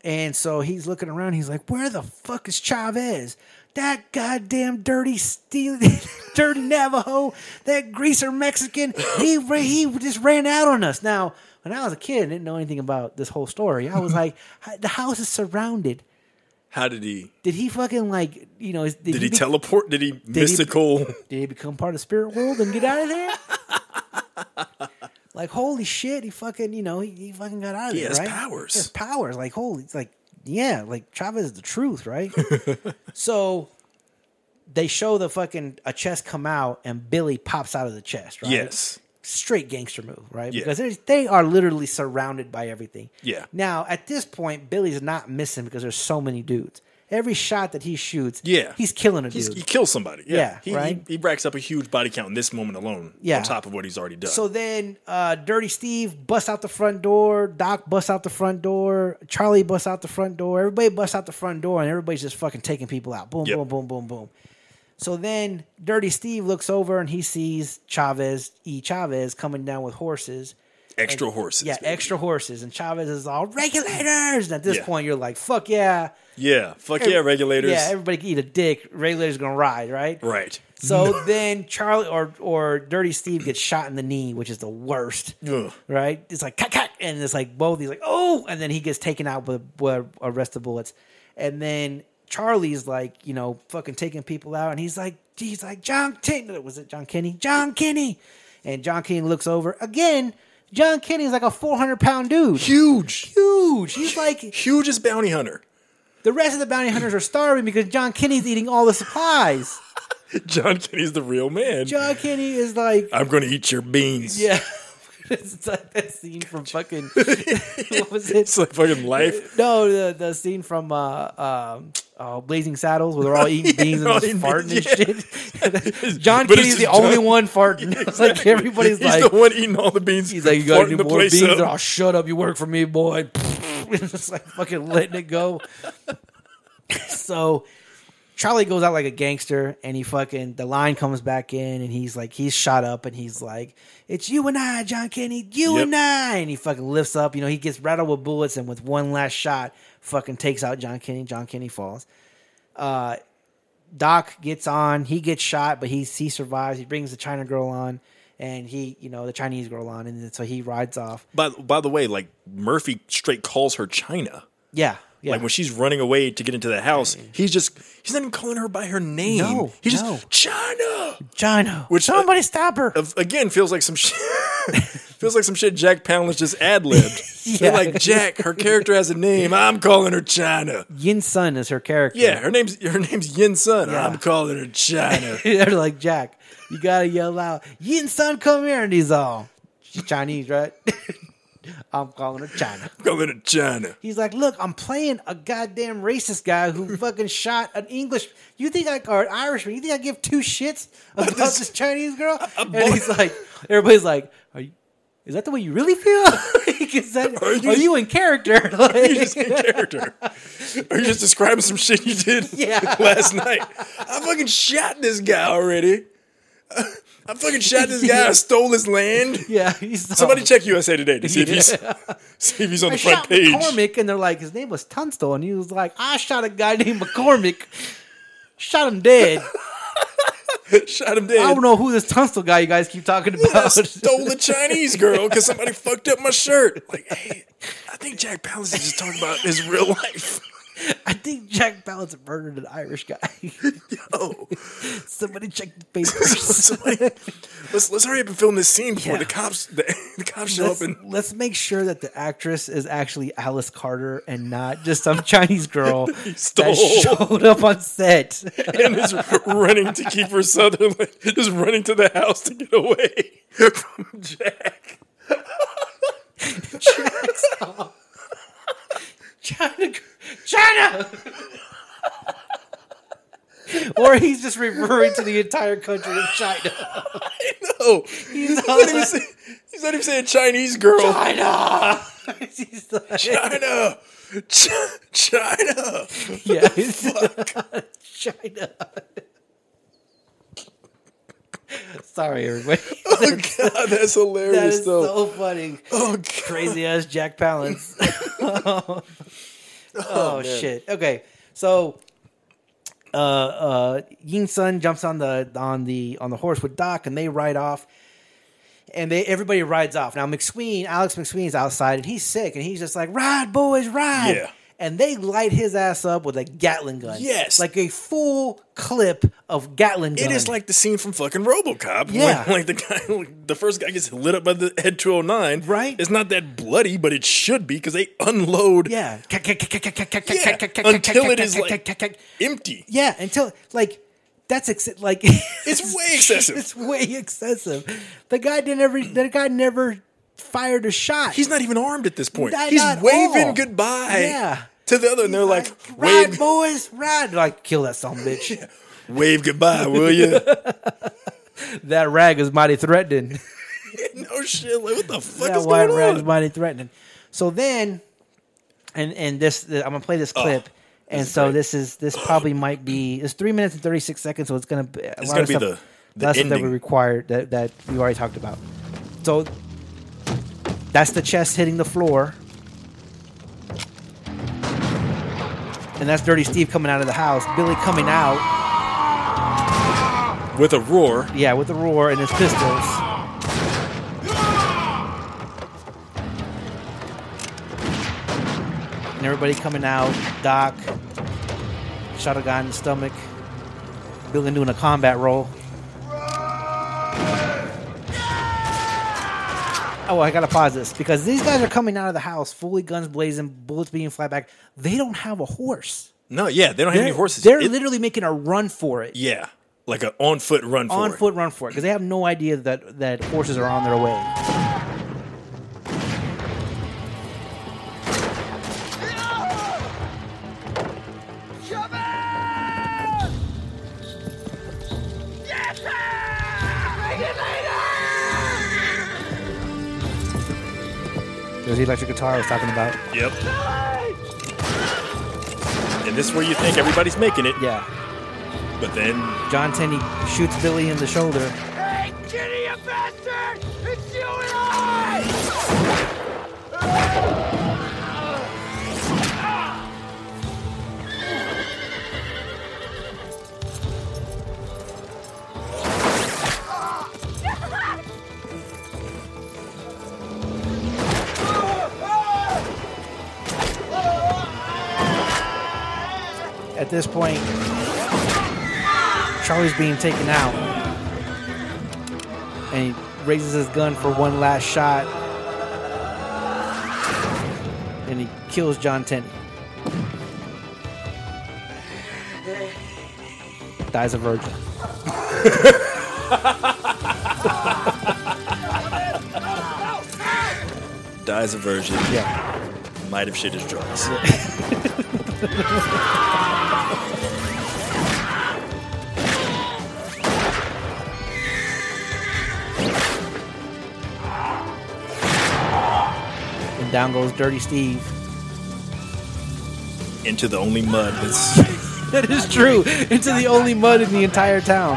S1: And so he's looking around. He's like, "Where the fuck is Chavez? That goddamn dirty steel, dirty Navajo, that greaser Mexican. He ra- he just ran out on us." Now, when I was a kid, and didn't know anything about this whole story. I was like, "The house is surrounded."
S2: How did he?
S1: Did he fucking like you know? is- Did,
S2: Did he
S1: be-
S2: teleport? Did he mystical?
S1: Did he become part of the spirit world and get out of there? like holy shit, he fucking you know he, he fucking got out of
S2: He
S1: there.
S2: has
S1: right?
S2: powers.
S1: He has powers. Like holy, it's like yeah, like Chavez is the truth, right? so they show the fucking a chest come out and Billy pops out of the chest, right?
S2: Yes.
S1: straight gangster move, right?
S2: Yeah.
S1: Because there's- they are literally surrounded by everything.
S2: Yeah.
S1: Now at this point, Billy's not missing because there's so many dudes. Every shot that he shoots,
S2: Yeah.
S1: he's killing a
S2: He's,
S1: dude.
S2: he kills somebody. Yeah.
S1: Yeah,
S2: he,
S1: right?
S2: he, he racks up a huge body count in this moment alone.
S1: Yeah.
S2: On top of what he's already done.
S1: so then, uh, Dirty Steve busts out the front door. Doc busts out the front door. Charlie busts out the front door. Everybody busts out the front door, and everybody's just fucking taking people out. Boom,
S2: Yep.
S1: boom, boom, boom, boom. So then, Dirty Steve looks over and he sees Chavez E. Chavez coming down with horses.
S2: extra horses.
S1: Yeah,
S2: baby.
S1: extra horses. And Chavez is all regulators. And at this
S2: Yeah.
S1: point, you're like, fuck yeah.
S2: Yeah. Fuck yeah, regulators.
S1: Yeah, everybody can eat a dick. Regulators gonna ride, right?
S2: right.
S1: So then Charlie or or Dirty Steve gets shot in the knee, which is the worst.
S2: Ugh.
S1: Right? It's like cut, cut, and it's like both. He's like, oh, and then he gets taken out with, with a rest of bullets, and then Charlie's like, you know, fucking taking people out, and he's like, he's like John Kinney. Was it John Kenny? John Kenny, and John Kenny looks over again. John Kenny's like a 400 pound dude.
S2: Huge,
S1: Huge. He's like,
S2: hugest bounty hunter.
S1: the rest of the bounty hunters are starving because John Kenny's eating all the supplies.
S2: John Kenny's the real man.
S1: John Kenny is like,
S2: I'm going to eat your beans.
S1: yeah. it's like that scene from fucking. what was it?
S2: It's like fucking life.
S1: No, the, the scene from uh, um, uh, Blazing Saddles where they're all eating beans and
S2: they're all
S1: just farting
S2: eating
S1: and shit. John
S2: But it's
S1: Kenny's the
S2: just
S1: only
S2: John-
S1: one farting. It's like everybody's
S2: he's
S1: like,
S2: the one eating all the beans.
S1: He's like, you gotta
S2: farting
S1: do
S2: the
S1: more
S2: place
S1: beans.
S2: up.
S1: Or I'll shut up. You work for me, boy. it's like fucking letting it go. so Charlie goes out like a gangster, and he fucking the line comes back in, and he's like, he's shot up, and he's like, it's you and I, John Kenny, you
S2: Yep.
S1: and I, and he fucking lifts up. You know, he gets rattled with bullets, and with one last shot, fucking takes out John Kenny. John Kenny falls. Uh, Doc gets on. He gets shot, but he he survives. He brings the China girl on, and he you know the Chinese girl on, and then- so he rides off.
S2: By, by the way, like Murphy straight calls her China.
S1: Yeah, yeah.
S2: Like when she's running away to get into the house, he's just he's not even calling her by her name.
S1: No,
S2: he just
S1: no.
S2: China.
S1: China,
S2: Which- uh,
S1: somebody stop her.
S2: Of- Again, feels like some shit. feels like some shit Jack Palance just ad libbed.
S1: Yeah.
S2: Like Jack, her character has a name. I'm calling her China.
S1: Yin Sun is her character.
S2: Yeah, her name's her name's Yin Sun.
S1: Yeah.
S2: I'm calling her China.
S1: they're like Jack. You gotta yell out, Yin Sun, come here, and he's all she's Chinese, right? I'm calling her China.
S2: I'm calling her China.
S1: He's like, look, I'm playing a goddamn racist guy who fucking shot an English. You think I or an Irishman? You think I give two shits about
S2: this-
S1: this, Chinese girl? and
S2: bought-
S1: he's like, everybody's like, are you? Is that the way you really feel? Like, is that, are, you,
S2: you-
S1: in character?
S2: You're just in character. Or you're just describing some shit you did
S1: Yeah.
S2: last night. I fucking shot this guy already. I fucking shot this guy. I stole his land.
S1: yeah, he's all-
S2: Somebody check USA Today to see if he's see if he's on the
S1: I
S2: front
S1: shot
S2: page.
S1: McCormick, and they're like, his name was Tunstall, and he was like, I shot a guy named McCormick, shot him dead.
S2: Shot him
S1: I
S2: dead.
S1: don't know who this Tunstall guy you guys keep talking
S2: I
S1: about.
S2: stole a Chinese girl because somebody fucked up my shirt. Like, hey, I think Jack Palance is just talking about his real life.
S1: I think Jack Palance murdered an Irish guy.
S2: Oh,
S1: Somebody check the papers.
S2: somebody, let's let's hurry up and film this scene before
S1: Yeah.
S2: the cops the, the cops show
S1: Let's,
S2: up and
S1: let's make sure that the actress is actually Alice Carter and not just some Chinese girl
S2: stole.
S1: that showed up on set.
S2: and is running to keep her Sutherland, is running to the house to get away from Jack.
S1: China, China. or he's just referring to the entire country of China.
S2: No,
S1: He's
S2: he's
S1: all
S2: not, even
S1: like-
S2: saying, he's not even saying Chinese girl.
S1: China. He's like-
S2: China, Ch- China.
S1: yeah, he's- China. Sorry, everybody.
S2: Oh god, that's hilarious
S1: That is
S2: though.
S1: so funny.
S2: oh god.
S1: Crazy ass Jack Palance. oh shit. Okay, so uh, uh, Yin Sun jumps on the on the on the horse with Doc, and they ride off. And they everybody rides off. Now McSween, Alex McSween's outside, and he's sick, and he's just like, "Ride, boys, ride!"
S2: Yeah.
S1: And they light his ass up with a Gatling gun.
S2: Yes.
S1: like a full clip of Gatling gun.
S2: It is like the scene from fucking RoboCop.
S1: Yeah.
S2: Like, like the guy, like the first guy gets lit up by the Head 209.
S1: Right.
S2: It's not that bloody, but it should be because they unload
S1: yeah,
S2: Yeah, until it is like empty.
S1: Yeah, until like that's ex- like
S2: It's way excessive.
S1: it's way excessive. The guy didn't ever. The guy never fired a shot.
S2: He's not even armed at this point.
S1: Not-
S2: He's
S1: not at
S2: waving
S1: all.
S2: goodbye
S1: Yeah.
S2: to the other, and they're like,
S1: ride,
S2: wave,
S1: boys, ride. Like kill that son of a bitch.
S2: wave goodbye, will you?
S1: That rag is mighty threatening.
S2: no shit. Like, what the fuck
S1: that
S2: is
S1: white
S2: going
S1: rag is
S2: on?
S1: mighty threatening. So then, and and this I'm gonna play this clip. and so this is this probably might be it's three minutes and thirty six seconds, so it's gonna be a
S2: It's
S1: lot of
S2: gonna be
S1: stuff-
S2: the- the
S1: lot of stuff that we
S2: ending.
S1: required that that we already talked about. So that's the chest hitting the floor, and that's Dirty Steve coming out of the house. Billy coming out,
S2: With a roar,
S1: yeah, with the roar and his pistols. And everybody coming out. Doc, shot a guy in the stomach. Billy doing a combat roll. Oh, I gotta pause this because these guys are coming out of the house, fully guns blazing, bullets being flat back. They don't have a horse.
S2: No, yeah, they don't have
S1: They're,
S2: any horses.
S1: they're
S2: It-
S1: literally making a run for it,
S2: yeah, like an on foot run for
S1: on
S2: it.
S1: foot run for it, because they have no idea that that horses are on their way. There's the electric guitar I was talking about.
S2: Yep. And this is where you think everybody's making it,
S1: Yeah,
S2: but then
S1: John Tenney shoots Billy in the shoulder.
S6: Hey, Kitty, you bastard! It's you and I!
S1: At this point, Charlie's being taken out, and he raises his gun for one last shot, and he kills John Tenney. Dies a virgin.
S2: dies a virgin.
S1: Yeah.
S2: Might have shit his drugs.
S1: And down goes Dirty Steve.
S2: Into the only mud that's
S1: That is true. Into the only mud in the entire town.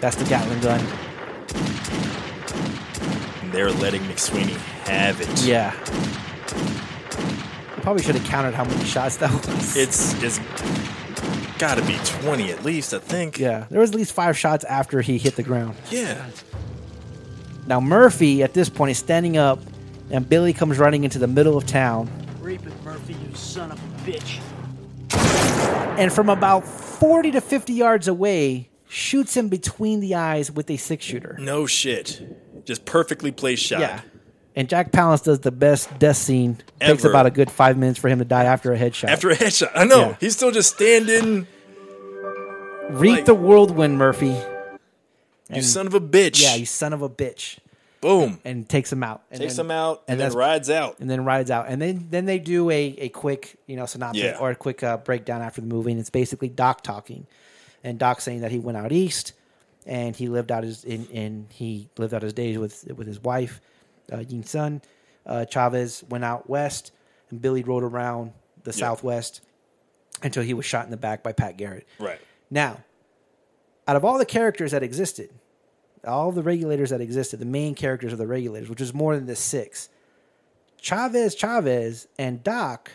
S1: That's the Gatlin gun.
S2: they're letting McSweeney have it.
S1: Yeah. We probably should have counted how many shots that was.
S2: It's it's gotta be twenty at least, I think.
S1: yeah, there was at least five shots after he hit the ground.
S2: Yeah.
S1: Now Murphy, at this point, is standing up, and Billy comes running into the middle of town,
S7: Reap it, Murphy, you son of a bitch.
S1: and from about forty to fifty yards away, shoots him between the eyes with a six shooter.
S2: No shit. Just perfectly placed shot.
S1: Yeah. And Jack Palance does the best death scene. Takes
S2: Ever.
S1: about a good five minutes for him to die after a headshot.
S2: After a headshot. I know.
S1: Yeah.
S2: He's still just standing.
S1: Reap
S2: like-
S1: the whirlwind, Murphy.
S2: You son of a bitch.
S1: Yeah, you son of a bitch.
S2: Boom.
S1: And takes him out. And
S2: Takes
S1: then-
S2: him out and,
S1: and
S2: then
S1: that's-
S2: rides out.
S1: and then rides out, and then then they do a, a quick you know synopsis
S2: Yeah.
S1: or a quick uh, breakdown after the movie, and it's basically Doc talking, and Doc saying that he went out east, and he lived out his in and he lived out his days with with his wife, uh, Yin Sun, uh, Chavez went out west, and Billy rode around the Southwest until he was shot in the back by Pat Garrett.
S2: Right.
S1: Now, out of all the characters that existed, all the regulators that existed, the main characters are the regulators, which is more than the six. Chavez, Chavez, and Doc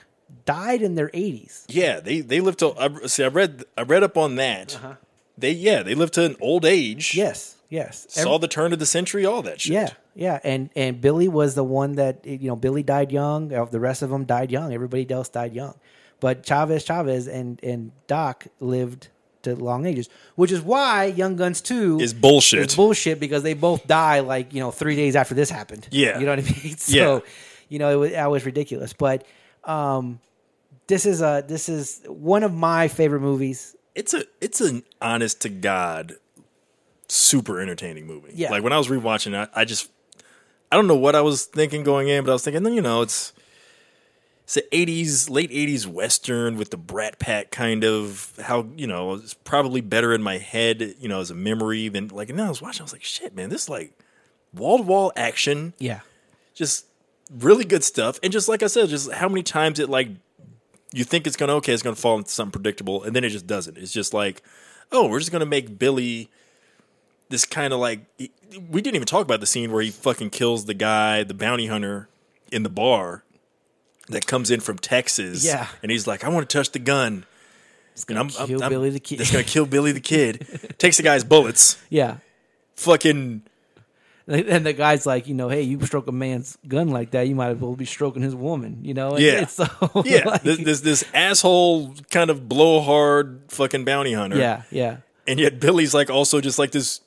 S1: died in their 80s.
S2: Yeah, they they live till I, see. I read I read up on that.
S1: Uh-huh.
S2: They yeah they lived to an old age.
S1: Yes, yes.
S2: saw the turn of the century, all that shit.
S1: yeah, yeah. And and Billy was the one that you know Billy died young. uh, The rest of them died young. Everybody else died young, but Chavez, Chavez, and and Doc lived to long ages, which is why Young Guns Two
S2: is bullshit.
S1: It's bullshit because they both die like you know three days after this happened.
S2: Yeah.
S1: you know what I mean. So,
S2: Yeah.
S1: you know, it was, that was ridiculous. But um, this is a this is one of my favorite movies.
S2: it's a it's an honest to god, super entertaining movie.
S1: Yeah.
S2: like when I was rewatching, it, I, I just I don't know what I was thinking going in, but I was thinking, you know, it's it's the eighties, late eighties western with the Brat Pack kind of how you know it's probably better in my head, you know, as a memory than like. And then I was watching, I was like, shit, man, this is like wall to wall action.
S1: Yeah,
S2: just really good stuff. And just like I said, just how many times it like you think it's gonna okay, it's gonna fall into something predictable, and then it just doesn't. It's just like, oh, we're just gonna make Billy this kind of like he- we didn't even talk about the scene where he fucking kills the guy, the bounty hunter in the bar that comes in from Texas.
S1: Yeah.
S2: and he's like, I want to touch the gun. It's
S1: gonna kill Billy the Kid.
S2: It's gonna kill Billy the kid. Takes the guy's bullets.
S1: yeah.
S2: Fucking
S1: And the guy's like, you know, hey, you stroke a man's gun like that, you might as well be stroking his woman, you know? And
S2: Yeah.
S1: it's So,
S2: Yeah,
S1: like-
S2: this, this this asshole kind of blowhard fucking bounty hunter.
S1: yeah, yeah.
S2: and yet Billy's like also just like this,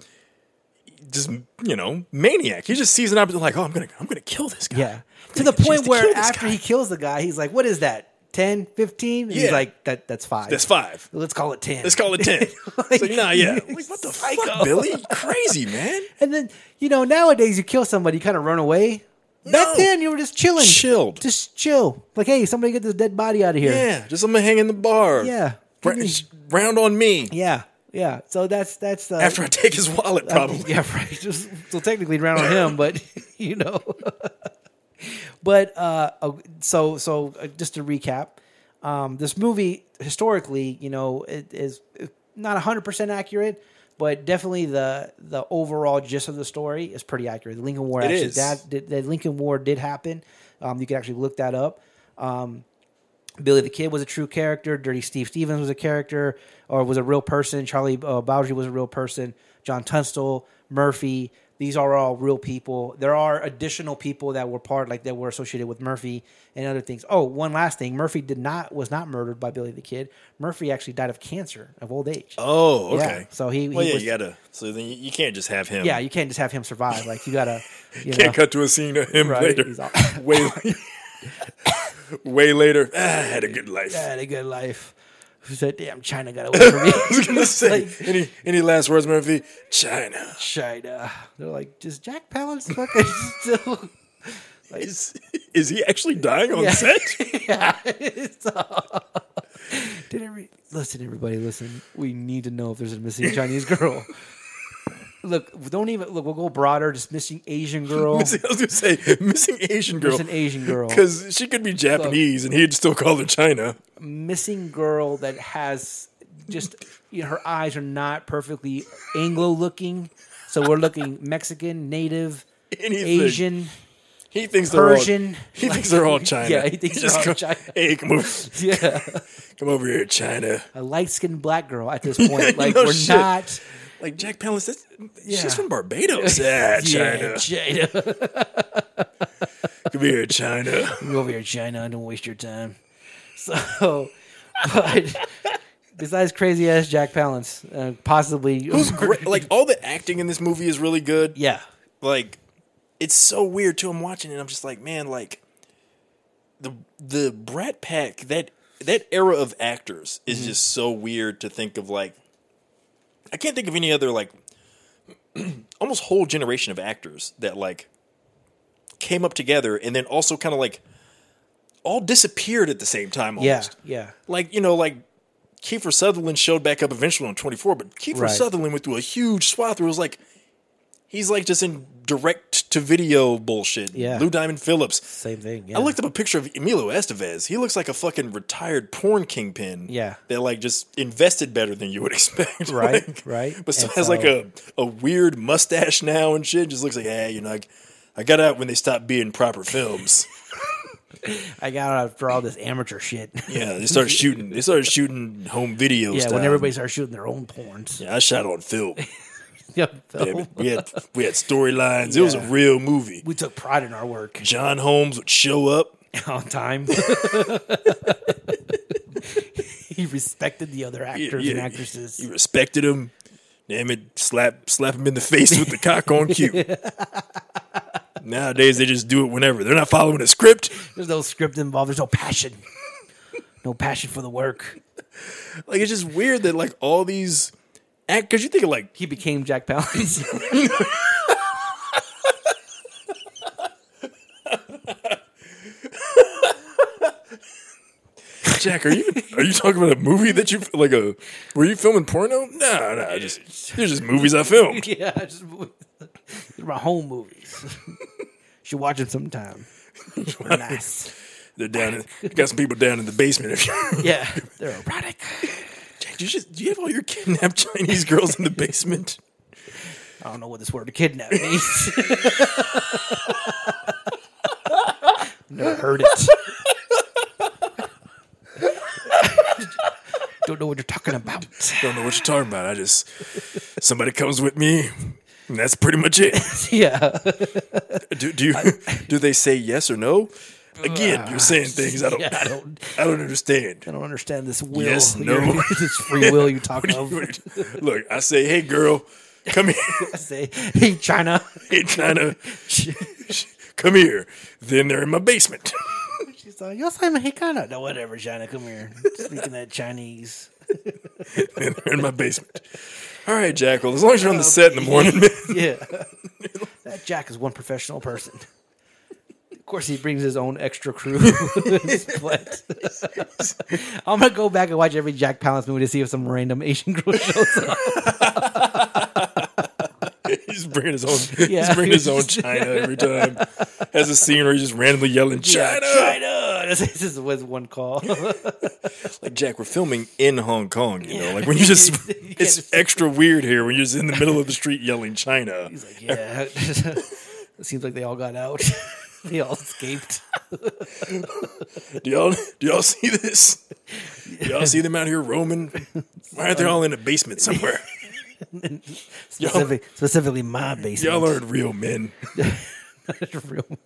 S2: just you know, maniac. He just sees an opportunity, like, oh, I'm gonna, I'm gonna kill this guy.
S1: Yeah.
S2: I'm
S1: To
S2: gonna
S1: the
S2: get a chance
S1: point where
S2: kill this
S1: after
S2: guy.
S1: he kills the guy, he's like, what is that? 10, 15? And
S2: Yeah.
S1: He's like, that that's five.
S2: that's five.
S1: Let's call it 10.
S2: Let's call it ten.
S1: Like,
S2: it's like, nah, yeah. Like, what the
S1: psycho.
S2: fuck, Billy? You Crazy man.
S1: And then, you know, nowadays you kill somebody, you kind of run away. Back
S2: No.
S1: then, you were just chilling.
S2: Chilled.
S1: Just chill. Like, hey, somebody get this dead body out of here.
S2: Yeah, just let me hang in the bar.
S1: Yeah.
S2: Ra- sh- round on me
S1: Yeah. Yeah. So that's, that's, uh,
S2: after I take his wallet,
S1: I
S2: probably.
S1: mean, yeah, right. Just, so technically round on him, but you know. but uh, oh, so so uh, just to recap, um, this movie historically, you know, it is uh, not hundred percent accurate, but definitely the the overall gist of the story is pretty accurate. The Lincoln War
S2: It
S1: actually
S2: is.
S1: that did, the Lincoln War did happen. Um, you can actually look that up. Um, Billy the Kid was a true character. Dirty Steve Stevens was a character or was a real person. Charlie uh, Bowdry was a real person. John Tunstall, Murphy. These are all real people. There are additional people that were part, like that were associated with Murphy and other things. Oh, one last thing: Murphy did not was not murdered by Billy the Kid. Murphy actually died of cancer of old age. Yeah,
S2: Oh, okay.
S1: so he-
S2: well,
S1: he
S2: yeah,
S1: was-
S2: you gotta. So then you, you can't just have him.
S1: Yeah, you can't just have him survive. Like you gotta, you
S2: can't
S1: know,
S2: cut to a scene of him
S1: Right,
S2: later.
S1: he's all-
S2: way, way later. Ah, I had a good life.
S1: had a good life. Who said, "Damn, China got away from me."
S2: I was gonna say any any last words, Murphy? China.
S1: China. uh, They're like, does Jack Palance fucking still?
S2: Is is he actually dying on
S1: Yeah.
S2: set?
S1: yeah. It's, uh, did every listen, everybody, listen. We need to know if there's a missing Chinese girl. look, don't even look. We'll go broader. Just missing Asian girl.
S2: Missing- I was gonna say missing Asian girl
S1: Missing Asian girl.
S2: because she could be Japanese and he'd still call her China.
S1: Missing girl that has just you know, her eyes are not perfectly Anglo looking. So we're looking Mexican, Native,
S2: Anything.
S1: Asian.
S2: He thinks they're
S1: Persian,
S2: All, he
S1: like-
S2: thinks they're all China.
S1: Yeah, he thinks
S2: just
S1: they're all
S2: come-
S1: China.
S2: Hey, come over,
S1: Yeah.
S2: come over here, China.
S1: a light skinned black girl at this point. Like
S2: No
S1: we're
S2: shit.
S1: not
S2: Like Jack Palance, that's,
S1: Yeah.
S2: she's from Barbados. Ah,
S1: Yeah,
S2: China.
S1: China.
S2: Come here, China.
S1: Come over here, China. Don't waste your time. So, but besides crazy ass Jack Palance, uh, possibly
S2: Who's great? Like all the acting in this movie is really good.
S1: yeah,
S2: like it's so weird too. I'm watching it. and I'm just like, man, like the the Brat Pack that that era of actors is
S1: Mm-hmm.
S2: just so weird to think of. Like, I can't think of any other like almost whole generation of actors that like came up together and then also kind of like all disappeared at the same time.
S1: yeah,
S2: Almost
S1: yeah,
S2: like you know, like Kiefer Sutherland showed back up eventually on 24, but Kiefer
S1: Right.
S2: Sutherland went through a huge swath where it was like he's like just in direct to video bullshit.
S1: Yeah.
S2: Lou Diamond Phillips.
S1: same thing.
S2: I looked up a picture of Emilio Estevez. He looks like a fucking retired porn kingpin.
S1: Yeah.
S2: That like just invested better than you would expect.
S1: Right,
S2: Like,
S1: right.
S2: But still
S1: And
S2: has like
S1: so-
S2: a, a weird mustache now and shit. Just looks like, ah, you know, like, I got out when they stopped being proper films.
S1: I got out after all this amateur shit.
S2: yeah, they started shooting. They started shooting home videos.
S1: yeah, when
S2: style.
S1: everybody starts shooting their own porns.
S2: Yeah, I shot on film.
S1: Yeah.
S2: Damn it. We had we had storylines. It was a
S1: Yeah.
S2: real movie.
S1: We took pride in our work
S2: John Holmes would show up.
S1: on time. he respected the other actors and
S2: yeah.
S1: actresses.
S2: You respected him. Damn it, slap slap him in the face with the cock on cue. Nowadays they just do it whenever. They're not following a script.
S1: There's no script involved. There's no passion. No passion for the work.
S2: Like it's just weird that like all these act because you think of like
S1: He became Jack Palance.
S2: Jack, are you are you talking about a movie that you like a were you filming porno? No, no, just there's just movies I filmed.
S1: yeah, I just, these are my home movies. Should watch them sometime. They're nice.
S2: They're down. In, got some people down in the basement. If you
S1: Yeah, they're erotic.
S2: Jack, do you, just, do you have all your kidnapped Chinese girls in the basement?
S1: I don't know what this word kidnap means. Never heard it. don't know what you're talking about.
S2: Don't know what you're talking about. I just somebody comes with me. And that's pretty much it.
S1: yeah.
S2: Do, do you do they say yes or no? Again, you're saying things I don't
S1: Yeah,
S2: I
S1: I
S2: don't
S1: don't-
S2: I don't understand.
S1: I don't understand this will.
S2: Yes,
S1: that
S2: no.
S1: you're- this free will you talk
S2: What do you-
S1: of.
S2: what do you- Look, I say, hey girl, come here.
S1: Say, hey, China.
S2: hey China, come here. Then they're in my basement.
S1: She's like, yes, I'm a Hikana. No, whatever, China, come here. Speaking that Chinese.
S2: then they're in my basement. All right, Jackal. As long as you're on the set in the morning, man.
S1: Yeah. that Jack is one professional person. Of course, he brings his own extra crew. but I'm gonna go back and watch every Jack Palance movie to see if some random Asian girl shows up.
S2: He's bringing his own. He's
S1: Yeah.
S2: bringing his own China every time. Has a scene where he's just randomly yelling China.
S1: China. This, this was one call.
S2: Like Jack, we're filming in Hong Kong. You know, like when you just, it's extra weird here when you're just in the middle of the street yelling China.
S1: He's like, yeah. it seems like they all got out. they all escaped.
S2: Do y'all do y'all see this? Do y'all see them out here roaming? Why
S1: Um,
S2: aren't they all in a basement somewhere?
S1: Specific, specifically, my basement.
S2: Y'all aren't real men.
S1: Real man.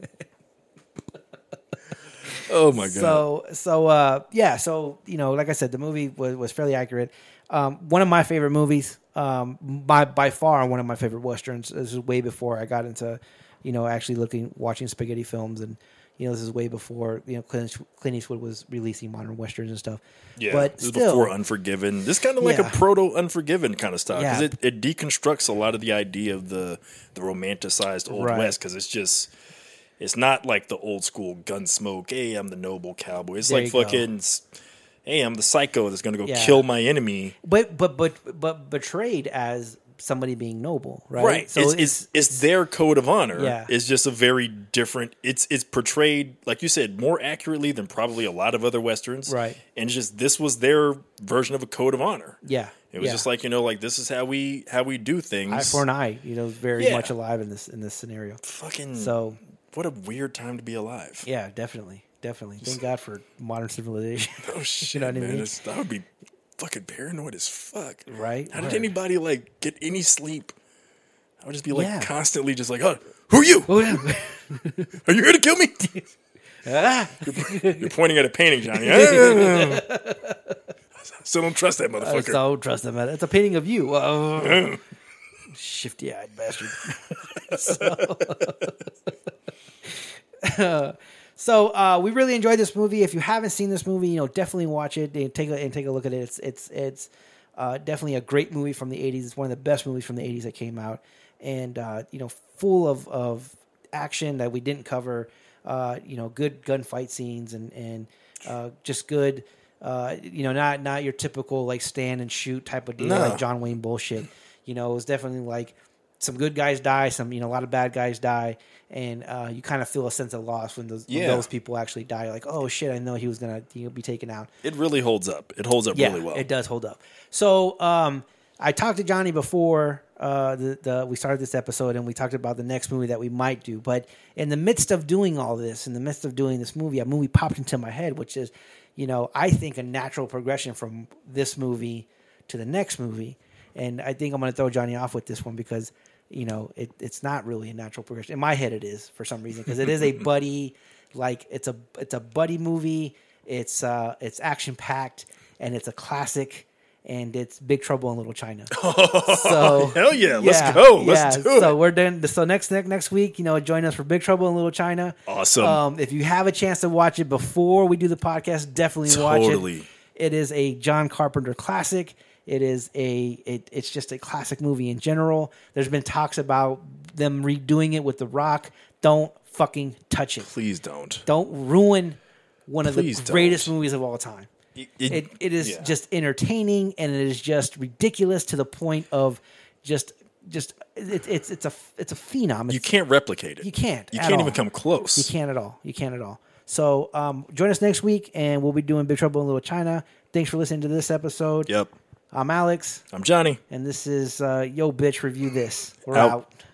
S2: Oh my god.
S1: So so uh yeah, so you know, like I said, the movie was, was fairly accurate. Um one of my favorite movies, um by by far one of my favorite westerns. This is way before I got into, you know, actually looking watching spaghetti films and you know, this is way before, you know, Clint, Eastwood- Clint Eastwood was releasing modern westerns and stuff.
S2: yeah,
S1: but
S2: this is
S1: still,
S2: before Unforgiven. This kind of like
S1: Yeah.
S2: a proto Unforgiven kind of style because
S1: Yeah.
S2: it, it deconstructs a lot of the idea of the the romanticized old
S1: Right.
S2: west because it's just it's not like the old school gunsmoke. Hey, I'm the noble cowboy. It's
S1: There
S2: like
S1: you go.
S2: fucking. s- Hey, I'm the psycho that's gonna go
S1: Yeah.
S2: kill my enemy.
S1: but but but but portrayed as somebody being noble, right?
S2: right
S1: So
S2: it's, it's, it's their code of honor
S1: Yeah.
S2: it's just a very different it's it's portrayed like you said more accurately than probably a lot of other westerns
S1: Right.
S2: and it's just this was their version of a code of honor
S1: yeah.
S2: it was
S1: yeah.
S2: just like you know like this is how we how we do things
S1: eye for an eye, you know, very
S2: Yeah.
S1: much alive in this in this scenario.
S2: fucking
S1: So
S2: what a weird time to be alive
S1: Yeah, definitely, definitely. Thank God for modern civilization.
S2: oh shit
S1: know what I
S2: man
S1: mean?
S2: That's- that would be fucking paranoid as fuck
S1: Right?
S2: how did
S1: Word.
S2: anybody like get any sleep i would just be like
S1: Yeah.
S2: constantly just like oh who are you are you here to kill me
S1: Ah!
S2: You're pointing at a painting, Johnny. I still don't trust that
S1: I
S2: motherfucker.
S1: so trust him. man. It's a painting of you. Oh. Shifty-eyed bastard. so, so uh, we really enjoyed this movie. If you haven't seen this movie, you know definitely watch it and take a, and take a look at it. It's it's it's uh, definitely a great movie from the '80s. It's one of the best movies from the '80s that came out, and uh, you know full of of action that we didn't cover. Uh, you know, good gunfight scenes and and uh, just good. Uh, you know, not not your typical like stand and shoot type of deal,
S2: No.
S1: like John Wayne bullshit. You know, it was definitely like some good guys die, some you know a lot of bad guys die, and uh, you kind of feel a sense of loss when those
S2: Yeah.
S1: when those people actually die. Like, oh shit, I know he was gonna you know, be taken out.
S2: It really holds up. It holds up
S1: Yeah,
S2: really well.
S1: it does hold up. So um, I talked to Johnny before uh, the, the we started this episode, and we talked about the next movie that we might do. But in the midst of doing all this, in the midst of doing this movie, a movie popped into my head, which is, you know, I think a natural progression from this movie to the next movie. And I think I'm going to throw Johnny off with this one because you know it, it's not really a natural progression. In my head, it is for some reason because it is a buddy, like it's a it's a buddy movie. It's uh it's action packed and it's a classic and it's Big Trouble in Little China. so
S2: Hell yeah, let's go, let's do
S1: so
S2: it.
S1: we're done. So next next next week, you know, join us for Big Trouble in Little China.
S2: Awesome.
S1: Um, if you have a chance to watch it before we do the podcast, definitely watch
S2: Totally.
S1: it. It is a John Carpenter classic. It is a it, it's just a classic movie in general. There's been talks about them redoing it with The Rock. Don't fucking touch it.
S2: Please don't.
S1: Don't ruin one of
S2: Please
S1: the
S2: don't.
S1: greatest movies of all time. It, it is
S2: yeah.
S1: just entertaining and it is just ridiculous to the point of just just it, it's it's a it's a phenom. It's,
S2: You can't replicate it.
S1: you can't
S2: You
S1: at
S2: can't
S1: all.
S2: even come close.
S1: You can't at all. You can't at all. So um, join us next week, and we'll be doing Big Trouble in Little China. Thanks for listening to this episode.
S2: Yep.
S1: I'm Alex,
S2: I'm Johnny.
S1: and this is uh, Yo Bitch Review This. We're
S2: Out.
S1: out.